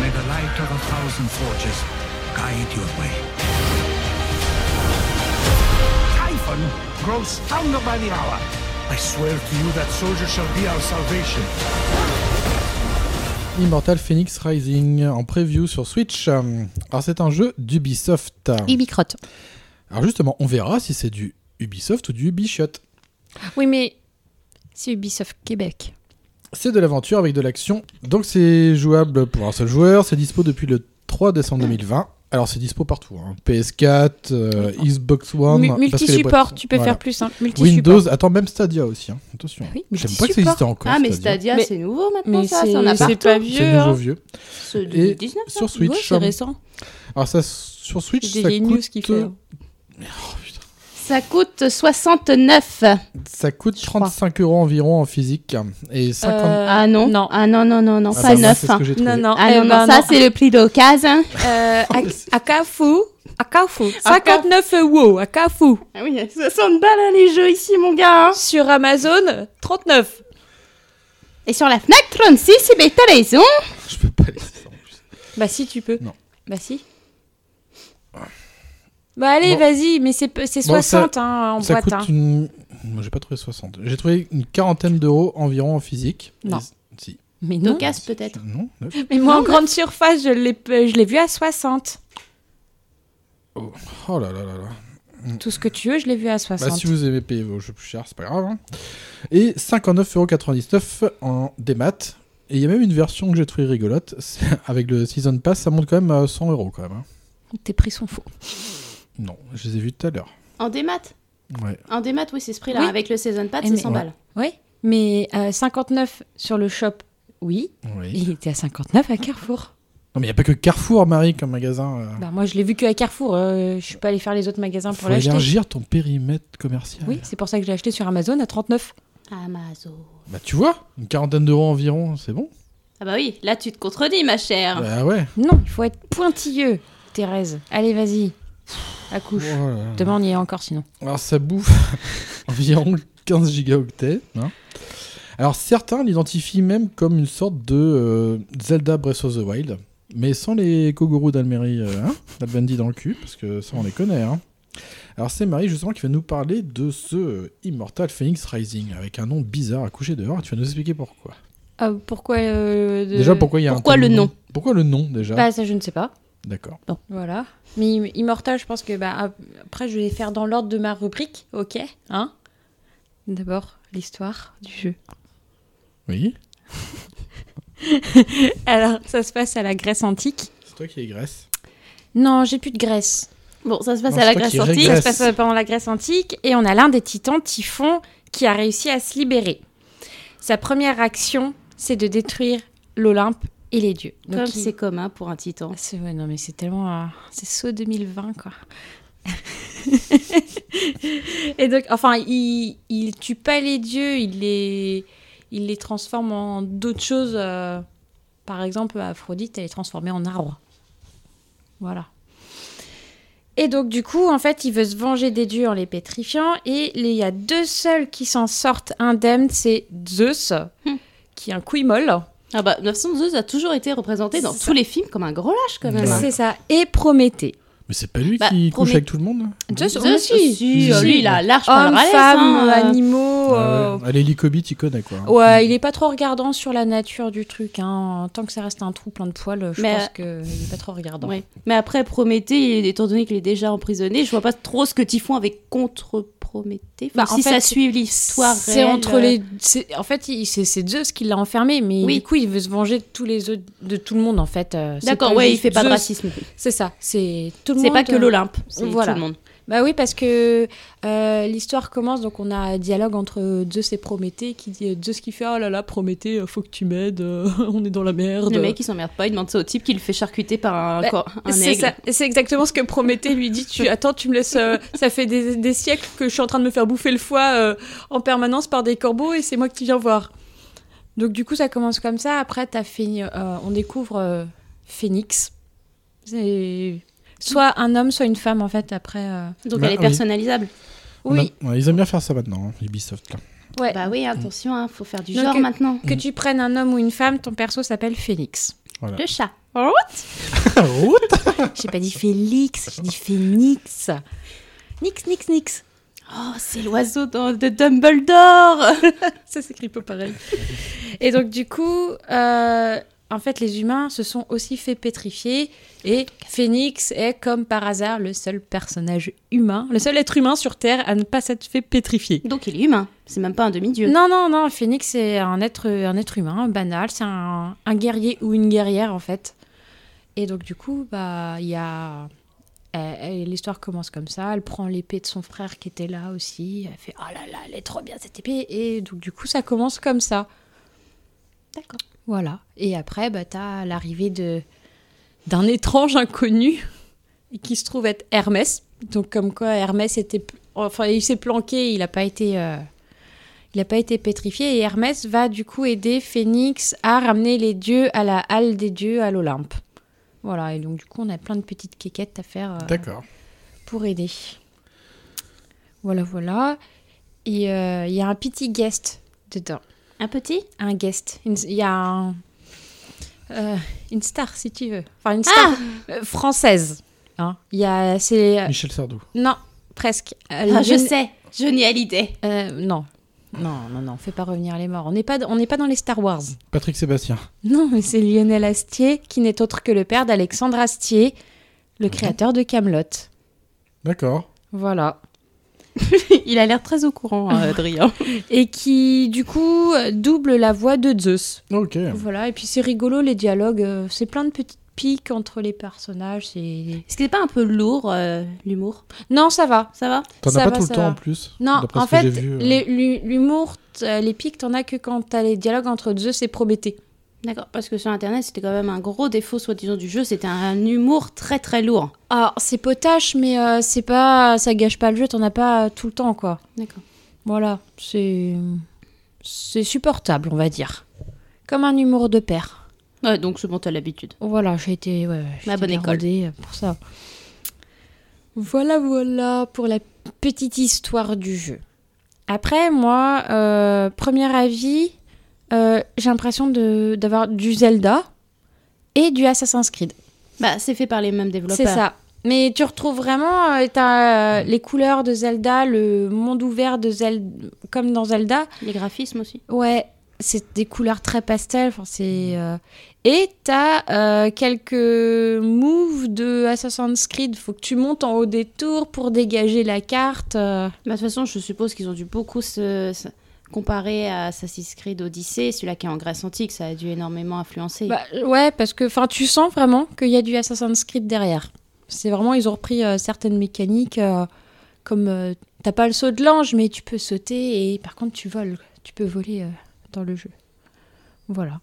May the light of a thousand forges guide your way. Typhon grows stronger by the hour. I swear to you that soldier shall be our salvation. Immortal Phoenix Rising en preview sur Switch. Euh, Alors c'est un jeu d'Ubisoft. Ibicrotte. Alors justement, on verra si c'est du Ubisoft ou du Ubisoft. Oui, mais c'est Ubisoft Québec. C'est de l'aventure avec de l'action. Donc c'est jouable pour un seul joueur. C'est dispo depuis le 3 décembre 2020. Alors c'est dispo partout. hein. PS4, euh, Xbox One. Mu- parce que les Multi-support, boîtes- tu peux Voilà. faire plus. Hein. Multi-support. Windows, attends, même Stadia aussi. hein. Attention. Ah Oui, Je savais pas que ça existait encore. Ah, mais Stadia, Mais- c'est nouveau maintenant, mais ça. c'est- Ça en a c'est partout. pas C'est vieux. nouveau hein. vieux. Ce Et Ah, 2019, sur ça. Switch, Ouais, ça- c'est récent. Alors ça, sur Switch, J'ai ça des news coûte... euh, qu'il fait. euh, Ça coûte 69. Euh, ça coûte 35 euros environ en physique et 50. Euh, ah non. non. Ah non, non, non, non, Ah, pas bah, moi, c'est 9. ce que j'ai trouvé. Non, non, Ah eh non, non, ben ça c'est le prix d'occasion. Euh, à, à Carrefour, à Carrefour, À Carrefour. 59 euros à Carrefour. Ah <laughs> oui, il y a 60 balles hein, les jeux ici, mon gars. hein. Sur Amazon, 39. Et sur la Fnac 36, eh c'est ben, bien, t'as raison. Je peux pas laisser ça en plus. Bah si tu peux. Non. Bah si. Bah allez, Bon. vas-y, mais c'est peu- c'est Bon, 60 hein, en ça boîte. coûte hein. une. Moi, j'ai pas trouvé 60. J'ai trouvé une quarantaine d'euros environ en physique. Non. Et- Si. Mais non. Docas peut-être. Non. neuf. Mais moi en grande surface, je l'ai pe- je l'ai vu à 60. Oh là là là là. Tout ce que tu veux, je l'ai vu à 60. Mm. Bah, si vous aimez payer vos jeux plus chers, c'est pas grave. hein. Et 59,99€ en démat. Et il y a même une version que j'ai trouvée rigolote. <laughs> C'est- Avec le Season Pass, ça monte quand même à 100 euros quand même. hein. Tes prix sont faux. Non, je les ai vus tout à l'heure. En démat. Ouais. En démat, oui, c'est ce prix-là. Oui. Avec le Season Pass, Eh, c'est mais- 100 Ouais. balles. Oui, mais euh, 59 sur le shop, oui. Et Oui. il était à 59 à Carrefour. Non, mais il n'y a pas que Carrefour, Marie, comme magasin. euh. Bah moi, je l'ai vu que à Carrefour. euh, je suis pas allée faire les autres magasins Faut pour l'acheter. élargir ton périmètre commercial. Oui, c'est pour ça que j'ai acheté sur Amazon à 39. Amazon. Bah tu vois, une quarantaine d'euros environ, c'est bon. Ah bah oui, là tu te contredis, ma Ah. chère. Bah ouais. Non, il faut être pointilleux, Thérèse. Allez, vas-y. Accouche. Oh là là. Demain, on y est encore sinon. Alors ça bouffe <laughs> environ 15 gigaoctets. hein. Alors certains l'identifient même comme une sorte de euh, Zelda Breath of the Wild, mais sans les Kogoro d'Almerie, euh, hein, d'Albandi dans le cul, parce que ça on les connaît. hein. Alors c'est Marie justement qui va nous parler de ce euh, Immortal Phoenix Rising, avec un nom bizarre à coucher dehors, et tu vas nous expliquer pourquoi. Euh, pourquoi euh, de- Déjà pourquoi il y a un pourquoi tel le nom Pourquoi le nom déjà Bah, ça, je ne sais pas. D'accord. Voilà. Mais Im- Immortal, je pense que bah, ap- après, je vais faire dans l'ordre de ma rubrique, ok hein D'abord, l'histoire du jeu. Oui Alors, ça se passe à la Grèce antique. C'est toi qui les graisses. Non, j'ai plus de Grèce. Bon, ça se passe Non, à c'est la toi Grèce qui antique. régale. Ça se passe euh, pendant la Grèce antique et on a l'un des titans, Typhon, qui a réussi à se libérer. Sa première action, c'est de détruire l'Olympe et les dieux. Donc, Comme il- c'est commun pour un titan. Ah, c'est- ouais, non, mais c'est tellement. euh, c'est saut 2020, quoi. <laughs> et donc, enfin, il, il tue pas les dieux, il les, il les transforme en d'autres choses. euh, par exemple, Aphrodite, elle est transformée en arbre. Voilà. Et donc, du coup, en fait, il veut se venger des dieux en les pétrifiant. Et il y a deux seuls qui s'en sortent indemnes c'est Zeus, Hmm. qui est un couille-molle. Ah bah, 912 a toujours été représenté dans C'est tous les films comme un gros lâche quand même. hein. C'est ça. Et Prométhée. Mais c'est pas lui Bah, qui couche promis- avec tout le monde Zeus, Zeus aussi. aussi, euh, Si. lui il a large Hommes, palmarès, femmes, hein. animaux. Ah euh, ouais. Allez, Lycobit, il connaît quoi. hein. Ouais, il est pas trop regardant sur la nature du truc. Hein. Tant que ça reste un trou plein de poils, je Mais, euh, pense qu'il est pas trop regardant. Ouais. Mais après Prométhée, étant donné qu'il est déjà emprisonné, je vois pas trop ce que Typhon avait contre Prométhée. Enfin, Bah, en si fait, ça suit l'histoire C'est réelle, entre euh, les. c'est- En fait, il- c'est c'est Zeus qui l'a enfermé, mais Oui. du coup, il veut se venger de tous les autres, de tout le monde en fait. euh, c'est D'accord, pas ouais, il juste fait pas de Zeus. racisme. C'est ça. C'est tout le C'est monde. pas que euh, l'Olympe, c'est voilà. tout le monde. Bah oui, parce que euh, l'histoire commence, donc on a un dialogue entre Zeus et Prométhée qui dit Zeus qui fait Oh là là, Prométhée, euh, faut que tu m'aides, euh, <laughs> on est dans la merde. Le mec il s'emmerde pas, il demande ça au type qui le fait charcuter par un, Bah, cor- un C'est aigle. ça, c'est exactement ce que Prométhée lui dit. Tu attends, tu me laisses. euh, ça fait des, des siècles que je suis en train de me faire bouffer le foie euh, en permanence par des corbeaux et c'est moi qui viens voir. Donc du coup, ça commence comme ça. Après, as on découvre euh, Phénix. C'est soit un homme, soit une femme en fait. Après, euh. Donc Bah, elle est oui. personnalisable. On a- oui. ouais, ils aiment bien faire ça maintenant, hein, Ubisoft. <laughs> Là. Ouais. Bah oui, attention, hein, faut faire du Donc, genre euh, maintenant. Que tu prennes un homme ou une femme, ton perso s'appelle Phénix. Le chat. Ah J'ai pas dit Félix, j'ai dit Phénix. Nix, nix, nix. Oh, c'est l'oiseau dans- de Dumbledore <laughs> <laughs> Ça s'écrit pas pareil. Et donc, du coup, euh, en fait, les humains se sont aussi fait pétrifier et Phoenix est, comme par hasard, le seul personnage humain, le seul être humain sur Terre à ne pas s'être fait pétrifier. Donc il est humain, c'est même pas un demi-dieu. Non, non, non, Phoenix c'est un être, un être humain, banal, c'est un, un guerrier ou une guerrière en fait. Et donc du coup, bah, il y a... elle- elle- L'histoire commence comme ça, elle prend l'épée de son frère qui était là aussi, elle fait « Oh là là, elle est trop bien cette épée !» Et donc du coup, ça commence comme ça. D'accord. Voilà. Et après, bah, t'as l'arrivée de d'un étrange inconnu qui se trouve être Hermès. Donc comme quoi Hermès était, p- enfin il s'est planqué, il n'a pas été, euh, il a pas été pétrifié. Et Hermès va du coup aider Phénix à ramener les dieux à la halle des dieux à l'Olympe. Voilà. Et donc du coup on a plein de petites quéquettes à faire. euh, <laughs> D'accord. pour aider. Voilà, voilà. Et euh, il y a un petit guest dedans. Un petit Un guest. Une- Il y a un- euh, une star, si tu veux. Enfin, une star euh, française. hein. Il y a... C'est... euh, Michel Sardou. Non, presque. Euh, Ah, la je jeune- sais, je n'ai à l'idée. Euh, non. Non, non, non, fais pas revenir les morts. On n'est pas, d- on n'est pas dans les Star Wars. Patrick Sébastien. <laughs> Non, mais c'est Lionel Astier, qui n'est autre que le père d'Alexandre Astier, le créateur de Camelot. D'accord. Voilà. <laughs> Il a l'air très au courant, <laughs> euh, Adrien. et qui du coup double la voix de Zeus. Ok. Voilà, et puis c'est rigolo les dialogues, euh, c'est plein de petites piques entre les personnages. c'est- Est-ce que c'est pas un peu lourd, euh, l'humour Non, ça va. Ça va T'en as Ça pas va, tout le ça temps va. en plus. Non, d'après en ce que fait, j'ai vu, euh. les- l'hu- l'humour, t- euh, les piques, t'en as que quand t'as les dialogues entre Zeus et Prométhée. D'accord, parce que sur Internet, c'était quand même un gros défaut, soi-disant, du jeu. C'était un humour très très lourd. Ah, c'est potache, mais euh, c'est pas, ça gâche pas le jeu, t'en as pas euh, tout le temps, quoi. D'accord. Voilà, c'est, c'est supportable, on va dire. Comme un humour de père. Ouais, donc c'est bon, t'as l'habitude. Voilà, j'ai été, ouais, j'ai La été bonne bien école. rodée, euh, pour ça. Voilà, voilà pour la petite histoire du jeu. Après, moi, euh, premier avis, euh, j'ai l'impression de- d'avoir du Zelda et du Assassin's Creed. Bah, c'est fait par les mêmes développeurs. C'est ça. Mais tu retrouves vraiment euh, t'as, euh, les couleurs de Zelda, le monde ouvert de Zelda, comme dans Zelda, Les graphismes aussi. Ouais, c'est des couleurs très pastel. Enfin, c'est euh, et t'as euh, quelques moves de Assassin's Creed. Faut que tu montes en haut des tours pour dégager la carte. euh. Bah, de toute façon, je suppose qu'ils ont dû beaucoup se, se comparer à Assassin's Creed Odyssey, celui-là qui est en Grèce antique. Ça a dû énormément influencer. Bah, ouais, parce que enfin, tu sens vraiment qu'il y a du Assassin's Creed derrière. C'est vraiment ils ont repris euh, certaines mécaniques euh, comme euh, t'as pas le saut de l'ange, mais tu peux sauter et par contre tu voles. Tu peux voler euh, dans le jeu. Voilà.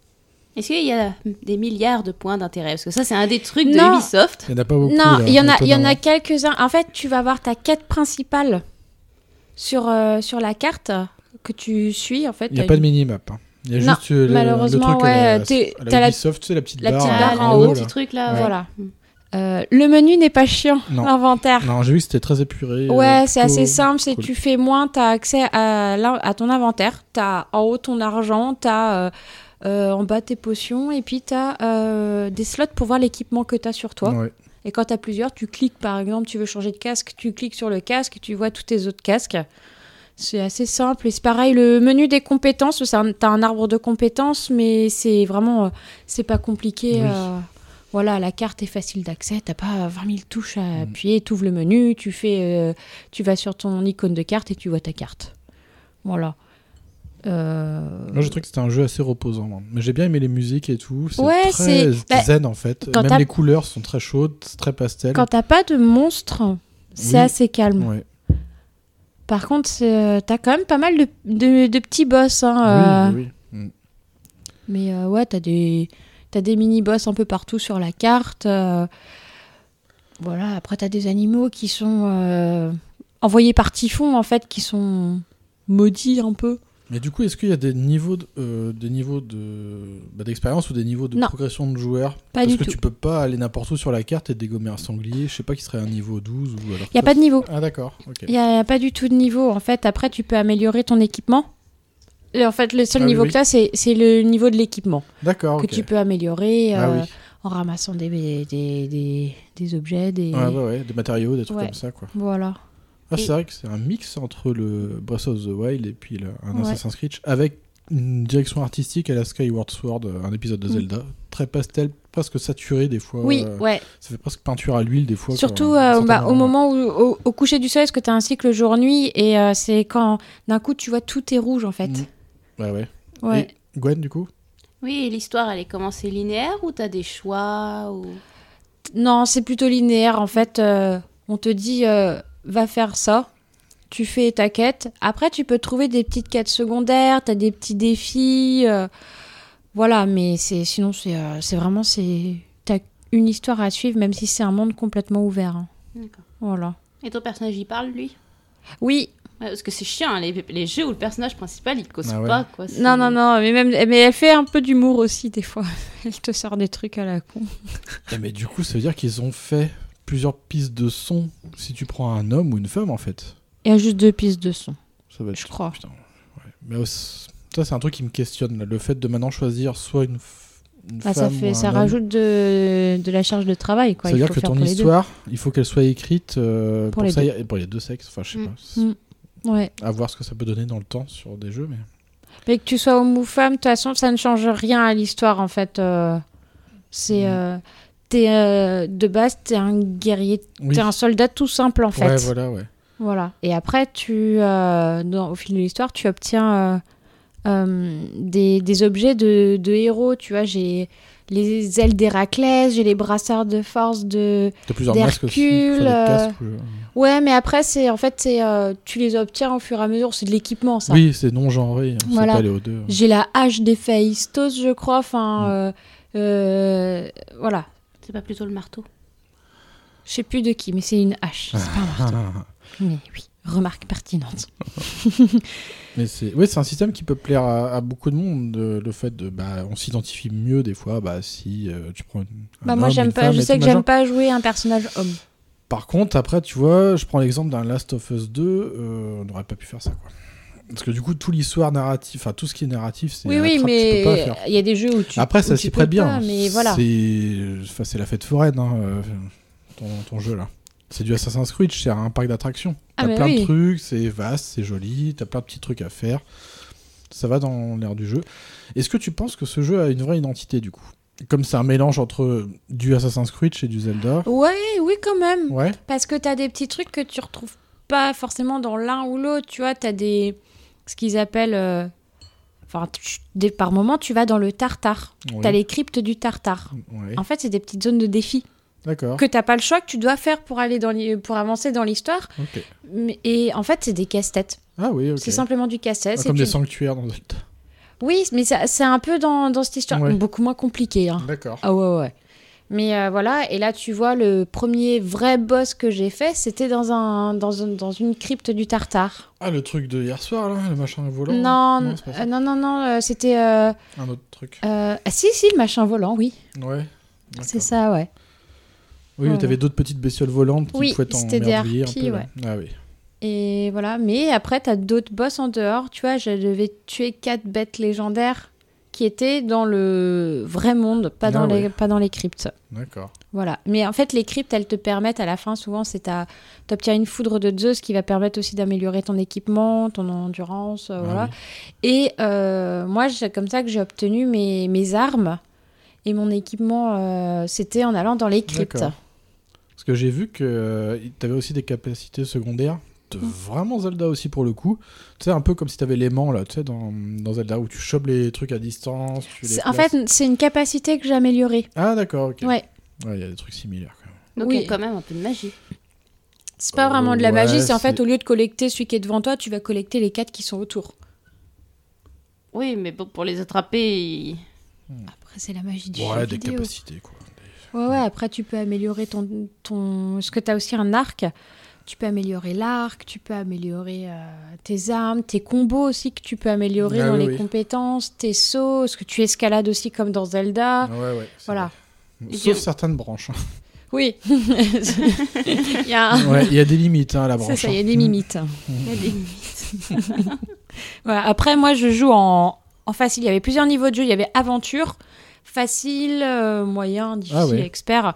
Est-ce qu'il y a des milliards de points d'intérêt Parce que ça, c'est un des trucs Non. de Ubisoft. Il y en a pas beaucoup. Non, là, il y en a, il y en a étonnamment. quelques-uns. En fait, tu vas avoir ta quête principale sur, euh, sur la carte que tu suis. En fait, Euh, Il n'y a T'as pas de une- minimap. hein. Il y a Non, juste euh, le, malheureusement, le truc à ouais, t'es- la, à la t'as la- Ubisoft, tu sais, la petite la barre, petite euh, barre en en haut, là. petit truc là. Ouais. Voilà. Mm. Euh, le menu n'est pas chiant, Non. l'inventaire. Non, j'ai vu que c'était très épuré. Ouais, euh, c'est plutôt- assez simple. C'est cool. tu fais moins, t'as accès à, l'in- à ton inventaire. T'as en haut ton argent, t'as euh, euh, en bas tes potions, et puis t'as euh, des slots pour voir l'équipement que t'as sur toi. Ouais. Et quand tu as plusieurs, tu cliques, par exemple, tu veux changer de casque, tu cliques sur le casque, tu vois tous tes autres casques. C'est assez simple. Et c'est pareil, le menu des compétences, tu as un arbre de compétences, mais c'est vraiment. euh, C'est pas compliqué. Oui. euh, voilà, la carte est facile d'accès, t'as pas 20 000 touches Mm. à appuyer, tu ouvres le menu, tu, fais, euh, tu vas sur ton icône de carte et tu vois ta carte. Voilà. Euh, Moi, j'ai trouvé que c'était un jeu assez reposant. moi. Mais j'ai bien aimé les musiques et tout. C'est Ouais, très c'est- bah, zen en fait. quand Même t'as- les couleurs sont très chaudes, c'est très pastel. Quand t'as pas de monstre, c'est Oui. assez calme. Ouais. Par contre, c'est, euh, t'as quand même pas mal de, de- de petits boss. hein, Oui, euh, oui, oui. Mm. Mais euh, ouais, t'as des, t'as des mini-boss un peu partout sur la carte. euh, voilà, après t'as des animaux qui sont euh, envoyés par typhon, en fait, qui sont maudits un peu. Mais du coup, est-ce qu'il y a des niveaux de, euh, des niveaux de bah, d'expérience ou des niveaux de Non. progression de joueurs Pas Parce du que tout. tu peux pas aller n'importe où sur la carte et dégommer un sanglier. Je sais pas qui serait un niveau 12 ou alors. Il a pas de niveau. Ah d'accord. ok. Il n'y a, pas du tout de niveau. En fait, après, tu peux améliorer ton équipement. Et en fait, le seul Ah oui, niveau oui. que t'as, c'est, c'est le niveau de l'équipement D'accord. que ok. tu peux améliorer Ah euh, oui. en ramassant des, des, des- des objets, des... Ah Ouais, ouais, ouais, des matériaux, des trucs Ouais. comme ça quoi. Voilà. Ah, Et- c'est vrai que c'est un mix entre le Breath of the Wild et puis le- un Ouais. Assassin's Creed avec une direction artistique à la Skyward Sword, euh, un épisode de Zelda, très pastel, presque saturé des fois. Mm. Oui, euh, ouais. Ça fait presque peinture à l'huile des fois. Surtout quoi, à un certain euh, bah, au moment où, au, au coucher du soleil, parce que tu as un cycle jour-nuit, et euh, c'est quand d'un coup tu vois tout est rouge en fait. Ouais, ouais. Ouais. Mm. Et Gwen, du coup Oui, et l'histoire, elle est commencée linéaire ou t'as des choix ou... Non, c'est plutôt linéaire en fait. euh, on te dit euh, va faire ça, tu fais ta quête. Après, tu peux trouver des petites quêtes secondaires, tu as des petits défis. euh, voilà, mais c'est sinon, c'est euh, c'est vraiment. c'est T'as une histoire à suivre, même si c'est un monde complètement ouvert. hein. D'accord. Voilà. Et ton personnage, il parle, lui Oui, Ouais, Parce que c'est chiant, hein, les, les jeux où le personnage principal, il cause Ah ouais. pas, quoi. c'est- non, non, non, mais même, mais elle fait un peu d'humour aussi des fois. <laughs> Elle te sort des trucs à la con. Eh, mais du coup, ça veut dire qu'ils ont fait plusieurs pistes de son si tu prends un homme ou une femme en fait. Il y a juste deux pistes de son, Ça va être je crois. Mais au- ça, c'est un truc qui me questionne. là. Le fait de maintenant choisir soit une, f- une Ah, ça femme ou fait, un ça homme. rajoute de, de la charge de travail, quoi. ça veut Il dire faut que faire ton pour les deux. histoire, il faut qu'elle soit écrite euh, Pour pour, les ça, deux. y- pour les deux sexes. Enfin, je sais Mm. pas. C'est- Mm. Ouais. À voir ce que ça peut donner dans le temps sur des jeux. Mais... Mais que tu sois homme ou femme, de toute façon, ça ne change rien à l'histoire, en fait. euh, c'est. Mm. euh, t'es, euh, de base, t'es un guerrier, Oui. t'es un soldat tout simple, en fait. Ouais, voilà, ouais. Voilà. Et après, tu, euh, dans- au fil de l'histoire, tu obtiens euh, euh, des, des objets de, de héros. Tu vois, j'ai les ailes d'Héraclès, j'ai les brassards de force de. T'as plusieurs masques aussi. D'Hercule, enfin, des euh, casques, ou- Ouais, mais après, c'est en fait, c'est euh, tu les obtiens au fur et à mesure. C'est de l'équipement, ça. Oui, c'est non-genré. On voilà. Voilà. pas les O2. hein. J'ai la hache d'Héphaïstos, je crois. Enfin, Mm. euh, euh, voilà. C'est pas plutôt le marteau Je sais plus de qui, mais c'est une hache. C'est Ah, pas un marteau. Mais oui, remarque pertinente. Mais c'est ouais, c'est un système qui peut plaire à, à beaucoup de monde. euh, Le fait de bah, on s'identifie mieux des fois. Bah si euh, tu prends. Une, un Bah, moi, homme, j'aime une pas. femme Je et sais tout, que machin. j'aime pas jouer un personnage homme. Par contre, après, tu vois, je prends l'exemple d'un Last of Us 2. euh, on n'aurait pas pu faire ça, quoi. Parce que du coup, tout l'histoire narrative, enfin tout ce qui est narratif, c'est Oui, la oui, trappe, tu peux pas mais faire. il y a des jeux où tu. Après, où ça tu s'y peux prête bien. pas, mais voilà. C'est enfin, c'est la fête foraine, hein, euh, ton, ton jeu là. C'est du Assassin's Creed, c'est un parc d'attractions. Ah, T'as mais plein oui. de trucs, c'est vaste, c'est joli, t'as plein de petits trucs à faire. Ça va dans l'air du jeu. Est-ce que tu penses que ce jeu a une vraie identité du coup Comme c'est un mélange entre du Assassin's Creed et du Zelda. Ouais, oui, quand même. Ouais. Parce que t'as des petits trucs que tu retrouves pas forcément dans l'un ou l'autre. Tu vois, t'as des. Ce qu'ils appellent. euh, Enfin, tu- des- par moment, tu vas dans le tartare. Oui. T'as les cryptes du tartare. Ouais. En fait, c'est des petites zones de défi D'accord. que t'as pas le choix, que tu dois faire pour, aller dans l'hi- pour avancer dans l'histoire. Ok. Mais- Et en fait, c'est des casse-têtes. Ah oui, ok. C'est simplement du Ah, casse-tête. c'est comme des une- sanctuaires dans Zelda. Oui, mais ça- c'est un peu dans, dans cette histoire. Ouais. Beaucoup moins compliqué. hein. D'accord. Ah ouais, ouais. Mais euh, voilà, et là tu vois, le premier vrai boss que j'ai fait, c'était dans, un, dans, un- dans une crypte du Tartare. Ah, le truc de hier soir là, le machin volant. non, Oh non, c'est pas ça. euh, non, non, non, euh, c'était... euh, Un autre truc. euh, ah si, si, le machin volant, oui. Ouais. C'est D'accord. ça, ouais. Oui, mais Voilà. t'avais d'autres petites bestioles volantes qui Oui, pouvaient t'en c'était des merdouiller un harpies, peu. là. ouais. Ah oui. Et voilà, mais après, t'as d'autres boss en dehors. Tu vois, je devais tuer quatre bêtes légendaires qui étaient dans le vrai monde, pas, Ah dans, les, ouais. pas dans les cryptes. D'accord. Voilà. Mais en fait, les cryptes, elles te permettent à la fin, souvent, c'est à. T'obtiens une foudre de Zeus qui va permettre aussi d'améliorer ton équipement, ton endurance, euh, Ah voilà. Et euh, moi, c'est comme ça que j'ai obtenu mes, mes armes et mon équipement, euh, c'était en allant dans les cryptes. D'accord. Parce que j'ai vu que euh, t'avais aussi des capacités secondaires de Mm. vraiment Zelda aussi pour le coup. Tu sais, un peu comme si t'avais l'aimant là, tu sais, dans, dans Zelda où tu chopes les trucs à distance. Tu les C'est- En places. fait, c'est une capacité que j'ai améliorée. Ah d'accord, ok. Ouais. Ouais, il y a des trucs similaires. Quand même. Donc Oui. il y a quand même un peu de magie. C'est pas Euh, vraiment de la magie, ouais, c'est en fait, c'est- au lieu de collecter celui qui est devant toi, tu vas collecter les quatre qui sont autour. Oui, mais bon, pour les attraper, il- Après, c'est la magie du Hmm. Ouais, jeu des vidéo. capacités quoi. Ouais, ouais, après tu peux améliorer ton. ton... Parce que tu as aussi un arc. Tu peux améliorer l'arc, tu peux améliorer euh, tes armes, tes combos aussi que tu peux améliorer Ah dans oui, les oui. compétences, tes sauts, ce que tu escalades aussi comme dans Zelda. Ouais, ouais. c'est Ah. voilà. vrai. Sauf certaines <laughs> branches. hein. Oui. il y a un- Ouais, il y a des limites hein, à la branche. C'est ça, il y a hein. des limites. il y a des limites. <laughs> Voilà. Après, moi, je joue en... en facile. Il y avait plusieurs niveaux de jeu. Il y avait aventure, facile, euh, moyen, difficile, Ah ouais. expert.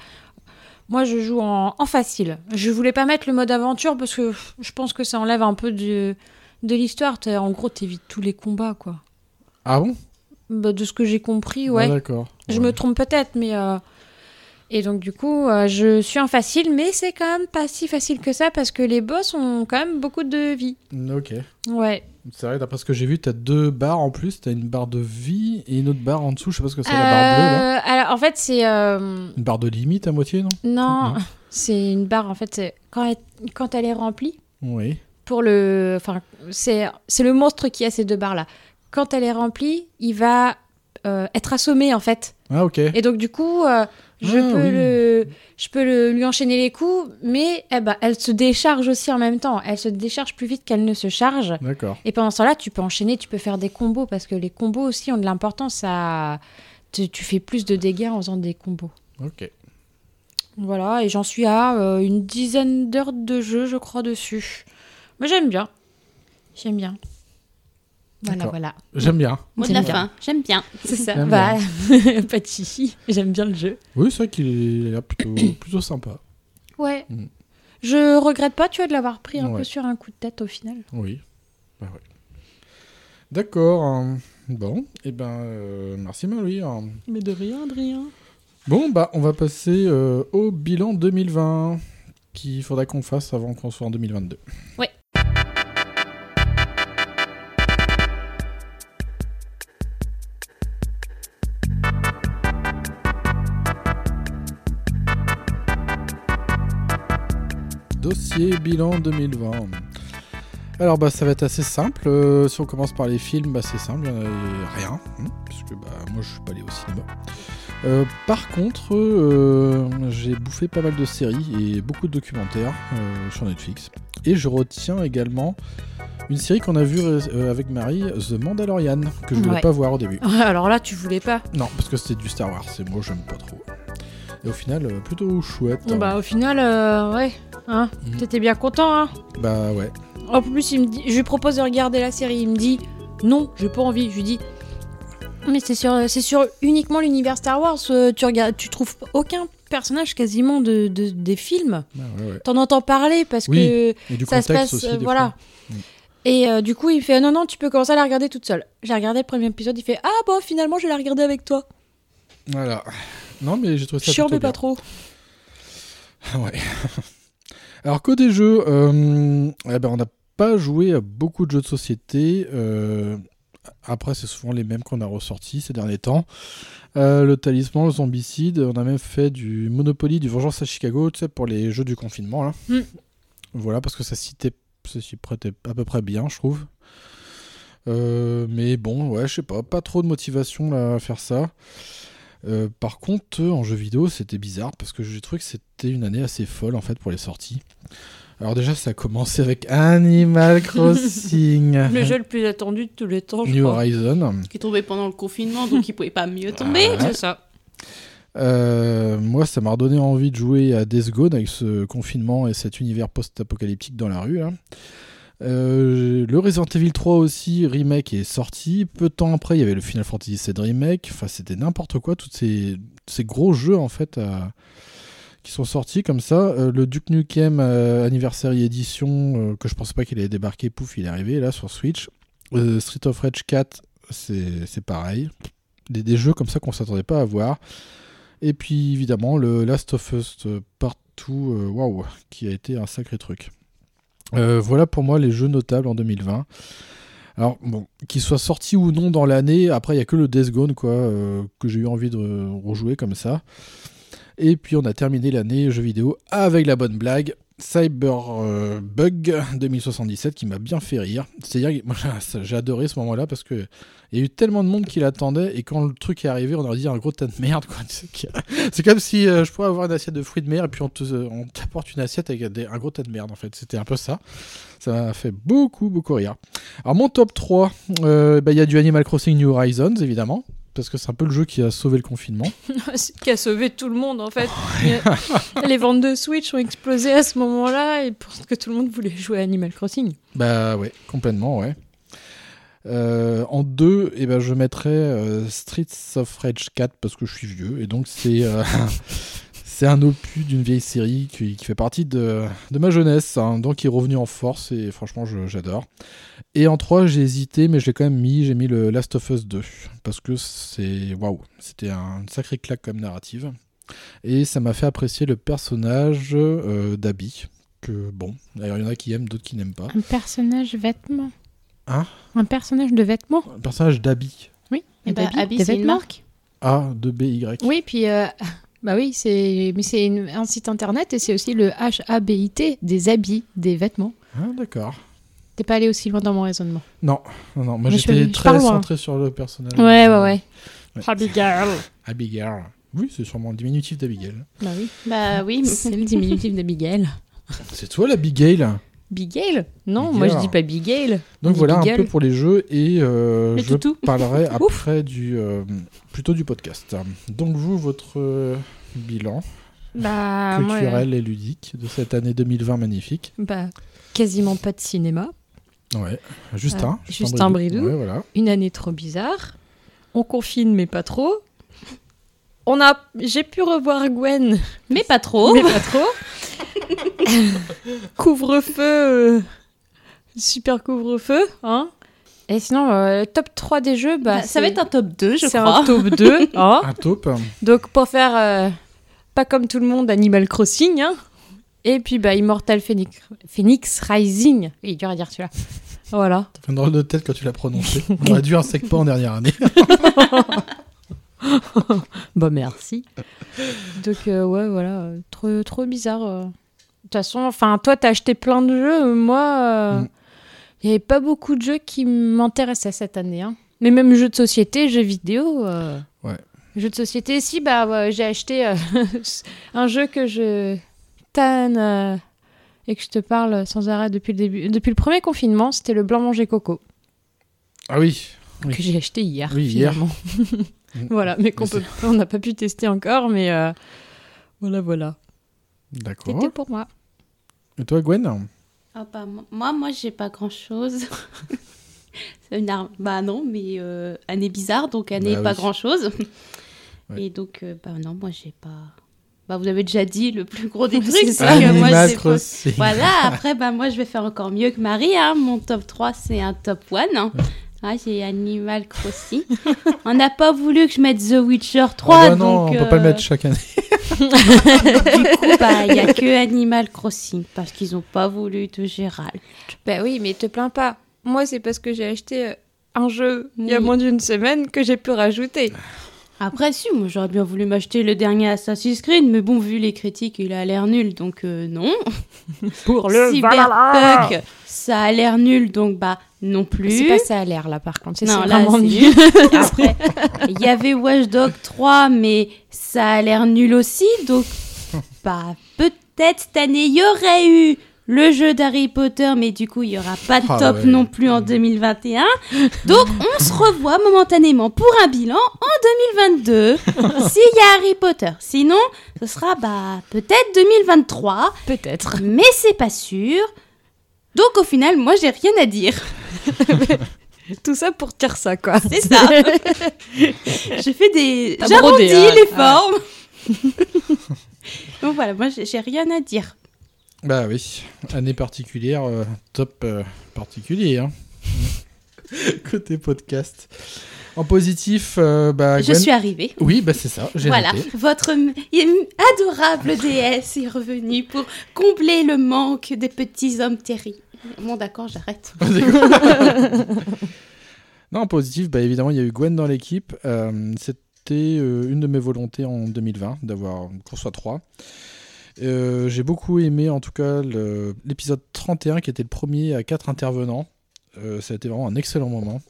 Moi, je joue en... en facile. Je voulais pas mettre le mode aventure parce que pff, je pense que ça enlève un peu de, de l'histoire. T'as- En gros, t'évites tous les combats, quoi. Ah bon Bah, de ce que j'ai compris, Ah, ouais. D'accord. Je me trompe peut-être, mais. euh, Et donc, du coup, euh, je suis en facile, mais c'est quand même pas si facile que ça parce que les boss ont quand même beaucoup de vie. Ok. Ouais. C'est vrai, d'après ce que j'ai vu, t'as deux barres en plus. T'as une barre de vie et une autre barre en dessous. Je sais pas ce que c'est, la barre bleue là. Euh, alors, en fait, c'est. euh, Une barre de limite à moitié, non Non, Non. <laughs> c'est une barre, en fait. c'est- Quand elle, quand elle est remplie, Oui. pour le. Enfin, c'est c'est le monstre qui a ces deux barres-là. Quand elle est remplie, il va euh, être assommé, en fait. Ah, ok. Et donc, du coup, euh, je, Ah, peux oui. le, je peux le- lui enchaîner les coups, mais eh ben, elle se décharge aussi en même temps. Elle se décharge plus vite qu'elle ne se charge. D'accord. Et pendant ce temps-là, tu peux enchaîner, tu peux faire des combos, parce que les combos aussi ont de l'importance à. Tu, tu fais plus de dégâts en faisant des combos. Ok. Voilà, et j'en suis à euh, une dizaine d'heures de jeu, je crois, dessus. Mais j'aime bien. J'aime bien. Voilà, D'accord. voilà. J'aime bien. Mot de la J'aime bien. fin. J'aime bien. C'est ça. J'aime Voilà. <laughs> Pas de chichi. J'aime bien le jeu. Oui, c'est vrai qu'il est là plutôt, <coughs> plutôt sympa. Ouais. Mm. Je regrette pas, tu vois, de l'avoir pris un Ouais. peu sur un coup de tête au final. Oui. Bah oui. D'accord. hein. Bon, et ben, euh, merci Marie. hein. Mais de rien, de rien. Bon, bah, on va passer euh, au bilan 2020 qu'il faudra qu'on fasse avant qu'on soit en 2022. Ouais. Dossier bilan 2020. Alors bah ça va être assez simple. Euh, si on commence par les films, bah, c'est simple, il n'y en a rien. hein, puisque bah moi je suis pas allé au cinéma. Euh, par contre, euh, j'ai bouffé pas mal de séries et beaucoup de documentaires euh, sur Netflix. Et je retiens également une série qu'on a vue euh, avec Marie, The Mandalorian, que je voulais Ouais. pas voir au début. Alors là, tu voulais pas. Non, parce que c'était du Star Wars et moi j'aime pas trop. Et au final, euh, plutôt chouette. hein. Bah, au final, euh, ouais. Hein, Mm. T'étais bien content, hein. Bah ouais. En plus, il me dit, je lui propose de regarder la série. Il me dit non, j'ai pas envie. Je lui dis mais c'est sur, c'est sur uniquement l'univers Star Wars. euh, Tu regardes, tu trouves aucun personnage quasiment de, de- des films. Bah, ouais, ouais. T'en entends parler parce Oui, que et du ça se contexte passe, aussi, euh, des fois. voilà. Mm. Et euh, du coup, il fait non, non, tu peux commencer à la regarder toute seule. J'ai regardé le premier épisode. Il fait ah bon, finalement, je vais la regarder avec toi. Voilà. Non mais j'ai trouvé ça Chiant, plutôt mais bien. Ah, pas trop. Ouais. <laughs> Alors côté jeux, euh, eh ben, on n'a pas joué à beaucoup de jeux de société. euh, après, c'est souvent les mêmes qu'on a ressortis ces derniers temps. Euh, le talisman, le zombicide, on a même fait du Monopoly, du Vengeance à Chicago, tu sais, pour les jeux du confinement. Là. Mm. Voilà, parce que ça citait, ça s'y prêtait à peu près bien, je trouve. Euh, mais bon, ouais, je sais pas, pas trop de motivation là, à faire ça. Euh, par contre, euh, en jeu vidéo, c'était bizarre parce que j'ai trouvé que c'était une année assez folle en fait pour les sorties. Alors déjà, ça a commencé avec Animal <laughs> Crossing, Le jeu le plus attendu de tous les temps, je New <laughs> crois. Horizon. Qui est tombé pendant le confinement, donc il pouvait pas mieux tomber. Ouais. C'est ça. Euh, moi, ça m'a redonné envie de jouer à Death Gone avec ce confinement et cet univers post-apocalyptique dans la rue. là. Euh, le Resident Evil 3 aussi, remake, est sorti. Peu de temps après, il y avait le Final Fantasy VII Remake. Enfin, c'était n'importe quoi, tous ces, ces gros jeux en fait à- qui sont sortis comme ça. Euh, le Duke Nukem euh, Anniversary Edition, euh, que je pensais pas qu'il allait débarquer, pouf, il est arrivé là sur Switch. Euh, Street of Rage 4, c'est c'est pareil. Des, des jeux comme ça qu'on s'attendait pas à voir. Et puis évidemment le Last of Us euh, Part 2, euh, waouh, qui a été un sacré truc. Euh, voilà pour moi les jeux notables en 2020. Alors bon, qu'ils soient sortis ou non dans l'année, après il y a que le Death Gone quoi, euh, que j'ai eu envie de euh, rejouer comme ça. Et puis on a terminé l'année jeux vidéo avec la bonne blague. Cyberbug 2077 qui m'a bien fait rire. C'est-à-dire que <laughs> moi, ça, j'ai adoré ce moment-là parce que il y a eu tellement de monde qui l'attendait et quand le truc est arrivé, on aurait dit un gros tas de merde. quoi. C'est que- C'est comme si euh, je pourrais avoir une assiette de fruits de mer et puis on te- euh, on t'apporte une assiette avec des- un gros tas de merde en fait. C'était un peu ça. Ça m'a fait beaucoup, beaucoup rire. Alors mon top 3, euh, bah, il y a du Animal Crossing New Horizons évidemment. Parce que c'est un peu le jeu qui a sauvé le confinement. qui a sauvé tout le monde en fait. <laughs> les ventes de Switch ont explosé à ce moment-là et parce que tout le monde voulait jouer à Animal Crossing. Bah ouais, complètement, ouais. Euh, en deux, eh ben, je mettrais euh, Streets of Rage 4 parce que je suis vieux et donc c'est euh, <laughs> C'est un opus d'une vieille série qui, qui fait partie de, de ma jeunesse, hein, donc qui est revenu en force et franchement je- j'adore. Et en 3, j'ai hésité, mais je l'ai quand même mis, j'ai mis le Last of Us 2, parce que c'est. Waouh, c'était un- une sacrée claque comme narrative. Et ça m'a fait apprécier le personnage euh, d'Abby, que bon, d'ailleurs il y en a qui aiment, d'autres qui n'aiment pas. Un personnage vêtement. Hein Un personnage de vêtements. Le personnage d'Abby. Oui. Eh bah, ben, d'habits, Abby, des c'est une vêtements. marque. A, 2 B, Y. Oui, puis <laughs> euh, bah oui, c'est mais c'est une- un site internet et c'est aussi le H-A-B-I-T des habits, des vêtements. Ah, d'accord. T'es pas allé aussi loin dans mon raisonnement. Non, non, non, moi Mais je j'étais suis- je très parle loin. centré sur le personnage. Ouais, ouais, ouais. Abigail. Abigail. Oui, c'est sûrement le diminutif d'Abigail. Bah oui. Bah oui. C'est le diminutif de Bigel. C'est toi l'Abigail Bigel Non, moi je dis pas Bigel. on Donc dit voilà un Beagle. peu pour les jeux et euh, Le je toutou. <laughs> parlerai Ouf. après du euh, plutôt du podcast. Donc vous votre euh, bilan Ah, Bah, moi, culturel euh. et ludique de cette année 2020 magnifique. Bah, quasiment pas de cinéma. Ouais, Ah, Justin, Euh, Justin Bridou. Ouais, voilà. Une année trop bizarre. On confine, mais pas trop. On a, j'ai pu revoir Gwen, mais pas trop. Bah, Mais pas trop. <laughs> couvre-feu, euh, super couvre-feu, hein. Et sinon, euh, top 3 des jeux, bah, Bah, ça va c'est- être un top 2, je c'est crois. un top 2, hein. Oh. Un taupe. Donc pour faire euh, pas comme tout le monde Animal Crossing, hein. Et puis bah Immortal Phoenix, Phoenix Rising. Il est dur à dire celui-là. Voilà. T'as fait une drôle de tête quand tu <laughs> l'as prononcé. On a dû un sec pas en dernière année. <laughs> bah merci. Donc euh, ouais voilà, euh, trop trop bizarre. euh. De toute façon, enfin toi t'as acheté plein de jeux, euh, moi euh, il y avait pas beaucoup de jeux qui m'intéressaient cette année. hein. Mais même jeux de société, jeux vidéo. euh, Ouais. Jeux de société, si bah ouais, j'ai acheté euh, <laughs> un jeu que je tanne euh, et que je te parle sans arrêt depuis le début, depuis le premier confinement, c'était le blanc manger coco Ah oui. oui. que j'ai acheté hier. Oui, hier. <laughs> finalement. Mm. voilà, mais qu'on Mais peut, on n'a pas pu tester encore, mais euh, voilà, voilà. D'accord. C'était pour moi. Et toi Gwen Ah bah, mo- moi, moi, j'ai pas grand chose. <laughs> C'est une arme. Bah non, mais euh, année bizarre, donc année Bah pas oui. grand chose. Ouais. Et donc, euh, bah non, moi, j'ai pas. Bah vous avez déjà dit le plus gros des Ouais, trucs. c'est c'est ça. que moi, Animal j'ai pas- Crossing. Voilà, <laughs> après, bah moi, je vais faire encore mieux que Marie. hein. Mon top 3, c'est un top 1. Ah, j'ai Animal Crossing. <laughs> on n'a pas voulu que je mette The Witcher 3. Ah bah non, donc, on peut pas le euh, mettre chaque année. du coup, bah, il n'y a que Animal Crossing parce qu'ils n'ont pas voulu de Gérald. Bah oui, mais te plains pas. Moi, c'est parce que j'ai acheté euh, un jeu il y a Oui. moins d'une semaine que j'ai pu rajouter. Après, si, moi j'aurais bien voulu m'acheter le dernier Assassin's Creed, mais bon, vu les critiques, il a l'air nul, donc euh, non. Pour <laughs> Cyberpunk, ça a l'air nul, donc bah non C'est plus. pas ça à l'air là, par contre. Ça, Non, c'est là, vraiment c'est nul. nul. Après, il y avait Watch Dog 3, mais ça a l'air nul aussi, donc bah peut-être cette année, il y aurait eu le jeu d'Harry Potter, mais du coup, il n'y aura pas de Ah top ouais. non plus en 2021. Donc, on se revoit momentanément pour un bilan en 2022, <laughs> s'il y a Harry Potter. Sinon, ce sera bah, peut-être 2023. Peut-être. Mais c'est pas sûr. Donc, au final, moi, j'ai rien à dire. Tout ça pour dire ça, <laughs> quoi. C'est <laughs> ça. Je fais des. T'as J'arrondis brodé, hein. les Ah. formes. <laughs> Donc voilà, moi j'ai j'ai rien à dire. Bah oui, année particulière, euh, top euh, particulier. hein. <laughs> Côté podcast. En positif, euh, bah, Je Gwen- suis arrivée. Oui, bah c'est ça, j'ai Voilà, noté. votre m- m- adorable déesse est revenue pour combler le manque des petits hommes terri. Bon, d'accord, j'arrête. Non, en positif, bah, évidemment, il y a eu Gwen dans l'équipe. Euh, C'était euh, une de mes volontés en 2020, d'avoir qu'on soit trois. Euh, J'ai beaucoup aimé, en tout cas, le- l'épisode 31, qui était le premier à quatre intervenants. Euh, ça a été vraiment un excellent moment.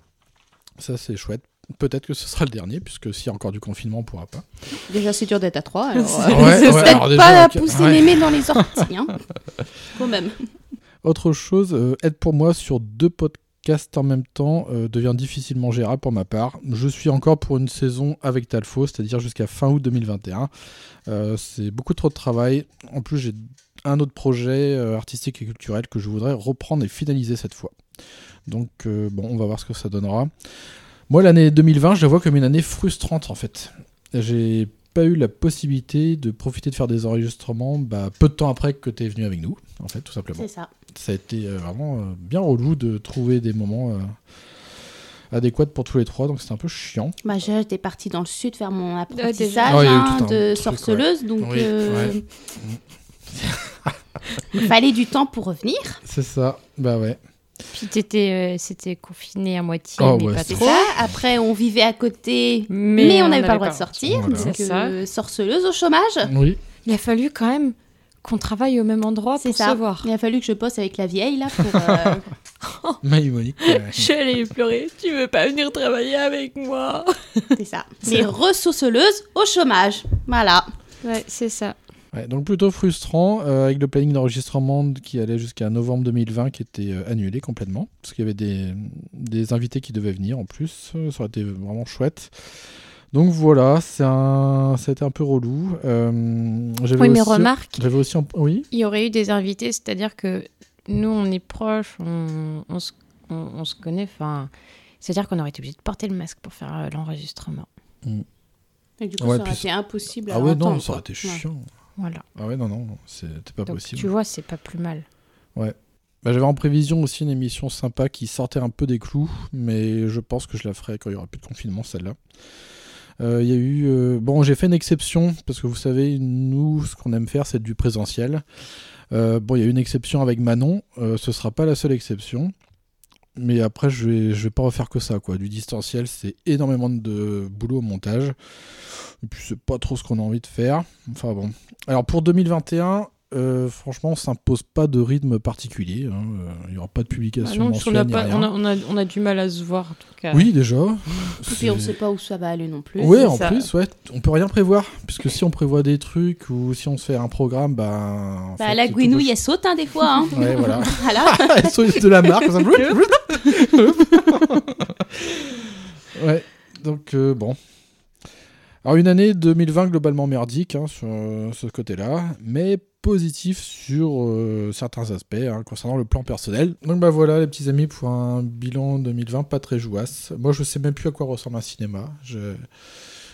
Ça, c'est chouette. Peut-être que ce sera le dernier, puisque s'il y a encore du confinement, on pourra pas. Déjà, c'est dur d'être à <laughs> trois. alors, euh, Ouais, c'est ouais, peut-être alors déjà, pas pas ok. pousser pousser Ouais. mémé mémé dans dans les orties. hein. <laughs> Quand même. Autre chose, euh, être pour moi sur deux podcasts en même temps euh, devient difficilement gérable pour ma part. Je suis encore pour une saison avec Talfo, c'est-à-dire jusqu'à fin août 2021. Euh, c'est beaucoup trop de travail. En plus, j'ai un autre projet euh, artistique et culturel que je voudrais reprendre et finaliser cette fois. Donc, euh, bon, on va voir ce que ça donnera. Moi, l'année 2020, je la vois comme une année frustrante en fait. J'ai pas eu la possibilité de profiter de faire des enregistrements bah, peu de temps après que tu es venu avec nous, en fait, tout simplement. C'est ça. Ça a été euh, vraiment euh, bien relou de trouver des moments euh, adéquats pour tous les trois, donc c'était un peu chiant. Bah, j'ai- j'étais partie dans le sud faire mon déjà. apprentissage Ouais, Oh, il y a eu hein, tout un de truc, sorceleuse, ouais. donc Oui, euh, ouais. il <laughs> fallait du temps pour revenir. C'est ça, bah ouais. Puis t'étais, euh, c'était confiné à moitié, Oh, mais ouais, pas c'est trop. Ça, après, on vivait à côté, Mais mais, on on n'avait n'avait pas le pas droit de sortir. Voilà. Donc, C'est ça. euh, sorceleuse au chômage. Oui. Il a fallu quand même qu'on travaille au même endroit C'est pour ça. se voir. Il a fallu que je bosse avec la vieille, là, <laughs> pour... euh, Oh. Maïmonique. <laughs> ouais. Je suis allée pleurer. Tu veux pas venir travailler avec moi c'est ça. C'est- Les ressourceleuses au chômage. Voilà. Ouais, c'est ça. Ouais, donc plutôt frustrant, euh, avec le planning d'enregistrement qui allait jusqu'à novembre 2020 qui était euh, annulé complètement, parce qu'il y avait des, des invités qui devaient venir en plus, euh, ça aurait été vraiment chouette. Donc voilà, c'est un, c'était un peu relou. Euh, j'avais Oui, mais aussi- remarque- J'avais aussi, en- oui, Il y aurait eu des invités, c'est-à-dire que nous, on est proches, on, on se, on- on se connaît. Enfin, c'est-à-dire qu'on aurait été obligé de porter le masque pour faire euh, l'enregistrement. Et du coup, Ouais, ça aurait puis- été impossible ah ouais non, ça aurait été chiant. Voilà. Ah ouais non non, non, c'était pas Donc, possible. tu vois, c'est pas plus mal. Ouais. Bah, j'avais en prévision aussi une émission sympa qui sortait un peu des clous, mais je pense que je la ferai quand il y aura plus de confinement, celle-là. Euh, Il y a eu. euh, Bon, j'ai fait une exception, parce que vous savez, nous, ce qu'on aime faire, c'est du présentiel. Euh, bon, il y a eu une exception avec Manon, euh, ce sera pas la seule exception. Mais après, je vais, je vais pas refaire que ça, quoi. Du distanciel, c'est énormément de boulot au montage. Et puis, c'est pas trop ce qu'on a envie de faire. Enfin bon. Alors, pour 2021, euh, franchement, on s'impose pas de rythme particulier. hein. Euh, Il y aura pas de Ah publication non, parce qu'on mensuelle, a ni pas- rien. on, a, on a- on a du mal à se voir, en tout cas. Oui, déjà. Et puis, on C'est- sait pas où ça va aller non plus. Ouais, c'est en ça. plus, ouais, on peut rien prévoir. Puisque si on prévoit des trucs ou si on se fait un programme, bah. en Bah, fait, la tout peut- guinouille, elle saute hein, des fois. <laughs> hein. Ouais, voilà. Voilà. <laughs> Elles sont de la marque. comme ça, bloup, bloup. <laughs> ouais, donc euh, bon. Alors, une année 2020 globalement merdique hein, sur euh, ce côté-là, mais positif sur euh, certains aspects hein, concernant le plan personnel. Donc, bah voilà, les petits amis, pour un bilan 2020 pas très jouasse. Moi, je sais même plus à quoi ressemble un cinéma. Je...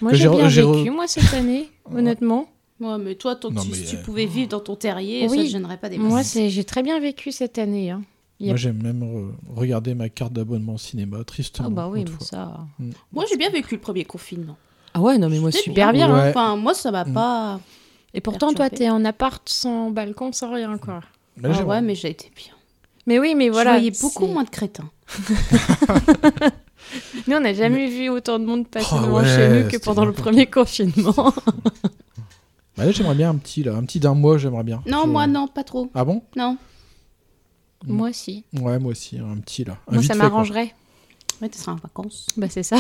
Moi, que j'ai bien re- vécu, re- moi, cette année, honnêtement. Ouais, mais toi, tant Non, que tu- mais, si tu euh, pouvais vivre dans ton terrier, ça Oui. ne gênerait pas des Moi, masses. c'est- j'ai très bien vécu cette année. hein. Il y a- Moi, j'aime même re- regarder ma carte d'abonnement cinéma, tristement. Ah bah oui, l'autre mais fois. ça... Moi, j'ai bien vécu le premier confinement. Ah ouais, non, mais moi, C'était super bien. Ouais. hein. Enfin, moi, ça m'a Mm. pas. Et pourtant, toi, Perturbé. t'es en appart, sans balcon, sans rien, quoi. Mais Ah j'aime- ouais, mais j'ai été bien. Mais oui, mais Voilà, voilà. je voyais beaucoup c'est- moins de crétins. Nous, on n'a jamais vu autant de monde passer Oh devant ouais, chez nous que c'était pendant le n'importe <laughs> premier confinement. Bah là, j'aimerais bien un petit, là. Un petit d'un mois, j'aimerais bien. Non, Je- moi, non, pas trop. Ah bon Non. Mm. Moi aussi. Ouais, moi aussi, hein, un petit, là. Un Ah, Moi, vite ça fait, quoi. m'arrangerait. Mais tu seras en vacances. Bah, c'est ça.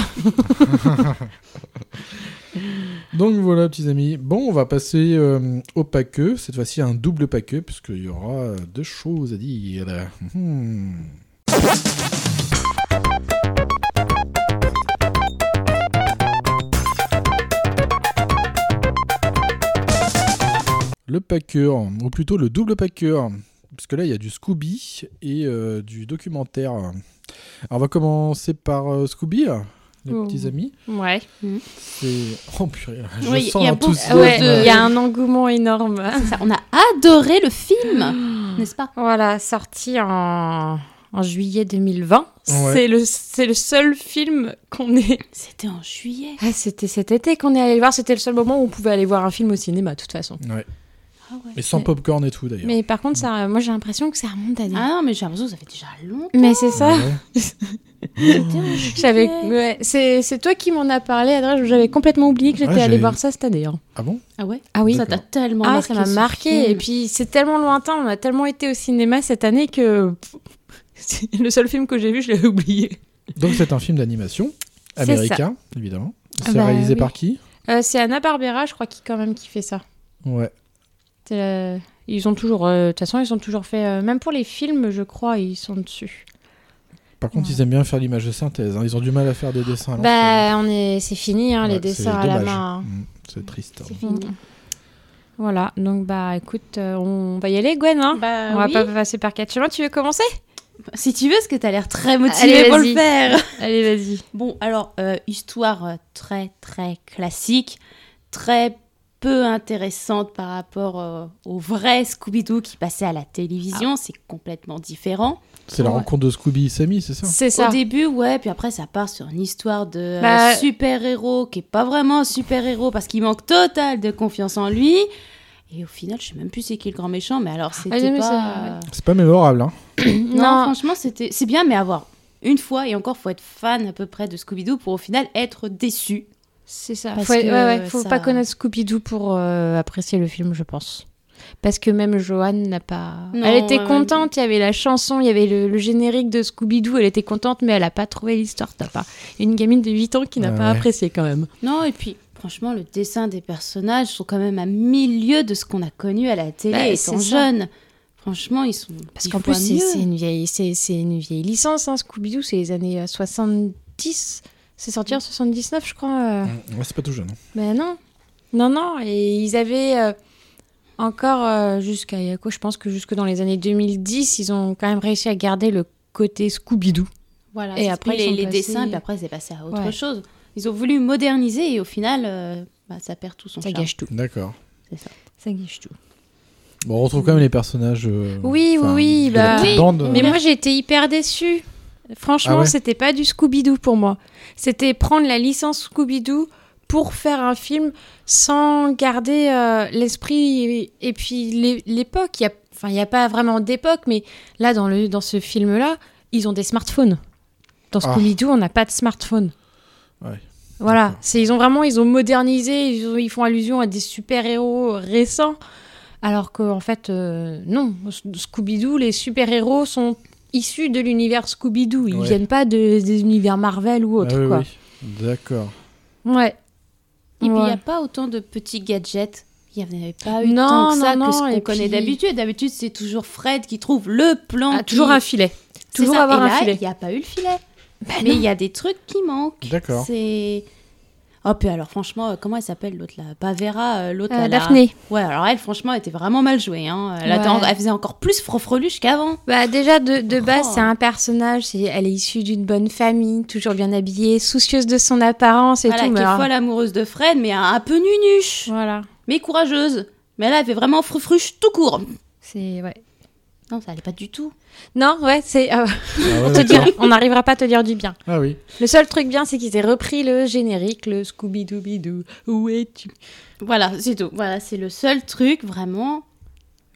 Donc voilà, petits amis. Bon, on va passer euh, au paqueux. Cette fois-ci, un double paqueux, puisqu'il y aura euh, deux choses à dire. Hmm. Le paqueur, ou plutôt le double paqueur, parce que là il y a du Scooby et euh, du documentaire. Alors on va commencer par euh, Scooby, les Oh. petits amis. Ouais. C'est. Oh purée, je Oui, sens y a l'enthousiasme. beaucoup Ouais, il de- y a un engouement énorme. C'est ça, on a adoré <gasps> le film, n'est-ce pas Voilà, sorti en, en juillet 2020. Ouais. C'est le, c'est le seul film qu'on est. C'était en juillet. Ah, c'était cet été qu'on est allé le voir. C'était le seul moment où on pouvait aller voir un film au cinéma, de toute façon. Ouais. Ah ouais. Mais sans popcorn et tout d'ailleurs. Mais par contre, ça, moi, j'ai l'impression que ça remonte à des... Ah non, mais j'ai l'impression que ça fait déjà longtemps. Mais c'est ça. Ouais. C'était en juillet. J'avais, ouais, c'est, c'est toi qui m'en as parlé, Adrien. J'avais complètement oublié que j'étais Ouais, allée j'ai- voir ça cette année. hein. Ah bon Ah ouais Ah oui. Ça t'a tellement Ah, marqué. ça m'a ce marqué. film. Et puis, c'est tellement lointain. On a tellement été au cinéma cette année que <laughs> pff, c'est le seul film que j'ai vu, je l'ai oublié. Donc c'est un film d'animation C'est américain, évidemment. C'est bah réalisé oui. par qui Euh, c'est Anna Barbera, je crois, qui quand même qui fait ça. Ouais. C'est la- Ils ont toujours, euh, de toute façon, ils ont toujours fait, euh, même pour les films, je crois, ils sont dessus. Par contre, ils aiment bien faire l'image de synthèse. hein. Ils ont du mal à faire des dessins. à l'ancienne. Bah, on est, c'est fini, hein, les Ouais, c'est dessins à la dommage. main. hein. Mm, C'est triste. hein. C'est fini. Voilà. Donc, bah, écoute, euh, on va y aller, Gwen. Hein Bah on va oui. pas passer par quatre chemins. Tu veux commencer Si tu veux, parce que t'as l'air très Allez, motivé pour vas-y. le faire. Allez, vas-y. Bon, alors, euh, histoire euh, très très classique très peu intéressante par rapport euh, au vrai Scooby-Doo qui passait à la télévision. C'est complètement différent. C'est la Ouais. rencontre de Scooby et Sammy, c'est ça Au début, ouais, puis après, ça part sur une histoire de euh, Bah- super-héros qui est pas vraiment un super-héros parce qu'il manque total de confiance en lui. Et au final, je sais même plus c'est qui le grand méchant, mais alors c'était mais pas. C'est pas mémorable, hein. non, franchement, c'était c'est bien, mais avoir une fois et encore, faut être fan à peu près de Scooby-Doo pour au final être déçu. C'est ça. Faut, ouais, ouais, faut pas connaître Scooby-Doo pour euh, apprécier le film, je pense. Parce que même Joanne n'a pas. Non, elle était ouais, contente, il y avait la chanson, il y avait le, le générique de Scooby-Doo, elle était contente, mais elle n'a pas trouvé l'histoire. T'as pas. Une gamine de 8 ans qui n'a Ouais, pas ouais. apprécié quand même. Non, et puis franchement, le dessin des personnages sont quand même à milieu de ce qu'on a connu à la télé Bah, étant c'est ça. jeune. Franchement, ils sont. Parce qu'en plus, c'est c'est une, vieille- c'est- c'est une vieille licence, hein, Scooby-Doo, c'est les années euh, 70. C'est sorti en 79, je crois. euh. Ouais, c'est pas tout jeune. hein. Ben non. Non, non. Et ils avaient euh, encore, euh, jusqu'à Yako, je pense que jusque dans les années 2010, ils ont quand même réussi à garder le côté Scooby-Doo. Voilà, Et et après, après ils les, sont les passés- dessins, puis après c'est passé à autre Ouais. chose. Ils ont voulu moderniser et au final, euh, bah, ça perd tout son Ça charme. gâche tout. D'accord. Ça gâche tout. Bon, on retrouve quand même les personnages. euh, Oui, enfin, oui, oui. de la Bah, petite bande, euh, Mais moi, j'ai été hyper déçue. Franchement, Ah ouais c'était pas du Scooby-Doo pour moi. C'était prendre la licence Scooby-Doo pour faire un film sans garder euh, l'esprit et, et puis l'é- l'époque. Il y a- Enfin, il n'y a pas vraiment d'époque, mais là, dans, le, dans ce film-là, ils ont des smartphones. Dans Ah. Scooby-Doo, on n'a pas de smartphone. ouais. Voilà, c'est ils ont vraiment ils ont modernisé, ils, ont- ils font allusion à des super-héros récents alors que en fait euh, non, S- Scooby-Doo les super-héros sont issus de l'univers Scooby-Doo, ils Ouais. viennent pas de- des univers Marvel ou autre Ah oui, quoi. oui. D'accord. Ouais. Et puis il n'y Ouais. a pas autant de petits gadgets. Il n'y en avait pas eu Non, tant que ça non, que ce non, qu'on et connaît puis- d'habitude. D'habitude, c'est toujours Fred qui trouve le plan. Ah, toujours qui- un filet. C'est Toujours ça. avoir Et un là, filet. Bah Il n'y a pas eu le filet. Ah Mais il y a des trucs qui manquent. D'accord. C'est. Oh, puis alors, franchement, euh, comment elle s'appelle l'autre là Bavera, euh, l'autre Euh, à la- Daphné. Ouais, alors elle, franchement, elle était vraiment mal jouée. hein. Elle, était en- Ouais. elle faisait encore plus frofreluche qu'avant. Bah déjà de, de base Oh. c'est un personnage, c'est- elle est issue d'une bonne famille, toujours bien habillée, soucieuse de son apparence et voilà, tout. qui mais est alors- folle amoureuse de Fred, mais un, un peu nunuche. Voilà. Mais courageuse. Mais là, elle fait vraiment frufruche tout court. C'est ouais. Non, ça allait pas du tout. Non, ouais, c'est euh, Ah ouais, on te d'accord. dira- on n'arrivera pas à te dire du bien. Ah oui. Le seul truc bien, c'est qu'ils aient repris le générique, le Scooby-Dooby-Doo. Où es-tu Voilà, c'est tout. Voilà, c'est le seul truc vraiment.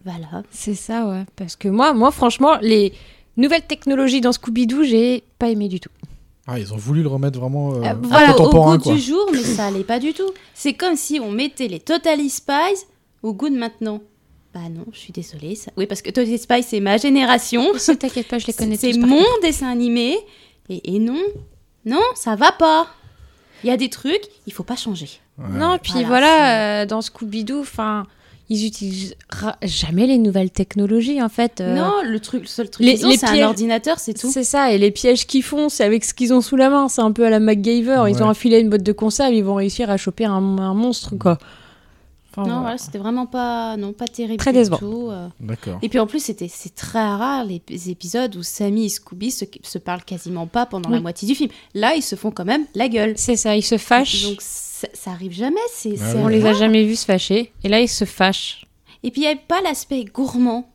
Voilà. C'est ça, ouais. Parce que moi, moi, franchement, les nouvelles technologies dans Scooby-Doo, j'ai pas aimé du tout. Ah, ils ont voulu le remettre vraiment euh, Euh, voilà, au contemporain, goût quoi. du jour, mais ça allait pas du tout. C'est comme si on mettait les Totally Spies au goût de maintenant. Bah non, je suis désolée. ça- Oui, parce que Totally Spies, c'est <laughs> ma génération. Ne t'inquiète pas, je les connais C'est tous par cœur. mon dessin animé. Et, et non, non, ça va pas. Il y a des trucs, il faut pas changer. Non, puis voilà, euh, dans Scooby-Doo, enfin, ils utilisent ra- jamais les nouvelles technologies, en fait. euh, Non, le truc, le seul truc, les- qu'ils ont, les c'est pièges- un ordinateur, c'est tout. C'est ça, et les pièges qu'ils font, c'est avec ce qu'ils ont sous la main, c'est un peu à la MacGyver. Ouais. Ils ont enfilé une boîte de conserve, ils vont réussir à choper un, un monstre, quoi. Enfin, non, voilà. voilà, c'était vraiment pas, non, pas terrible. Très du décevant. tout, euh. D'accord. Et puis en plus, c'était c'est très rare les p- épisodes où Sammy et Scooby se, se parlent quasiment pas pendant la Oui. moitié du film. Là, ils se font quand même la gueule. C'est ça, ils se fâchent. Donc ça, ça arrive jamais. C'est Ah c'est On les a rare. jamais vus se fâcher. Et là, ils se fâchent. Et puis il n'y avait pas l'aspect gourmand.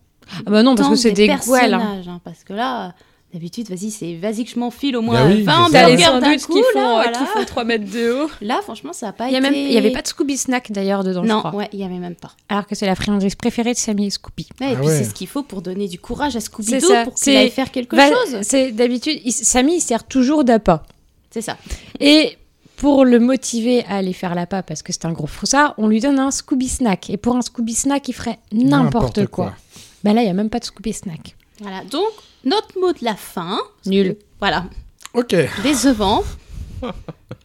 Ah bah non, parce tant que c'est des gouelles, hein. personnages, hein, parce que là, euh, d'habitude, vas-y, c'est vas-y que je m'enfile au moins Bah oui, 20 c'est ça. T'as les hamburgers d'un sandwichs qui coup, font, là, euh, voilà. qui font 3 mètres de haut. Là, franchement, ça n'a pas Il y, a été. même, il y avait pas de Scooby Snack d'ailleurs dedans, je Non, crois. ouais, il y avait même pas. Alors que c'est la friandise préférée de Sammy et Scooby. Ouais, et Ah puis ouais. c'est ce qu'il faut pour donner du courage à C'est Scooby-Doo ça. pour qu'il c'est- aille faire quelque va- chose. C'est d'habitude, il- Sammy il sert toujours d'appât. C'est ça. Et pour le motiver à aller faire l'appât parce que c'est un gros froussard, on lui donne un Scooby Snack. Et pour un Scooby Snack, il ferait n'importe quoi. Bah là, il y a même pas de Scooby Snack. Voilà, donc notre mot de la fin. Nul. Voilà. Ok. Décevant.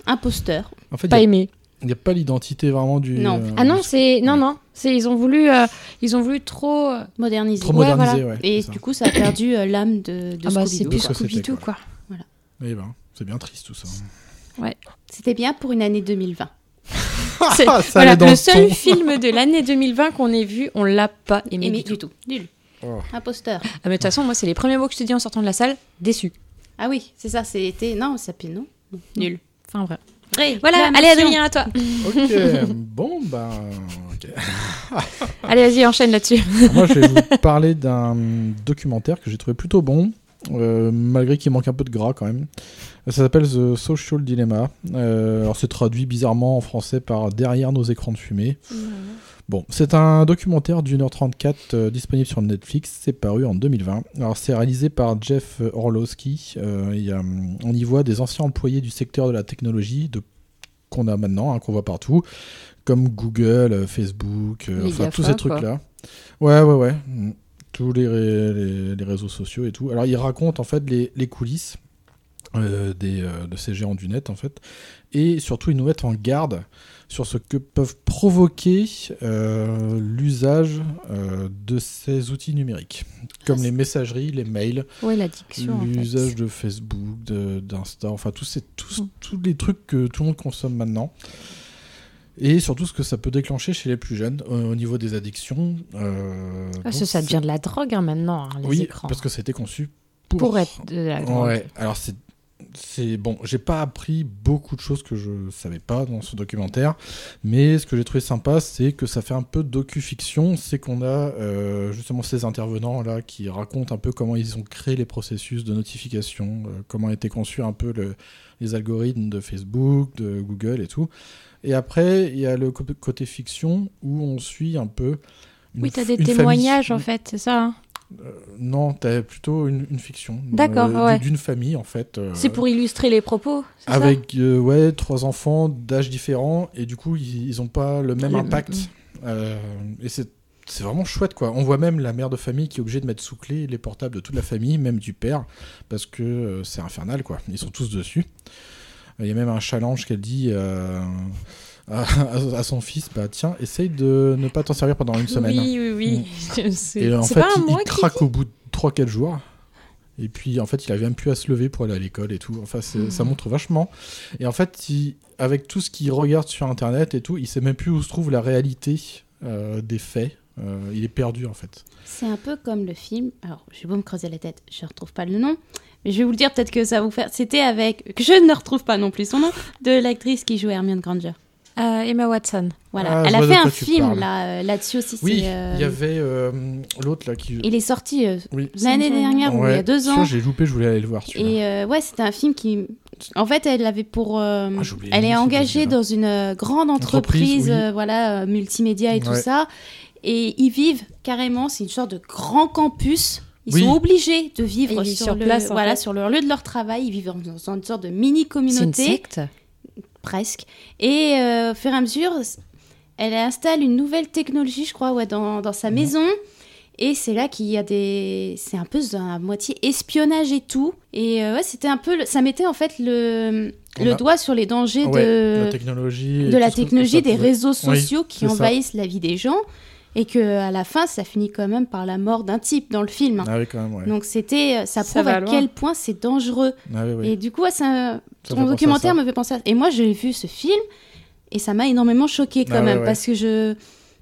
Imposteur. En fait, Pas y a- aimé. Il n'y a pas l'identité vraiment du. Non. euh, Ah non, c'est non non, c'est ils ont voulu euh, ils ont voulu trop euh, moderniser. Trop modernisé, ouais, Et c'est ça. du coup, ça a perdu euh, l'âme de, de Ah bah, c'est Scooby-Doo. plus quoi. Scooby-Doo quoi. Eh ben, c'est bien triste tout ça. Ouais. C'était bien pour une année 2020. <laughs> C'est- Ça allait voilà, dans le le seul ton. film de l'année 2020 qu'on ait vu, on l'a pas aimé, Aimé du tout. Nul. Oh. Imposteur. Ah, mais de toute façon, moi, c'est les premiers mots que je te dis en sortant de la salle, déçu. Ah oui, c'est ça, c'était. Non, ça pue, non. Nul. Enfin, bref. Voilà, allez Adrien, à toi. <laughs> Ok, bon, ben. ok. allez, vas-y, enchaîne là-dessus. Moi, je vais vous parler d'un documentaire que j'ai trouvé plutôt bon, euh, malgré qu'il manque un peu de gras quand même. Ça s'appelle The Social Dilemma. Euh, alors, c'est traduit bizarrement en français par Derrière nos écrans de fumée. Bon, c'est un documentaire d'une heure 34 euh, disponible sur Netflix. C'est paru en 2020. Alors, c'est réalisé par Jeff Orlowski. Euh, il y a, hum, on y voit des anciens employés du secteur de la technologie de, qu'on a maintenant, hein, qu'on voit partout, comme Google, euh, Facebook, euh, Les enfin tous GAFA, ces trucs-là. Ouais, ouais, ouais. Mm. Tous les, ré- les- les réseaux sociaux et tout. Alors, il raconte en fait les, les coulisses euh, des, euh, de ces géants du net, en fait. Et surtout, ils nous mettent en garde sur ce que peuvent provoquer euh, l'usage euh, de ces outils numériques, comme les messageries, les mails, Ouais, l'addiction, en fait. l'usage de Facebook, de- d'Insta, enfin tous, ces, tous, Mm. tous les trucs que tout le monde consomme maintenant. Et surtout ce que ça peut déclencher chez les plus jeunes euh, au niveau des addictions. euh, Ah, donc ça, ça c'est- devient de la drogue hein, maintenant, hein, les oui, écrans. parce que c'était conçu pour, pour... être de la drogue. Ouais, alors c'est. C'est bon, j'ai pas appris beaucoup de choses que je savais pas dans ce documentaire, mais ce que j'ai trouvé sympa, c'est que ça fait un peu docu-fiction. C'est qu'on a euh, justement ces intervenants là qui racontent un peu comment ils ont créé les processus de notification, euh, comment étaient conçus un peu le- les algorithmes de Facebook, de Google et tout. Et après, il y a le co- côté fiction où on suit un peu. Une Oui, t'as des f- une famille- témoignages en fait, c'est ça. hein Non, t'as plutôt une, une fiction. D'accord, euh, ouais. D'une famille en fait. euh, C'est pour illustrer les propos. c'est ça avec euh, ouais trois enfants d'âges différents et du coup ils n'ont pas le même Le- impact Euh, et c'est c'est vraiment chouette quoi. On voit même la mère de famille qui est obligée de mettre sous clé les portables de toute la famille, même du père, parce que euh, c'est infernal quoi. Ils sont tous dessus. Il y a même un challenge qu'elle dit euh, à, à son fils, bah tiens, essaye de ne pas t'en servir pendant une semaine. Mm. Oui, oui, oui. je sais. Et en <laughs> C'est fait, pas un il, il moi qui craque au bout de 3-4 jours. Et puis, en fait, il avait même plus à se lever pour aller à l'école et tout. Enfin, c'est- Mhm. Hmm. ça montre vachement. Et en fait, il- avec tout ce qu'il regarde sur Internet et tout, il sait même plus où se trouve la réalité euh, des faits. Euh, il est perdu, en fait. C'est un peu comme le film. Alors, j'ai beau me creuser la tête, je retrouve pas le nom, mais je vais vous le dire peut-être que ça va vous faire. C'était avec, que je ne retrouve pas non plus son nom, de l'actrice qui jouait Hermione Granger. Euh, Emma Watson. Voilà, Ah, je elle a vois de fait un quoi tu film parles. là, euh, là-dessus aussi. Oui, c'est, euh, il y avait euh, l'autre là qui. Il est sorti euh, Oui. l'année dernière ou il y a Ouais, deux celui-là, ans. J'ai loupé, je voulais aller le voir. celui-là. Et euh, ouais, c'était un film qui. En fait, elle avait pour. euh, Ah, j'ai oublié elle le est nom, c'est engagée dans une euh, grande entreprise, Entreprise, oui. euh, voilà, euh, multimédia et tout Ouais. ça. Et ils vivent carrément, c'est une sorte de grand campus. Ils Oui. sont obligés de vivre Ils vivent sur, sur le- place, en voilà, fait. sur leur lieu de leur travail. Ils vivent dans- dans une sorte de mini communauté. C'est une secte Presque. Et euh, au fur et à mesure, elle installe une nouvelle technologie, je crois, ouais, dans, dans Mhm. sa maison. Et c'est là qu'il y a des. C'est un peu à moitié espionnage et tout. Et euh, ouais, c'était un peu. le- Ça mettait en fait le, On le a- doigt sur les dangers Ah Ouais, de. la technologie. et de la tout ce que- technologie, ça des pouvait- réseaux Oui, sociaux qui c'est ça. envahissent la vie des gens. Et que à la fin, ça finit quand même par la mort d'un type dans le film. hein. Ah oui, quand même, ouais. Donc c'était, euh, ça Ça prouve va à loin. quel point c'est dangereux. Ah oui, oui. Et du coup, ouais, ça, Ça fait ton penser à documentaire ça. me fait penser à Et moi, j'ai vu ce film et ça m'a énormément choqué quand Ah ouais, même ouais. parce que je,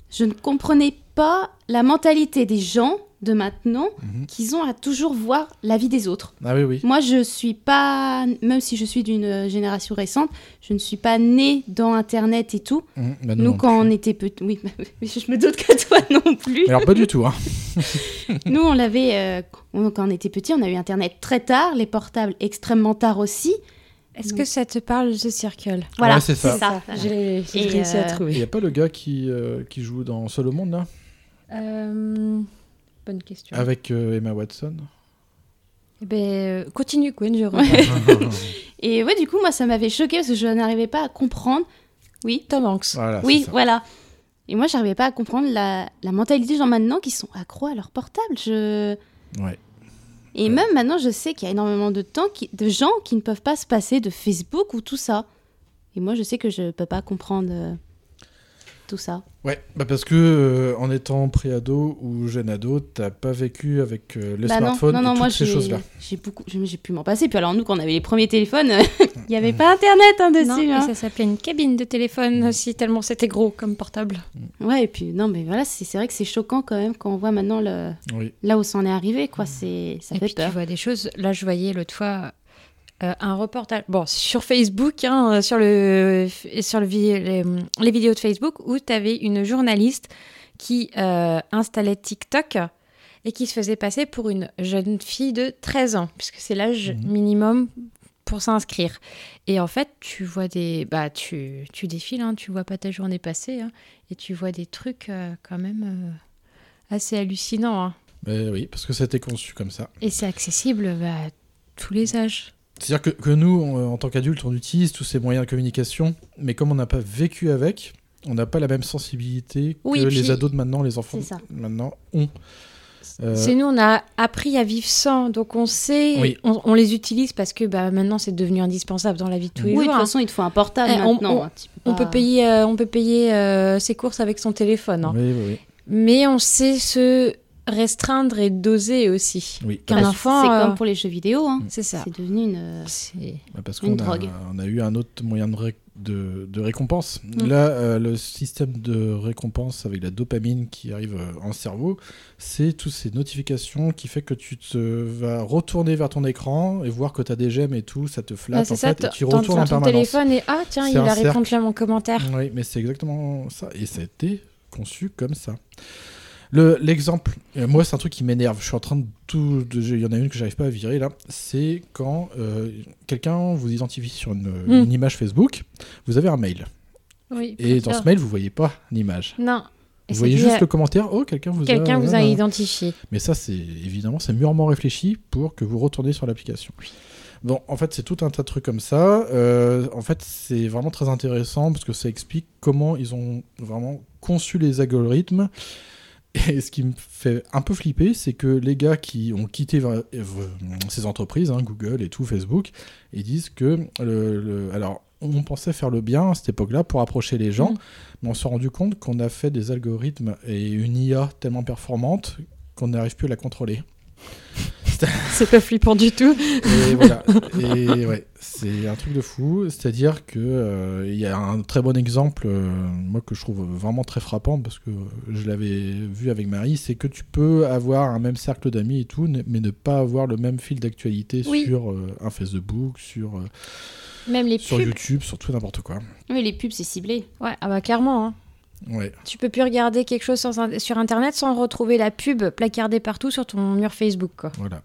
je ne comprenais pas la mentalité des gens de maintenant Mhm. qu'ils ont à toujours voir la vie des autres. Ah oui, oui. Moi, je suis pas, même si je suis d'une euh, génération récente, je ne suis pas née dans Internet et tout. Mhm, bah nous, non, non quand on était petit, oui, <laughs> mais je me doute que toi non plus. Mais alors, pas du tout. <laughs> Hein. Nous, on l'avait, euh, on- quand on était petit, on a eu Internet très tard, les portables extrêmement tard aussi. Est-ce que ça te parle The Circle Voilà, Ouais, c'est ça. Je l'ai j'ai Et, réussi à euh, trouver. Il n'y a pas le gars qui, euh, qui joue dans Seul au Monde, là Euh, Bonne question. Avec euh, Emma Watson Eh ben, euh, continue, Gwen, je Et ouais, du coup, moi, ça m'avait choqué parce que je n'arrivais pas à comprendre. Oui. Tom Hanks. Voilà, oui, Ah, c'est ça. voilà. Et moi, j'arrivais pas à comprendre la, la mentalité des gens maintenant qui sont accros à leur portable. Je... Ouais. Et même maintenant, je sais qu'il y a énormément de, temps qui- de gens qui ne peuvent pas se passer de Facebook ou tout ça. Et moi, je sais que je peux pas comprendre euh, tout ça. Ouais, bah parce que euh, en étant pré-ado ou jeune ado, t'as pas vécu avec euh, les Bah non, smartphones non, non, et toutes moi, ces j'ai- choses-là. J'ai beaucoup, j'ai j'ai pu m'en passer. Puis alors, nous, quand on avait les premiers téléphones, <laughs> il n'y avait pas Internet hein, dessus. Non, et hein. ça s'appelait une cabine de téléphone aussi, tellement c'était gros comme portable. Ouais, et puis non, mais voilà, c'est c'est vrai que c'est choquant quand même quand on voit maintenant le... Oui. là où s'en est arrivé, quoi. C'est ça Et fait puis peur. tu vois des choses. Là, je voyais l'autre fois euh, un reportage bon, sur Facebook, hein, sur, le, sur le, vi- les, les vidéos de Facebook, où tu avais une journaliste qui euh, installait TikTok et qui se faisait passer pour une jeune fille de 13 ans, puisque c'est l'âge Mhm. minimum pour s'inscrire. Et en fait, tu vois des... Bah, tu, tu défiles, hein, tu vois pas ta journée passer, hein, et tu vois des trucs euh, quand même euh, assez hallucinants. hein. Mais Bah oui, parce que c'était conçu comme ça. Et c'est accessible bah, à tous les âges. C'est-à-dire que, que nous, on- en tant qu'adultes, on utilise tous ces moyens de communication, mais comme on n'a pas vécu avec, on n'a pas la même sensibilité Oui, que puis- les ados de maintenant, les enfants C'est ça. de maintenant ont. Euh, C'est nous, on a appris à vivre sans, donc on sait, Oui. on, on les utilise parce que bah, maintenant c'est devenu indispensable dans la vie de tous les Oui, jours. de toute hein. façon, il te faut un portable Eh, on- maintenant, On, hein, tu peux on pas- peut payer, euh, on peut payer euh, ses courses avec son téléphone. hein. Oui, oui, oui. Mais on sait se restreindre et doser aussi. Oui. Qu'un Parce que enfant. c'est euh, comme pour les jeux vidéo, hein. C'est ça. C'est devenu une. Bah, Parce Une qu'on a, drogue. on a eu un autre moyen de, ré- de, de récompense. Mm. Là, euh, le système de récompense avec la dopamine qui arrive euh, en cerveau, c'est toutes ces notifications qui fait que tu te vas retourner vers ton écran et voir que tu as des j'aime et tout, ça te Bah, flatte c'est en ça, fait, et t'en- tu t'en- retournes en t'entends ton permanence. téléphone et, ah, tiens, C'est il un a répondu cercle. à mon commentaire. Oui, mais c'est exactement ça. Et ça a été conçu comme ça. Le- L'exemple, euh, moi c'est un truc qui m'énerve, je suis en train de tout, de- il y en a une que j'arrive pas à virer là, c'est quand euh, quelqu'un vous identifie sur une, Mm. une image Facebook, vous avez un mail. Oui, Et pour dans ça. ce mail vous voyez pas l'image. Non. Et Vous ça voyez dit, juste euh, le commentaire, oh quelqu'un vous a... Quelqu'un vous a nanana. identifié. Mais ça, c'est évidemment, c'est mûrement réfléchi pour que vous retourniez sur l'application. Bon, en fait, c'est tout un tas de trucs comme ça. Euh, en fait, c'est vraiment très intéressant parce que ça explique comment ils ont vraiment conçu les algorithmes. Et ce qui me fait un peu flipper, c'est que les gars qui ont quitté v- v- ces entreprises, hein, Google et tout, Facebook, ils disent que. le- le- alors, on pensait faire le bien à cette époque-là pour approcher les gens, mais on s'est rendu compte qu'on a fait des algorithmes et une IA tellement performante qu'on n'arrive plus à la contrôler. C'est pas flippant du tout. Et voilà. Et ouais, c'est un truc de fou. C'est-à-dire que euh, il y a un très bon exemple, euh, moi que je trouve vraiment très frappant parce que je l'avais vu avec Marie, c'est que tu peux avoir un même cercle d'amis et tout, ne- mais ne pas avoir le même fil d'actualité Oui. sur euh, un Facebook, sur euh, Même les sur pubs. YouTube, sur tout n'importe quoi. Oui, les pubs, c'est ciblé. Ouais, ah bah clairement. hein. Ouais. Tu peux plus regarder quelque chose sans in- sur Internet sans retrouver la pub placardée partout sur ton mur Facebook. Quoi. Voilà.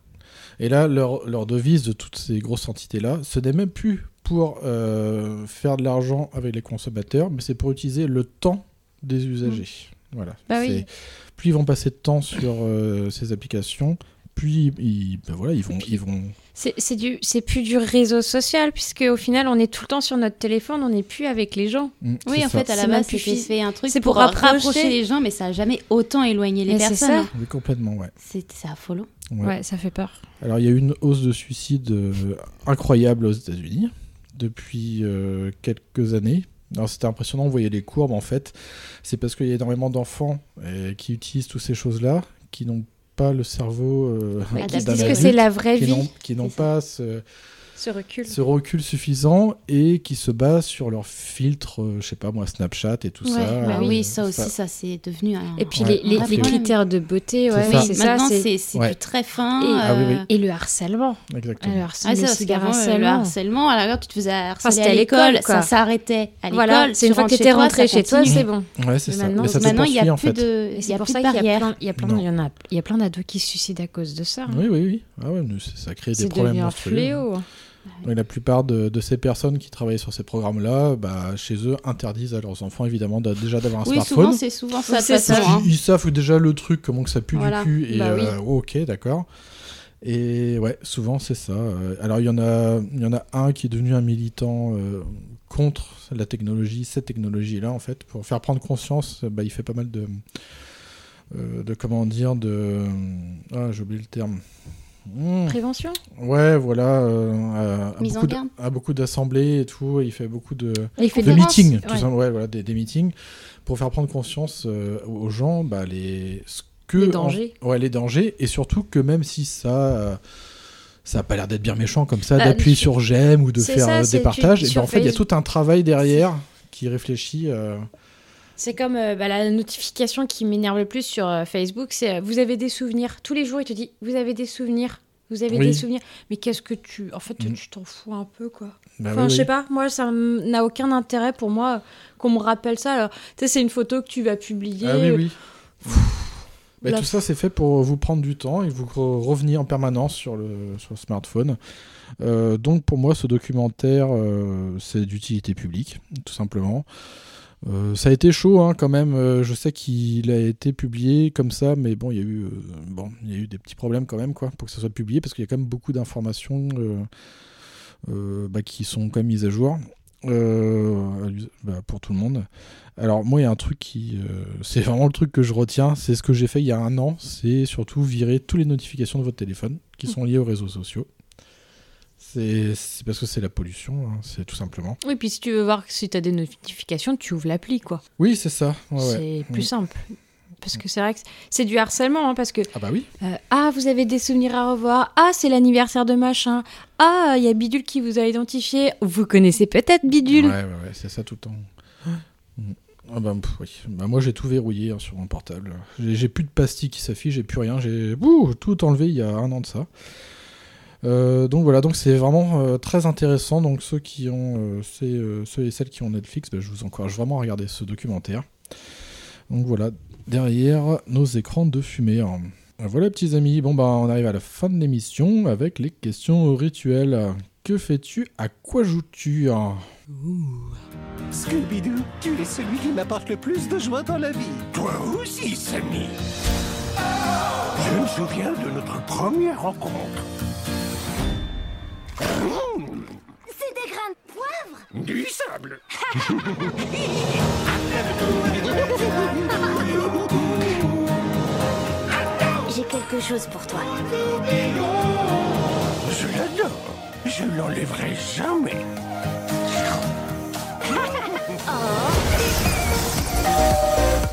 Et là, leur, leur devise de toutes ces grosses entités-là, ce n'est même plus pour euh, faire de l'argent avec les consommateurs, mais c'est pour utiliser le temps Mmh. des usagers. Voilà. Bah oui. C'est- Plus ils vont passer de temps sur euh, ces applications, plus ils, ils- ben voilà, ils vont, ils vont. C'est c'est du- c'est plus du réseau social, puisque au final, on est tout le temps sur notre téléphone, on n'est plus avec les gens. Mm, Oui, en fait, à la C'est même base, plus c'était phys- fait un truc c'est pour, pour rapprocher. rapprocher les gens, mais ça a jamais autant éloigné les Mais c'est personnes. ça. hein. Oui, complètement, ouais. C'est c'est affolant. Ouais. Ouais, ça fait peur. Alors, il y a eu une hausse de suicides euh, incroyable aux États-Unis depuis euh, quelques années. Alors, c'était impressionnant, on voyait les courbes en fait. C'est parce qu'il y a énormément d'enfants euh, qui utilisent toutes ces choses-là, qui n'ont pas le cerveau. euh, Ouais, qui d'un se disent que adulte, c'est la vraie qui vie. n'ont- Qui n'ont pas ce, Ce recul. ce recul suffisant et qui se basent sur leurs filtres, euh, je sais pas moi, Snapchat et tout Ouais, ça. bah euh, oui, ça aussi, ça c'est devenu un. Et puis Ouais. les, les- Ah, les oui. critères de beauté, C'est ouais, ça. oui, c'est ça. Maintenant, c'est- euh, c'est c'est Ouais. du très fin. Et- Ah oui, oui. Et le harcèlement. Exactement. Le Ah, harcèlement, ça, le parce qu'avant, cyberharcèlement. le harcèlement, à la rigueur, tu te faisais harceler c'était à à l'école, l'école, ça quoi. s'arrêtait à l'école. Voilà, c'est une tu fois que rentres t'étais toi, rentré ça chez toi, continue. c'est bon. Ouais, c'est Mais ça. maintenant- Mais ça te Maintenant, il n'y poursuit, a en plus fait. de Et il y c'est a pour plus ça de qu'il y a barrière. plein, il y a plein, il y en a, il y a plein d'ados qui se suicident à cause de ça. hein. Oui, oui, oui. Ah ouais, mais c'est- ça crée des C'est problèmes devenu un monstrueux. fléau. Donc, la plupart de, de ces personnes qui travaillent sur ces programmes-là, bah, chez eux, interdisent à leurs enfants évidemment d'a- déjà d'avoir un Oui, souvent, smartphone. c'est souvent ça. de c'est toute ça. façon, hein. Ils, ils savent déjà le truc, comment que ça pue Voilà. du cul. Et Bah oui. euh, oh, ok, d'accord. Et ouais, souvent c'est ça. Euh, Alors il y en a, il y en a un qui est devenu un militant euh, contre la technologie, cette technologie-là en fait, pour faire prendre conscience. Bah, il fait pas mal de, euh, de comment dire, de, ah j'ai oublié le terme. Hmm. Prévention Ouais, voilà, euh, à, à Mise en beaucoup d- garde. à beaucoup d'assemblées et tout, il fait beaucoup de, Et il fait de des- meetings, tout Ouais. simplement, ouais, voilà, des, des meetings pour faire prendre conscience euh, aux gens bah, les ce que Les dangers. en- ouais, les dangers et surtout que même si ça euh, ça a pas l'air d'être bien méchant comme ça Bah, d'appuyer tu- sur j'aime ou de c'est faire ça, euh, c'est- des tu- partages, et sur ben, en fait il y a Facebook- tout un travail derrière qui réfléchit. euh, C'est comme euh, bah, la notification qui m'énerve le plus sur euh, Facebook, c'est euh, vous avez des souvenirs. Tous les jours, il te dit vous avez des souvenirs. Vous avez Oui. des souvenirs. Mais qu'est-ce que tu. En fait, tu t'en fous un peu, quoi. Bah enfin, oui, je oui. sais pas, moi, ça m- n'a aucun intérêt pour moi euh, qu'on me rappelle ça. Alors, tu sais, c'est une photo que tu vas publier. Ah oui, oui. Mais la- tout ça, c'est fait pour vous prendre du temps et vous re- revenir en permanence sur le, sur le smartphone. Euh, donc, pour moi, ce documentaire, euh, c'est d'utilité publique, tout simplement. Euh, ça a été chaud hein, quand même. Euh, je sais qu'il a été publié comme ça, mais bon, il y a eu, euh, bon, il y a eu des petits problèmes quand même, quoi, pour que ça soit publié, parce qu'il y a quand même beaucoup d'informations euh, euh, bah, qui sont quand même mises à jour. euh, à l'us- bah, pour tout le monde. Alors moi, il y a un truc qui, euh, c'est vraiment le truc que je retiens, c'est ce que j'ai fait il y a un an, c'est surtout virer toutes les notifications de votre téléphone qui sont liées aux réseaux sociaux. C'est c'est parce que c'est la pollution, hein, c'est tout simplement. Oui, euh, puis si tu veux voir si tu as des notifications, tu ouvres l'appli, quoi. Oui, c'est ça. ouais, ouais. c'est plus Mm. simple. Parce que c'est vrai que c'est- c'est du harcèlement, hein, parce que. Ah bah oui. euh, ah, vous avez des souvenirs à revoir. Ah, c'est l'anniversaire de machin. Ah, il y a Bidule qui vous a identifié. Vous connaissez peut-être Bidule. Ouais, ouais, ouais, c'est ça tout le temps. Mm. Ah bah, pff, oui. Bah, moi j'ai tout verrouillé hein, sur mon portable. J'ai j'ai plus de pastilles qui s'affichent, j'ai plus rien, j'ai bouh, tout enlevé il y a un an de ça. Euh, donc voilà, donc c'est vraiment euh, très intéressant. Donc ceux qui ont, euh, ces, euh, ceux et celles qui ont Netflix, bah, je vous encourage vraiment à regarder ce documentaire. Donc voilà, derrière nos écrans de fumée. hein. Voilà, petits amis. Bon, bah, on arrive à la fin de l'émission avec les questions rituelles. Que fais-tu À quoi joues-tu hein Scooby-Doo, tu es celui qui m'apporte le plus de joie dans la vie. Toi aussi, Sammy. Je me souviens de notre première rencontre. Mmh. C'est des grains de poivre Du sable. J'ai quelque chose pour toi. Je l'adore. Je l'enlèverai jamais.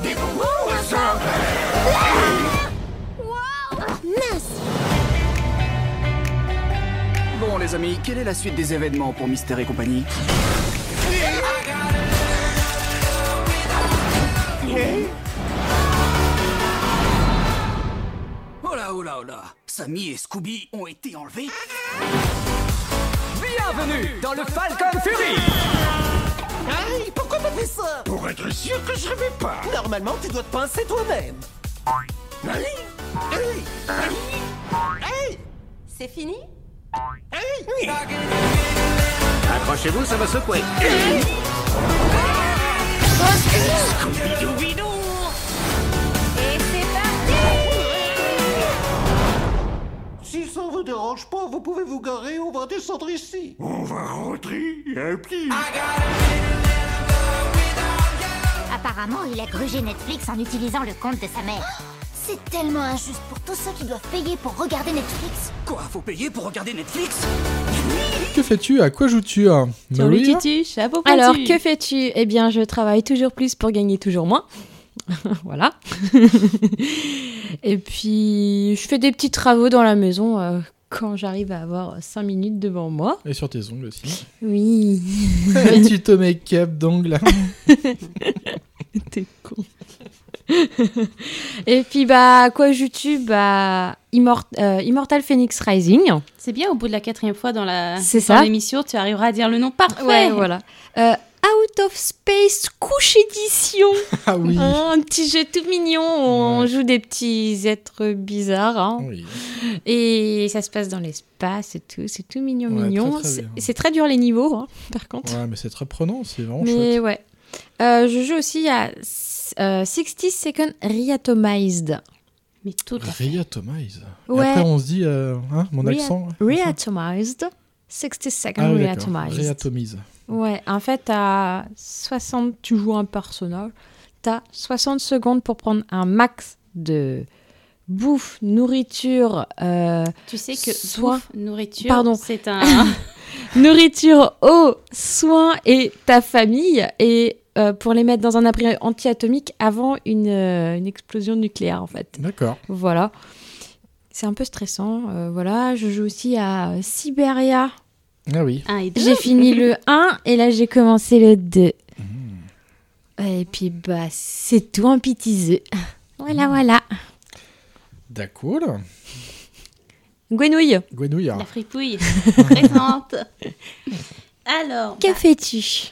Des bonbons au sable. Bon les amis, quelle est la suite des événements pour Mystère et compagnie Oh là oh là oh là Sammy et Scooby ont été enlevés Bienvenue dans le Falcon Fury Aïe, pourquoi t'as fait ça Pour être sûr que je rêvais pas. Normalement, tu dois te pincer toi-même. Aïe, aïe, aïe, aïe. C'est fini Aïe. Accrochez-vous, ça va secouer. Et c'est parti Si ça vous dérange pas, vous pouvez vous garer, on va descendre ici. On va rentrer, un petit. Apparemment, il a grugé Netflix en utilisant le compte de sa mère. <gasps> C'est tellement injuste pour tous ceux qui doivent payer pour regarder Netflix. Quoi, faut payer pour regarder Netflix Que fais-tu À quoi joues-tu hein Sur le Marie titu, chapeau pointu. Alors, que fais-tu Eh bien, je travaille toujours plus pour gagner toujours moins. <laughs> voilà. Et puis, je fais des petits travaux dans la maison euh, quand j'arrive à avoir 5 minutes devant moi. Et sur tes ongles aussi. Oui. Et tu te make-up d'ongles. <laughs> T'es con. Et puis, bah, quoi, YouTube bah, Immort- euh, Immortal Phoenix Rising. C'est bien, au bout de la quatrième fois dans la- C'est dans ça. l'émission, tu arriveras à dire le nom parfait. Ouais, voilà. Euh, Out of Space Couche Édition. Hein, Ah <laughs> oui. un petit jeu tout mignon. où On joue des petits êtres bizarres. hein. Mm. Et ça se passe dans l'espace et tout. C'est tout mignon, Ouais, mignon. très, très C'est- bien. C'est très dur les niveaux, hein, par contre. Ouais, mais c'est très prenant, c'est vraiment Mais chouette. ouais. Euh, je joue aussi à euh, 60 Second Reatomized. Mais tout Ria Tomise. Ouais. Et après, on se dit, euh, hein, mon accent. ouais. Reatomized. 60 Second Ah oui, d'accord. Reatomized. Réatomise. Ouais, en fait, à 60, tu joues un personnage. T'as 60 secondes pour prendre un max de bouffe, nourriture, euh, Tu sais que soins. bouffe, nourriture, Pardon. c'est un... <laughs> nourriture, eau, soins et ta famille. Et euh, pour les mettre dans un abri antiatomique avant une, euh, une explosion nucléaire, en fait. D'accord. Voilà. C'est un peu stressant. euh, voilà, je joue aussi à Siberia. Ah oui. J'ai fini le 1 et là j'ai commencé le 2. Et puis bah c'est tout en <laughs> Bah, petits œufs. Voilà, voilà. D'accord. Gwenouille. Gwenouille. hein. <laughs> <laughs> La fripouille. Présente. Alors. Que fais-tu <laughs>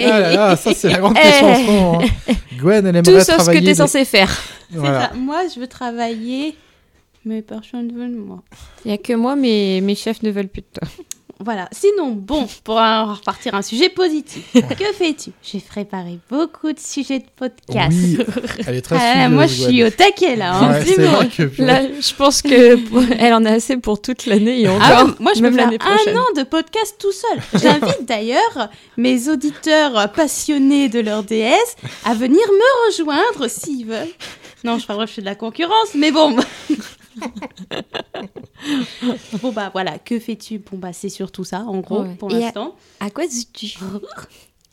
Ah là là, ça c'est la grande question en ce moment. hein. Gwen, elle aimerait Tout sauf ce travailler que t'es des- censé faire. Voilà. ça. Moi, je veux travailler, mais personne ne veut de moi. Il n'y a que moi, mais mes chefs ne veulent plus de toi. Voilà. Sinon, bon, pour en repartir à un sujet positif, que fais-tu J'ai préparé beaucoup de sujets de podcast. Oui, elle est très Ah là, Moi, je studieuse, Gwen. suis au taquet là. hein, Ouais, c'est dis-moi. vrai que- <laughs> Là, je pense que <laughs> pour- elle en a assez pour toute l'année et encore. Ah oui, moi, je même peux faire l'année prochaine. un an de podcast tout seul. <laughs> J'invite d'ailleurs mes auditeurs passionnés de leur DS à venir me rejoindre s'ils veulent. Non, je parle, je fais de la concurrence, <laughs> mais bon. bon, bah voilà, que fais-tu Bon, bah c'est surtout ça, en gros, Ouais. pour Et à- l'instant. À quoi tu joues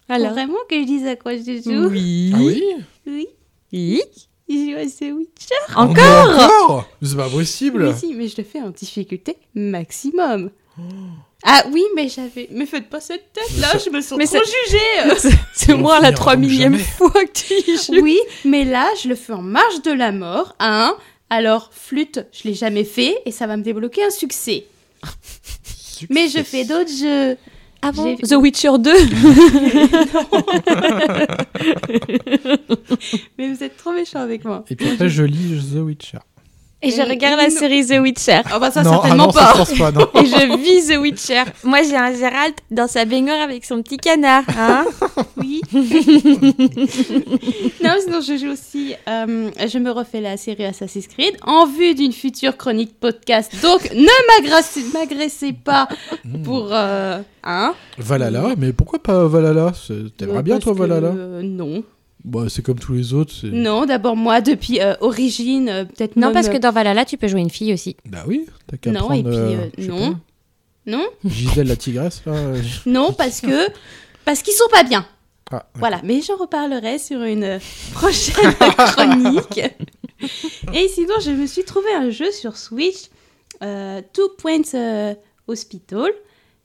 Alors, Alors. vraiment que je dise à quoi je joue Oui. Ah oui Oui, Oui. je joue à The Witcher. Oh, mais Encore C'est pas Mais possible si, mais je le fais en difficulté maximum. Ah oui, mais j'avais. Mais faites pas cette tête là, je me sens Mais trop ça- <laughs> jugée. C'est- C'est On moi la finira trois comme millième jamais. fois que tu y joues. <laughs> Oui, mais là, je le fais en marge de la mort, hein. Alors, flûte, je l'ai jamais fait et ça va me débloquer <laughs> un succès. Mais je fais d'autres jeux. Avant J'ai- The Witcher 2. Mais vous êtes trop méchant avec moi. Et puis après, je lis The Witcher. Et je Et- regarde et la non. série The Witcher. Ah bah ça, non, ah certainement non, ça pas. je pense pas, non. <laughs> Et je vis The Witcher. Moi, j'ai un Gérald dans sa baignoire avec son petit canard. Hein Oui. non, sinon je joue aussi. euh, je me refais la série Assassin's Creed en vue d'une future chronique podcast. Donc ne m'agressez, m'agressez pas pour euh, hein. Hmm. Valhalla, mais pourquoi pas Valhalla C'est- T'aimerais Euh, bien parce toi que, Valhalla euh, Non. Bah, C'est comme tous les autres. c'est- Non, d'abord moi depuis euh, origine, euh, peut-être <laughs> Non, même, parce que euh, dans Valhalla, tu peux jouer une fille aussi. Bah oui, t'as qu'à non prendre... et puis euh, euh, je sais non, pas, non, <laughs> Gisèle la tigresse, là. euh, non parce que parce qu'ils sont pas bien. Ah, ouais. Voilà, mais j'en reparlerai sur une <laughs> prochaine chronique. Et sinon, je me suis trouvé un jeu sur Switch, euh, Two Points euh, Hospital.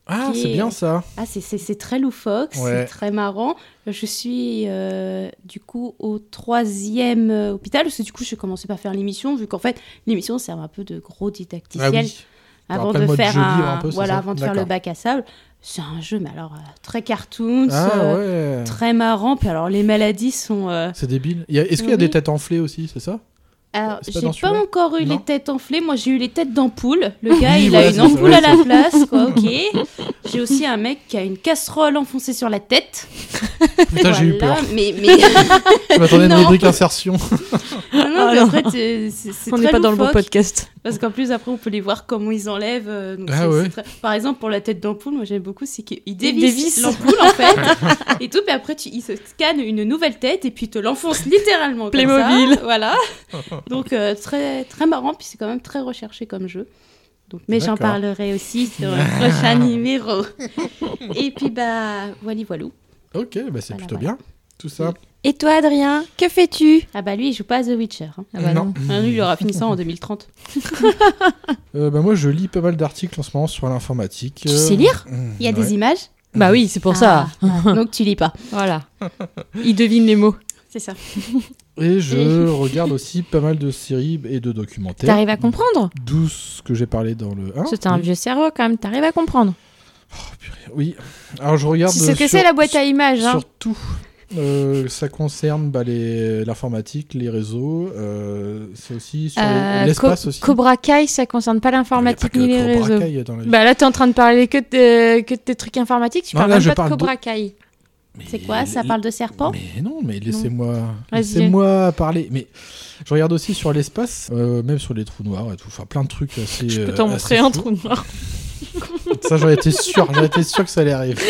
Ah, qui c'est est- bien ça. Ah, c'est- c'est c'est très loufoque, Ouais. c'est très marrant. Je suis euh, du coup au troisième euh, hôpital, parce que du coup, je commençais par faire l'émission, vu qu'en fait, l'émission sert un peu de gros Ah didacticiel oui. avant Rappelle-moi de de faire jeu libre un- un peu, c'est voilà ça avant de faire D'accord. le bac à sable c'est un jeu mais alors euh, très cartoons Ah euh, ouais. très marrant puis alors les maladies sont euh, C'est débile. Il y a- Est-ce qu'il y a Oui. des têtes enflées aussi, c'est <laughs> ça alors C'est pas Euh, j'ai dans pas, celui-là encore eu Non. les têtes enflées moi j'ai eu les têtes d'ampoule le gars il voilà, a c'est une ça, ampoule ouais, à la place quoi ok j'ai aussi un mec qui a une casserole enfoncée sur la tête Putain, j'ai eu Voilà, peur. mais mais Je m'attendais à une Non. rubrique insertion. <laughs> non, non, Oh mais non. en fait c'est- c'est c'est On très n'est pas dans le bon loufoque, podcast. parce qu'en plus après on peut les voir comment ils enlèvent euh, donc Ah c'est- ouais. c'est très- par exemple pour la tête d'ampoule moi j'aime beaucoup c'est qu'ils dévissent. dévissent l'ampoule en fait <laughs> et tout, puis après, tu, il se scanne une nouvelle tête et puis il te l'enfonce littéralement. comme Playmobil. ça, Voilà. Donc, euh, très, très marrant, puis c'est quand même très recherché comme jeu. Donc, mais j'en D'accord. parlerai aussi sur le prochain <laughs> numéro. Et puis, bah, voilà, voilou. Ok, bah c'est Voilà, plutôt voilà. bien. Tout ça. Et toi, Adrien, que fais-tu Ah, bah, lui, il joue pas à The Witcher. hein. Ah bah non. Ah, lui, il aura <laughs> fini ça en 2030. Euh, bah moi, je lis pas mal d'articles en ce moment sur l'informatique. Tu sais lire Mmh, Il y a ouais. des images, Ah, Bah oui, c'est pour ça. donc tu lis pas. Voilà. Il devine les mots. C'est ça. Et <laughs> je regarde aussi pas mal de séries et de documentaires. T'arrives à comprendre D'où ce que j'ai parlé dans le 1. C'était un vieux cerveau quand même, t'arrives à comprendre. Oui. Alors, je regarde. euh, Tu sais ce que sur- c'est la boîte à images, hein Surtout, euh, ça concerne bah, les- l'informatique, les réseaux. euh, c'est aussi sur Euh, le- l'espace Co- aussi. Cobra Kai, ça concerne pas Il y a pas l'informatique que ni les Cobra réseaux. Kai dans la vie. Bah là, t'es en train de parler que de, que de tes trucs informatiques, tu Non, parles là, même je pas parle de de- Cobra Kai. C'est quoi Ça Mais- parle de serpent Mais non, mais laissez-moi, Vas-y. laissez-moi parler. Mais je regarde aussi sur l'espace, euh, même sur les trous noirs et tout. Enfin, plein de trucs assez. Je peux euh, t'en assez montrer un fous. trou noir. Ça, j'en étais sûr. J'en étais sûr que ça allait <laughs> arriver.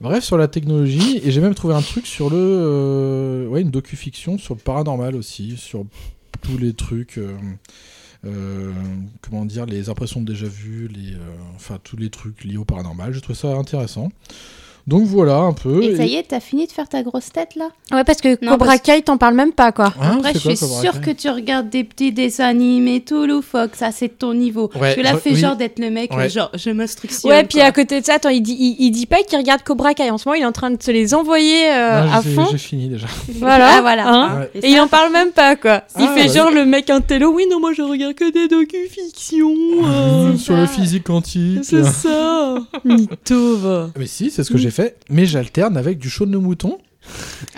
Bref, sur la technologie, et j'ai même trouvé un truc sur le, euh, ouais, une docu-fiction sur le paranormal aussi, sur tous les trucs. euh, euh, comment dire, les impressions de déjà vu, les, euh, enfin tous les trucs liés au paranormal. J'ai trouvé ça intéressant. Donc voilà un peu. Et ça y est, t'as fini de faire ta grosse tête là Ouais, parce que Non, Cobra parce- Kai, t'en parles même pas, quoi. Hein, Après, c'est je quoi, suis Cobra sûre que euh, Kai tu regardes des petits dessins animés tout loufoque, ça c'est de ton niveau. Ouais, tu l'as re- fait oui. genre d'être le mec, Ouais. genre je m'instructionne. Ouais, puis quoi. à côté de ça, attends, il dit, il, il dit pas qu'il regarde Cobra Kai. En ce moment, il est en train de se les envoyer euh, Non, à Ah, j'ai- fond. J'ai fini déjà. Voilà. Ah, voilà. hein. Ouais. Et, il en parle même pas, quoi. Il Ah, fait ouais. genre le mec intello. Oui, non, moi, je regarde que des docu-fiction. Ah, <laughs> euh, Sur la physique quantique. c'est ça. <laughs> Mytho, va. Mais si, c'est ce que j'ai fait. Mais j'alterne avec du chaud de nos <laughs> moutons.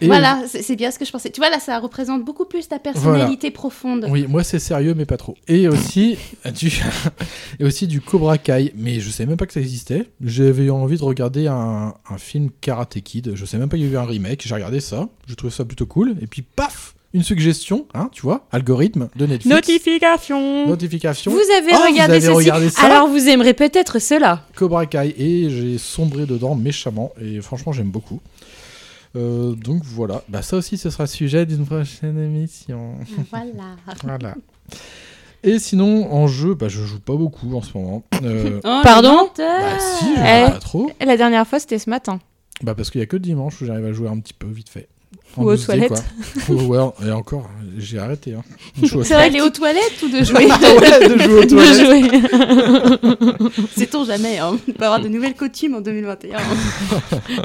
Et- Voilà, c'est c'est bien ce que je pensais. Tu vois là, ça représente beaucoup plus ta personnalité profonde. Oui, moi c'est sérieux, mais pas trop. Et aussi, du... <laughs> et aussi du Cobra Kai, mais je sais même pas que ça existait. J'avais eu envie de regarder un, un film Karate Kid, je sais même pas qu'il y a eu un remake, j'ai regardé ça, je trouvais ça plutôt cool, et puis paf Une suggestion, hein, tu vois, algorithme de Netflix. Notification. Notification. Vous avez Ah, regardé vous avez ceci. regardé ça Alors, vous aimerez peut-être cela. Cobra Kai, et j'ai sombré dedans méchamment, et franchement j'aime beaucoup. Euh, donc voilà, bah, ça aussi ce sera sujet d'une prochaine émission. Voilà. Voilà. Et sinon, en jeu, bah, je joue pas beaucoup en ce moment. <laughs> Euh, Oh, Pardon le menteur bah, si, je joue Eh. pas trop. La dernière fois, c'était ce matin. Bah, parce qu'il y a que le dimanche où j'arrive à jouer un petit peu vite fait. Ou aux 12D, toilettes. quoi. Ou- ouais, et encore, j'ai arrêté. Hein. Une <laughs> chose. C'est vrai, aller aux <laughs> toilettes ou de jouer Ah, Ouais, <laughs> de jouer aux toilettes. Sait-on jamais, hein on peut avoir de nouvelles coutumes <laughs> en 2021.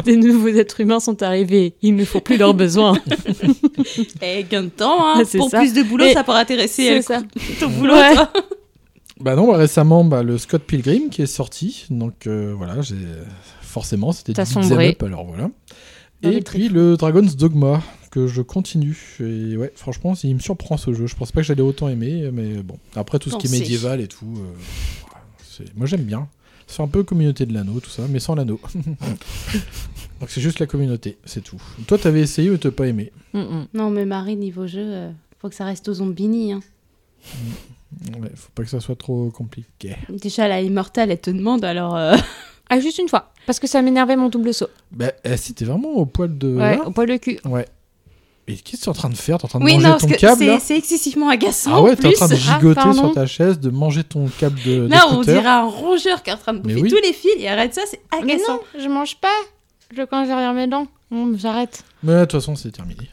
Des nouveaux êtres humains sont arrivés. Il ne faut plus leurs <laughs> besoins. Eh, gain de temps, hein. Ah, c'est pour ça. plus de boulot, Et- ça pourrait intéresser c'est euh, ça. ton boulot. Ouais. toi. Bah non, bah, récemment, bah, le Scott Pilgrim qui est sorti. Donc euh, voilà, j'ai forcément, c'était T'as du beat'em sombré. up, alors voilà. Dans et les puis le Dragon's Dogma que je continue. Et ouais, franchement, il me surprend ce jeu. Je pense pas que j'allais autant aimer, mais bon. Après tout ce qui est Pensez. médiéval et tout, euh, ouais, c'est- moi j'aime bien. C'est un peu communauté de l'anneau, tout ça, mais sans l'anneau. <laughs> Donc c'est juste la communauté, c'est tout. Toi, t'avais essayé, mais t'as pas aimé. Mm, Non, mais Marie, niveau jeu, euh, faut que ça reste aux zombini. Hein. Ouais, faut pas que ça soit trop compliqué. Déjà, la immortale, elle te demande <laughs> alors. euh, Ah, juste une fois. Parce que ça m'énervait mon double saut. Bah, eh, si t'es vraiment au poil de. Ouais, là, au poil de cul. Ouais. Mais qu'est-ce que t'es en train de faire T'es en train de Oui, manger non, parce ton que câble c'est- là c'est excessivement agaçant. Ah ouais, t'es en plus. train de Ah, gigoter pardon. sur ta chaise, de manger ton câble de. Là, on d'écouteur. dirait un rongeur qui est en train de Mais bouffer oui. tous les fils et arrête ça, c'est Mais <laughs> agaçant. non, je mange pas. Je quand j'ai rien mes dents. Hum, J'arrête. Mais de toute façon, c'est terminé.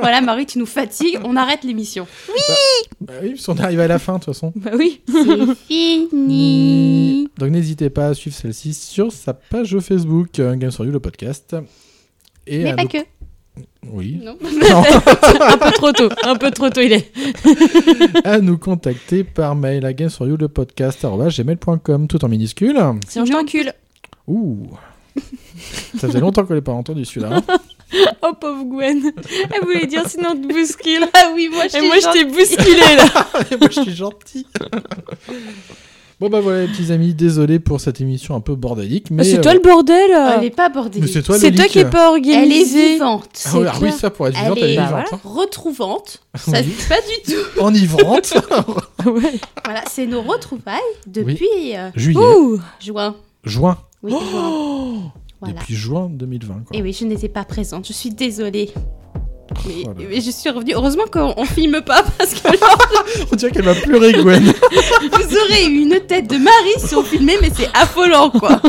voilà, Marie, tu nous fatigues, on <laughs> arrête l'émission. Bah oui, parce qu'on arrive à la fin, de toute façon. Bah oui. C'est fini. Donc n'hésitez pas à suivre celle-ci sur sa page Facebook, euh, Games for You, le podcast. Et Mais à pas nous- <laughs> que. Oui. Non. un peu trop tôt. Un peu trop tôt, il est. à nous contacter par mail à Games for You, le podcast, arobase gmail.com, tout en minuscule. Sinon, <laughs> je t'encule. Ouh Ça faisait longtemps qu'on l'ait pas entendu celui-là. hein. <laughs> Oh, pauvre Gwen. Elle voulait dire sinon je te bouscule. Ah oui, moi, Et moi, je t'ai t'ai bousculé, là. Et <laughs> moi, je suis gentil. bon, bah voilà, les petits amis, désolé pour cette émission un peu bordélique. Mais c'est euh, toi le bordel. Elle n'est pas bordée. mais c'est toi, C'est toi Loïc. qui est pas Elle est organisé. Ah vivante. ouais, ah c'est oui, clair. bah ça pour être Elle vivante, elle est est- vivante. hein. voilà, retrouvante. <laughs> Ça Oui. pas du tout. hein. Enivrante. Voilà, c'est nos retrouvailles depuis euh, <laughs> Juillet, Ouh. juin. juin. Oh Oui, juin. Voilà. Depuis juin 2020. Quoi. Et Eh oui, je n'étais pas présente, je suis désolée. Mais, Voilà. mais je suis revenue. Heureusement qu'on on filme pas parce que <laughs> là, On dirait qu'elle va Oh pleurer, Gwen. vous aurez eu une tête de Marie si on filmait, mais c'est <laughs> affolant quoi.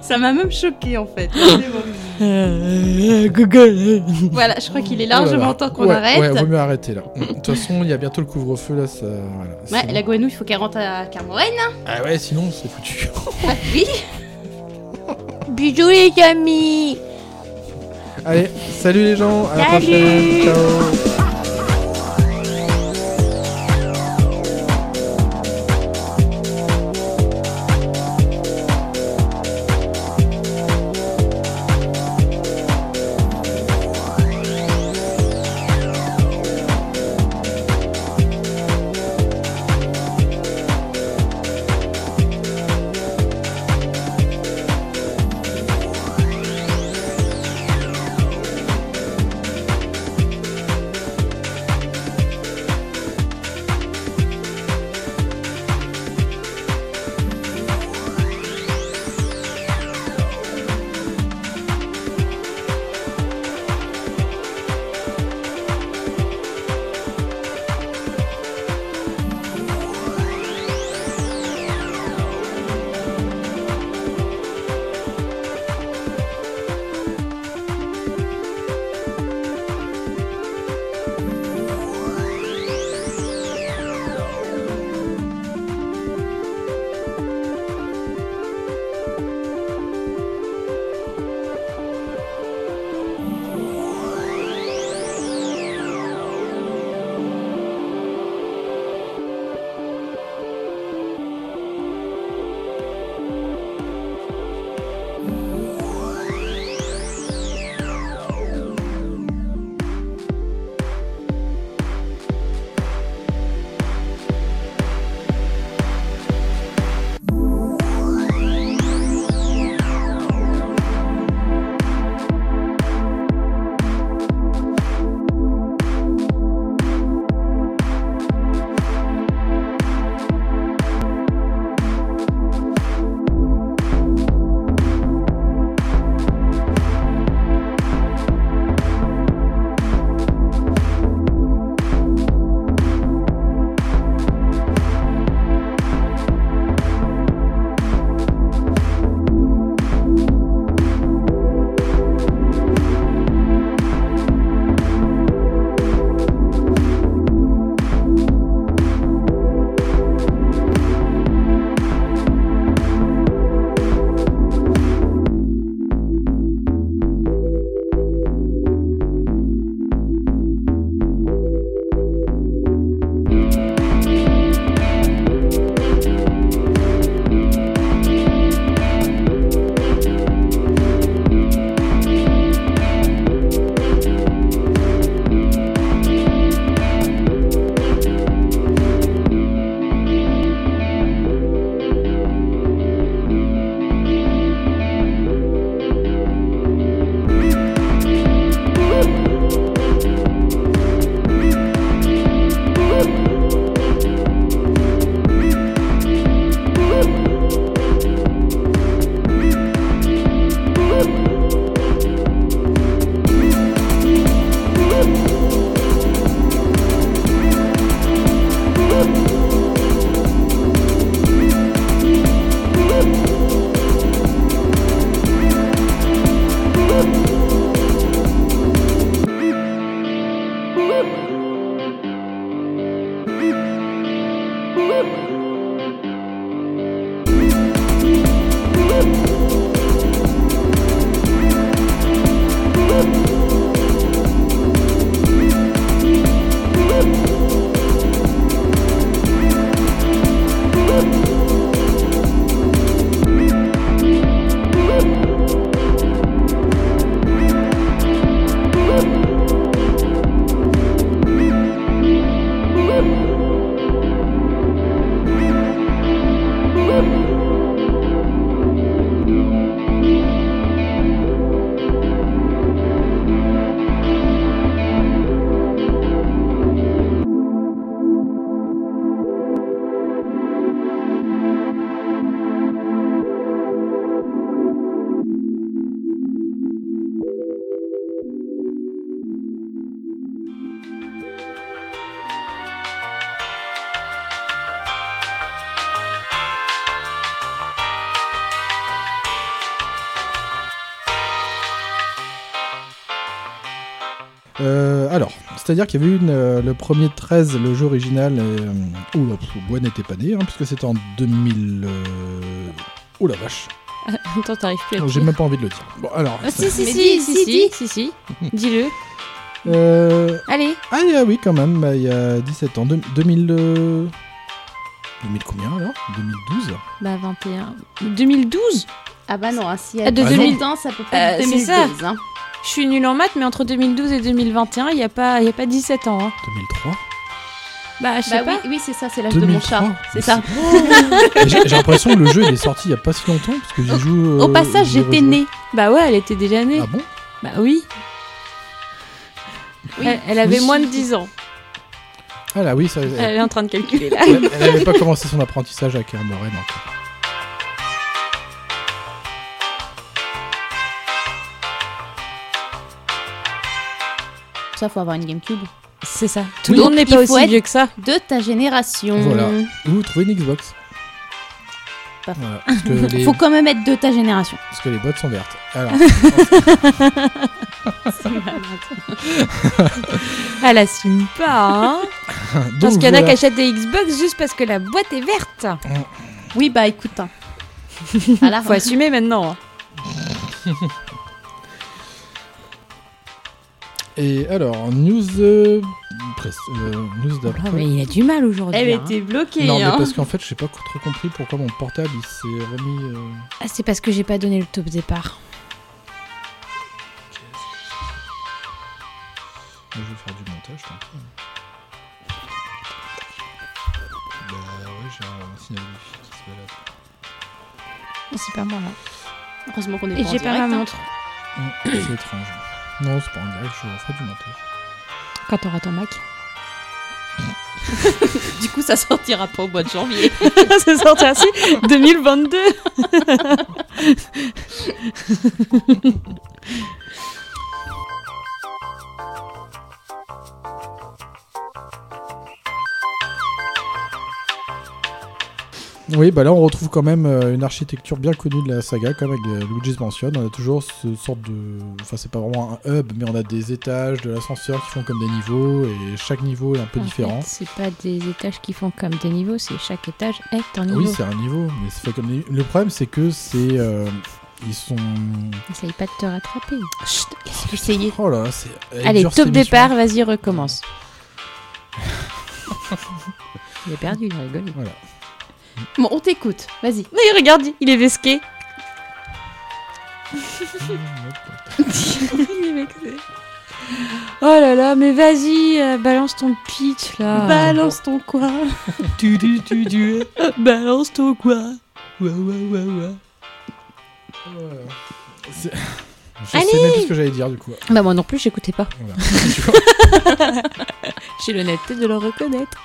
Ça m'a même choquée en fait. Mais bon. Euh, euh, Google. Voilà, je crois qu'il est Oh là là. largement temps qu'on Ouais, arrête. Ouais, Ouais, vaut mieux arrêter là. De toute façon, il y a bientôt le couvre-feu là. Ça... voilà, c'est bon. la guenouille, il faut qu'elle rentre à Carmorène. hein. Ah ouais, sinon c'est foutu. <laughs> Ah oui. <laughs> Bisous, les amis. Allez, salut les gens, à la Salut. prochaine. Ciao. Euh, alors, c'est-à-dire qu'il y avait eu une, euh, le premier 13, le jeu original, euh, où le bois n'était pas né, hein, puisque c'était en 2000. euh, Oh la vache Attends, t'arrives plus à le J'ai dire. même pas envie de le dire. Bon, alors. Ah, ça- si, si, Mais si, dis, si, si, si, si, si. Dis-le. Euh, Allez. Ah yeah, oui, quand même, bah, il y a 17 ans. Deux- 2000. euh, 2000 combien alors 2012 Bah 21. 2012 Ah bah non, hein, s'il y Ah, a de 2000 2000. ans, ça peut pas être Euh, 2012. c'est ça. hein. Je suis nulle en maths, mais entre 2012 et 2021, il n'y a, pas- il y a pas 17 ans. hein. 2003 Bah, je sais Bah pas. oui, oui c'est ça, c'est l'âge de mon chat. 2003, C'est <laughs> ça. Mais J'ai j'ai l'impression que le jeu il est sorti il y a pas si longtemps, parce que j'y joue. Au euh, passage, j'y ai j'étais rejoué. née. Bah ouais, elle était déjà née. Ah bon Bah oui. Elle, elle avait Oui. moins de 10 ans. Ah là, oui, ça. Elle est en train de <laughs> calculer là. Elle n'avait pas commencé son apprentissage avec un morène encore. Ça, faut avoir une GameCube. C'est ça. Tout Tout le le Oui. monde monde n'est n'est Il pas pas faut aussi aussi être- vieux vieux que ça. De ta génération. Voilà. Ou trouver une Xbox. Pas faux. Voilà, <laughs> parce, que les, Faut quand même être de ta génération. parce que les boîtes sont vertes. <laughs> Alors, Elle assume pas, hein. <laughs> donc Parce qu'il y en a voilà. qui achètent des Xbox juste parce que la boîte est verte. Oui, bah écoute. hein. À la Faut assumer maintenant. hein. Et alors, news. euh, presse- euh, news d'après. il a du mal aujourd'hui. Elle était bloquée. non, mais hein. parce qu'en fait, je n'ai pas trop compris pourquoi mon portable il s'est remis. euh, Ah, c'est parce que j'ai pas donné le top départ. Je vais faire du montage, tant pis. Bah ouais, j'ai un signal wifi qui se balade. Ah, C'est pas moi là. Heureusement qu'on est Et pas en j'ai pas ma direct, hein. montre. Hum, <clears throat> C'est étrange. Non, c'est pas un direct, je fais du montage. Quand t'auras ton Mac. Du coup, ça sortira pas au mois de janvier. <laughs> C'est sorti <laughs> ainsi 2022. Oui, bah là on retrouve quand même euh, une architecture bien connue de la saga, comme avec euh, Luigi's Mansion. On a toujours ce sorte de. Enfin, c'est pas vraiment un hub, mais on a des étages, de l'ascenseur qui font comme des niveaux, et chaque niveau est un peu En fait, différent. C'est pas des étages qui font comme des niveaux, c'est chaque étage est un niveau. Ah Oui, c'est un niveau, mais c'est fait comme des- Le problème, c'est que c'est. euh, ils sont. Essaye pas de te rattraper. Essayez. Oh là là, c'est. elle est Allez, dure, Ah, top cette émission. départ, vas-y, recommence. Il est perdu, il rigole. Voilà. Bon, on t'écoute. Vas-y. Mais regarde, il est <laughs> vesqué. il est vexé. Oh là là, mais vas-y, euh, balance ton pitch là. Balance ton <laughs> quoi tu, tu, tu, tu. Balance ton quoi. Ouais, ouais, ouais, ouais. C'est- <laughs> Je sais même plus ce que j'allais dire du coup. Bah, moi non plus, j'écoutais pas. Voilà. <laughs> J'ai l'honnêteté de le reconnaître.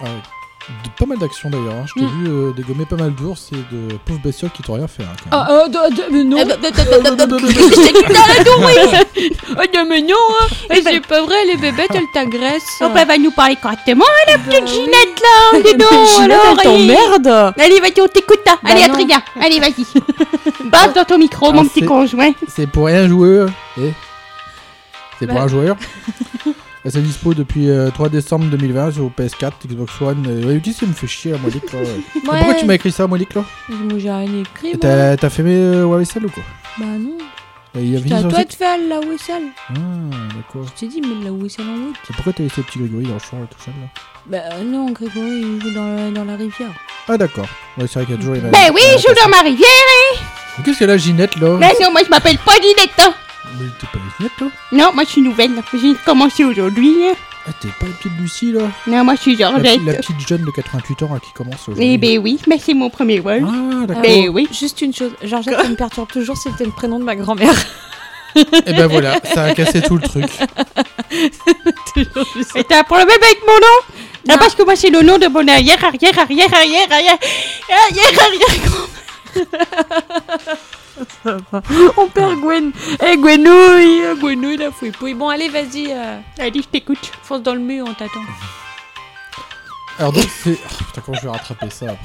Ah oui. De- pas mal d'actions d'ailleurs. hein. Je t'ai Mm. vu euh, dégommer pas mal d'ours et de pauvres bestioles qui t'ont rien fait. hein, Oh, quand même. Ah, mais Eh non. ben, <laughs> Oh non, mais non, hein. Eh, c'est pas vrai, les bébêtes elles t'agressent. Ah, Oh bah, va nous parler correctement, la petite <laughs> Ginette là, dis Mais donc, alors, elle allez. t'emmerde. Allez, vas-y, on t'écoute là. Bah allez, non. Atria, allez, vas-y. Passe dans ton micro, mon Ah, petit c'est- conjoint. C'est pour un joueur. Eh. C'est pour Bah. un <laughs> joueur. Elle s'est dispo depuis euh, 3 décembre 2020 sur PS4, Xbox One. Euh, ouais, dis, ça me fait chier la Moïlique <laughs> là. Mais Pourquoi tu m'as écrit ça, Moïlique là Moi j'ai rien écrit. Et moi. T'as t'as fait mes euh, Wavicel ou quoi Bah non. Et Il y T'as toi de faire la whistle. Ah, d'accord. Je t'ai dit, mais la whistle en route. Et pourquoi t'as laissé le petit Grégory dans le champ et tout ça là Bah non, Grégory, il joue dans la, dans la rivière. Ah, d'accord. Ouais, c'est vrai qu'il y a toujours les mêmes. Ben oui, je joue dans ma rivière, hein. Mais Qu'est-ce qu'elle a, Ginette là Mais ben, non, moi, je m'appelle pas Ginette, hein. Mais t'es pas une Ginette là Non, moi, je suis nouvelle. J'ai commencé aujourd'hui. hein. Ah, t'es pas une petite Lucie là Non, moi, je suis La, petite- la Georgette. petite jeune de 88 ans là, qui commence aujourd'hui. Eh ben oui, mais c'est mon premier rôle. Ah, Eh d'accord. Ben oui. Juste une chose, <laughs> Georgette, ça me perturbe toujours, c'était le prénom de ma grand-mère. <laughs> Et ben voilà, ça a cassé tout le truc. toujours juste ça. Mais t'as un problème avec mon nom Ah, parce que moi, c'est le nom de mon arrière, arrière, arrière, arrière, arrière, arrière, arrière, On perd Gwen. Eh, Gwenouille, euh, Gwenouille, la fouille-pouille. Bon, allez, vas-y, euh, Allez, je t'écoute. fonce dans le mur, on t'attend. Oh, Alors donc c'est... Ah, putain, comment je vais rattraper ça après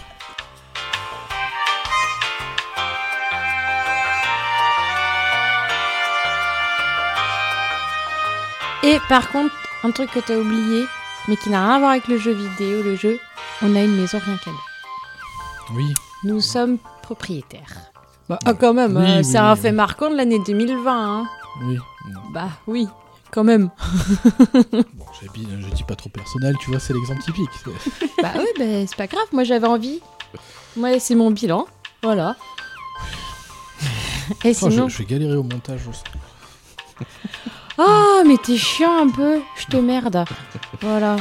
Et par contre, un truc que t'as oublié, mais qui n'a rien à voir avec le jeu vidéo, le jeu, on a une maison rien qu'à nous. Oui. Nous sommes propriétaires. Bah, ah, quand même, Oui, euh, oui, c'est un oui, fait marquant de l'année 2020. hein. Oui. Bah oui, quand même. Bon, j'ai dit- je dis pas trop personnel, tu vois, c'est l'exemple typique. C'est- <laughs> bah oui, bah, c'est pas grave, moi j'avais envie. Moi, c'est mon bilan, voilà. Et Oh, je, sinon... je vais galérer au montage. je sais. Ah, mais t'es chiant un peu, je te merde. Voilà.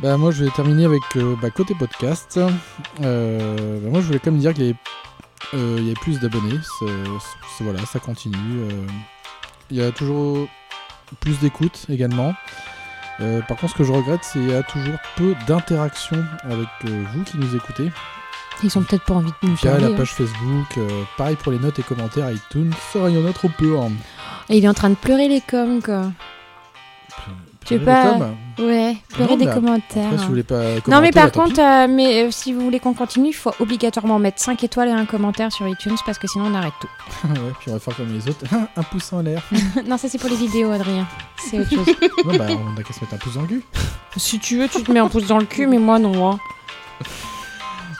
Bah, moi, je vais terminer avec euh, bah, côté podcast. Euh, bah, moi, je voulais quand même dire qu'il y avait, euh, il y avait plus d'abonnés. C'est- c'est- Voilà, ça continue. euh. il y a toujours plus d'écoute également. Euh, par contre, ce que je regrette, c'est qu'il y a toujours peu d'interactions avec euh, vous qui nous écoutez. Ils ont peut-être pas envie de nous Via parler. la hein. page Facebook, euh, pareil pour les notes et commentaires iTunes, ça il y en a trop peu. hein. Et il est en train de pleurer les coms, quoi. Tu veux pleurer les pas coms Ouais, pleurer Non, des mais après, commentaires. hein. si vous voulez pas non, commenter, mais par bah, tant contre, pis. euh, mais euh, si vous voulez qu'on continue, il faut obligatoirement mettre 5 étoiles et un commentaire sur iTunes parce que sinon on arrête tout. <laughs> <laughs> ouais, puis on va faire comme les autres. <laughs> un pouce en l'air. non, ça c'est pour les vidéos, Adrien. C'est autre chose. non, bah, on a qu'à se mettre un pouce dans le cul. <laughs> si tu veux, tu te mets un pouce dans le cul, mais moi non. hein. <laughs> Euh,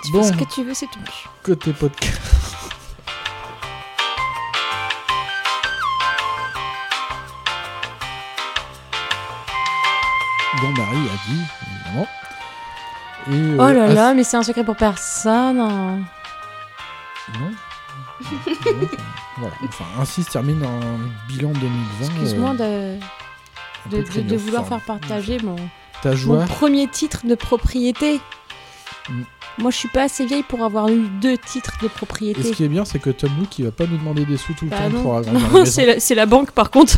Tu Bon. fais ce que tu veux, c'est ton cul. Côté podcast. <laughs> Bon, Marie a dit, évidemment. Et, oh euh, là à- là, mais c'est un secret pour personne. hein. Non. Non, enfin, voilà. Enfin, ainsi se termine un bilan 2020. Excuse-moi euh, de, un peu de, de- de vouloir créneau faire forme. partager mon, Ta mon joie. premier titre de propriété. Mm. Moi, je suis pas assez vieille pour avoir eu deux titres de propriété. Et ce qui est bien, c'est que Tom Luke, il va pas nous demander des sous tout le Bah temps non. <laughs> pour agrandir la Non, maison. c'est la, c'est la banque <laughs> par contre.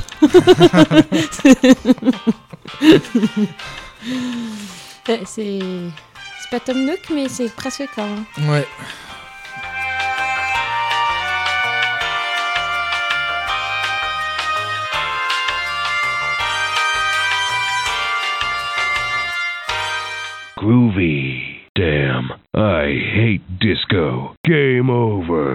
Ouais, Eh, c'est c'est pas Tom Nook, mais c'est presque quand même. Ouais. Groovy. Damn. I hate disco. Game over.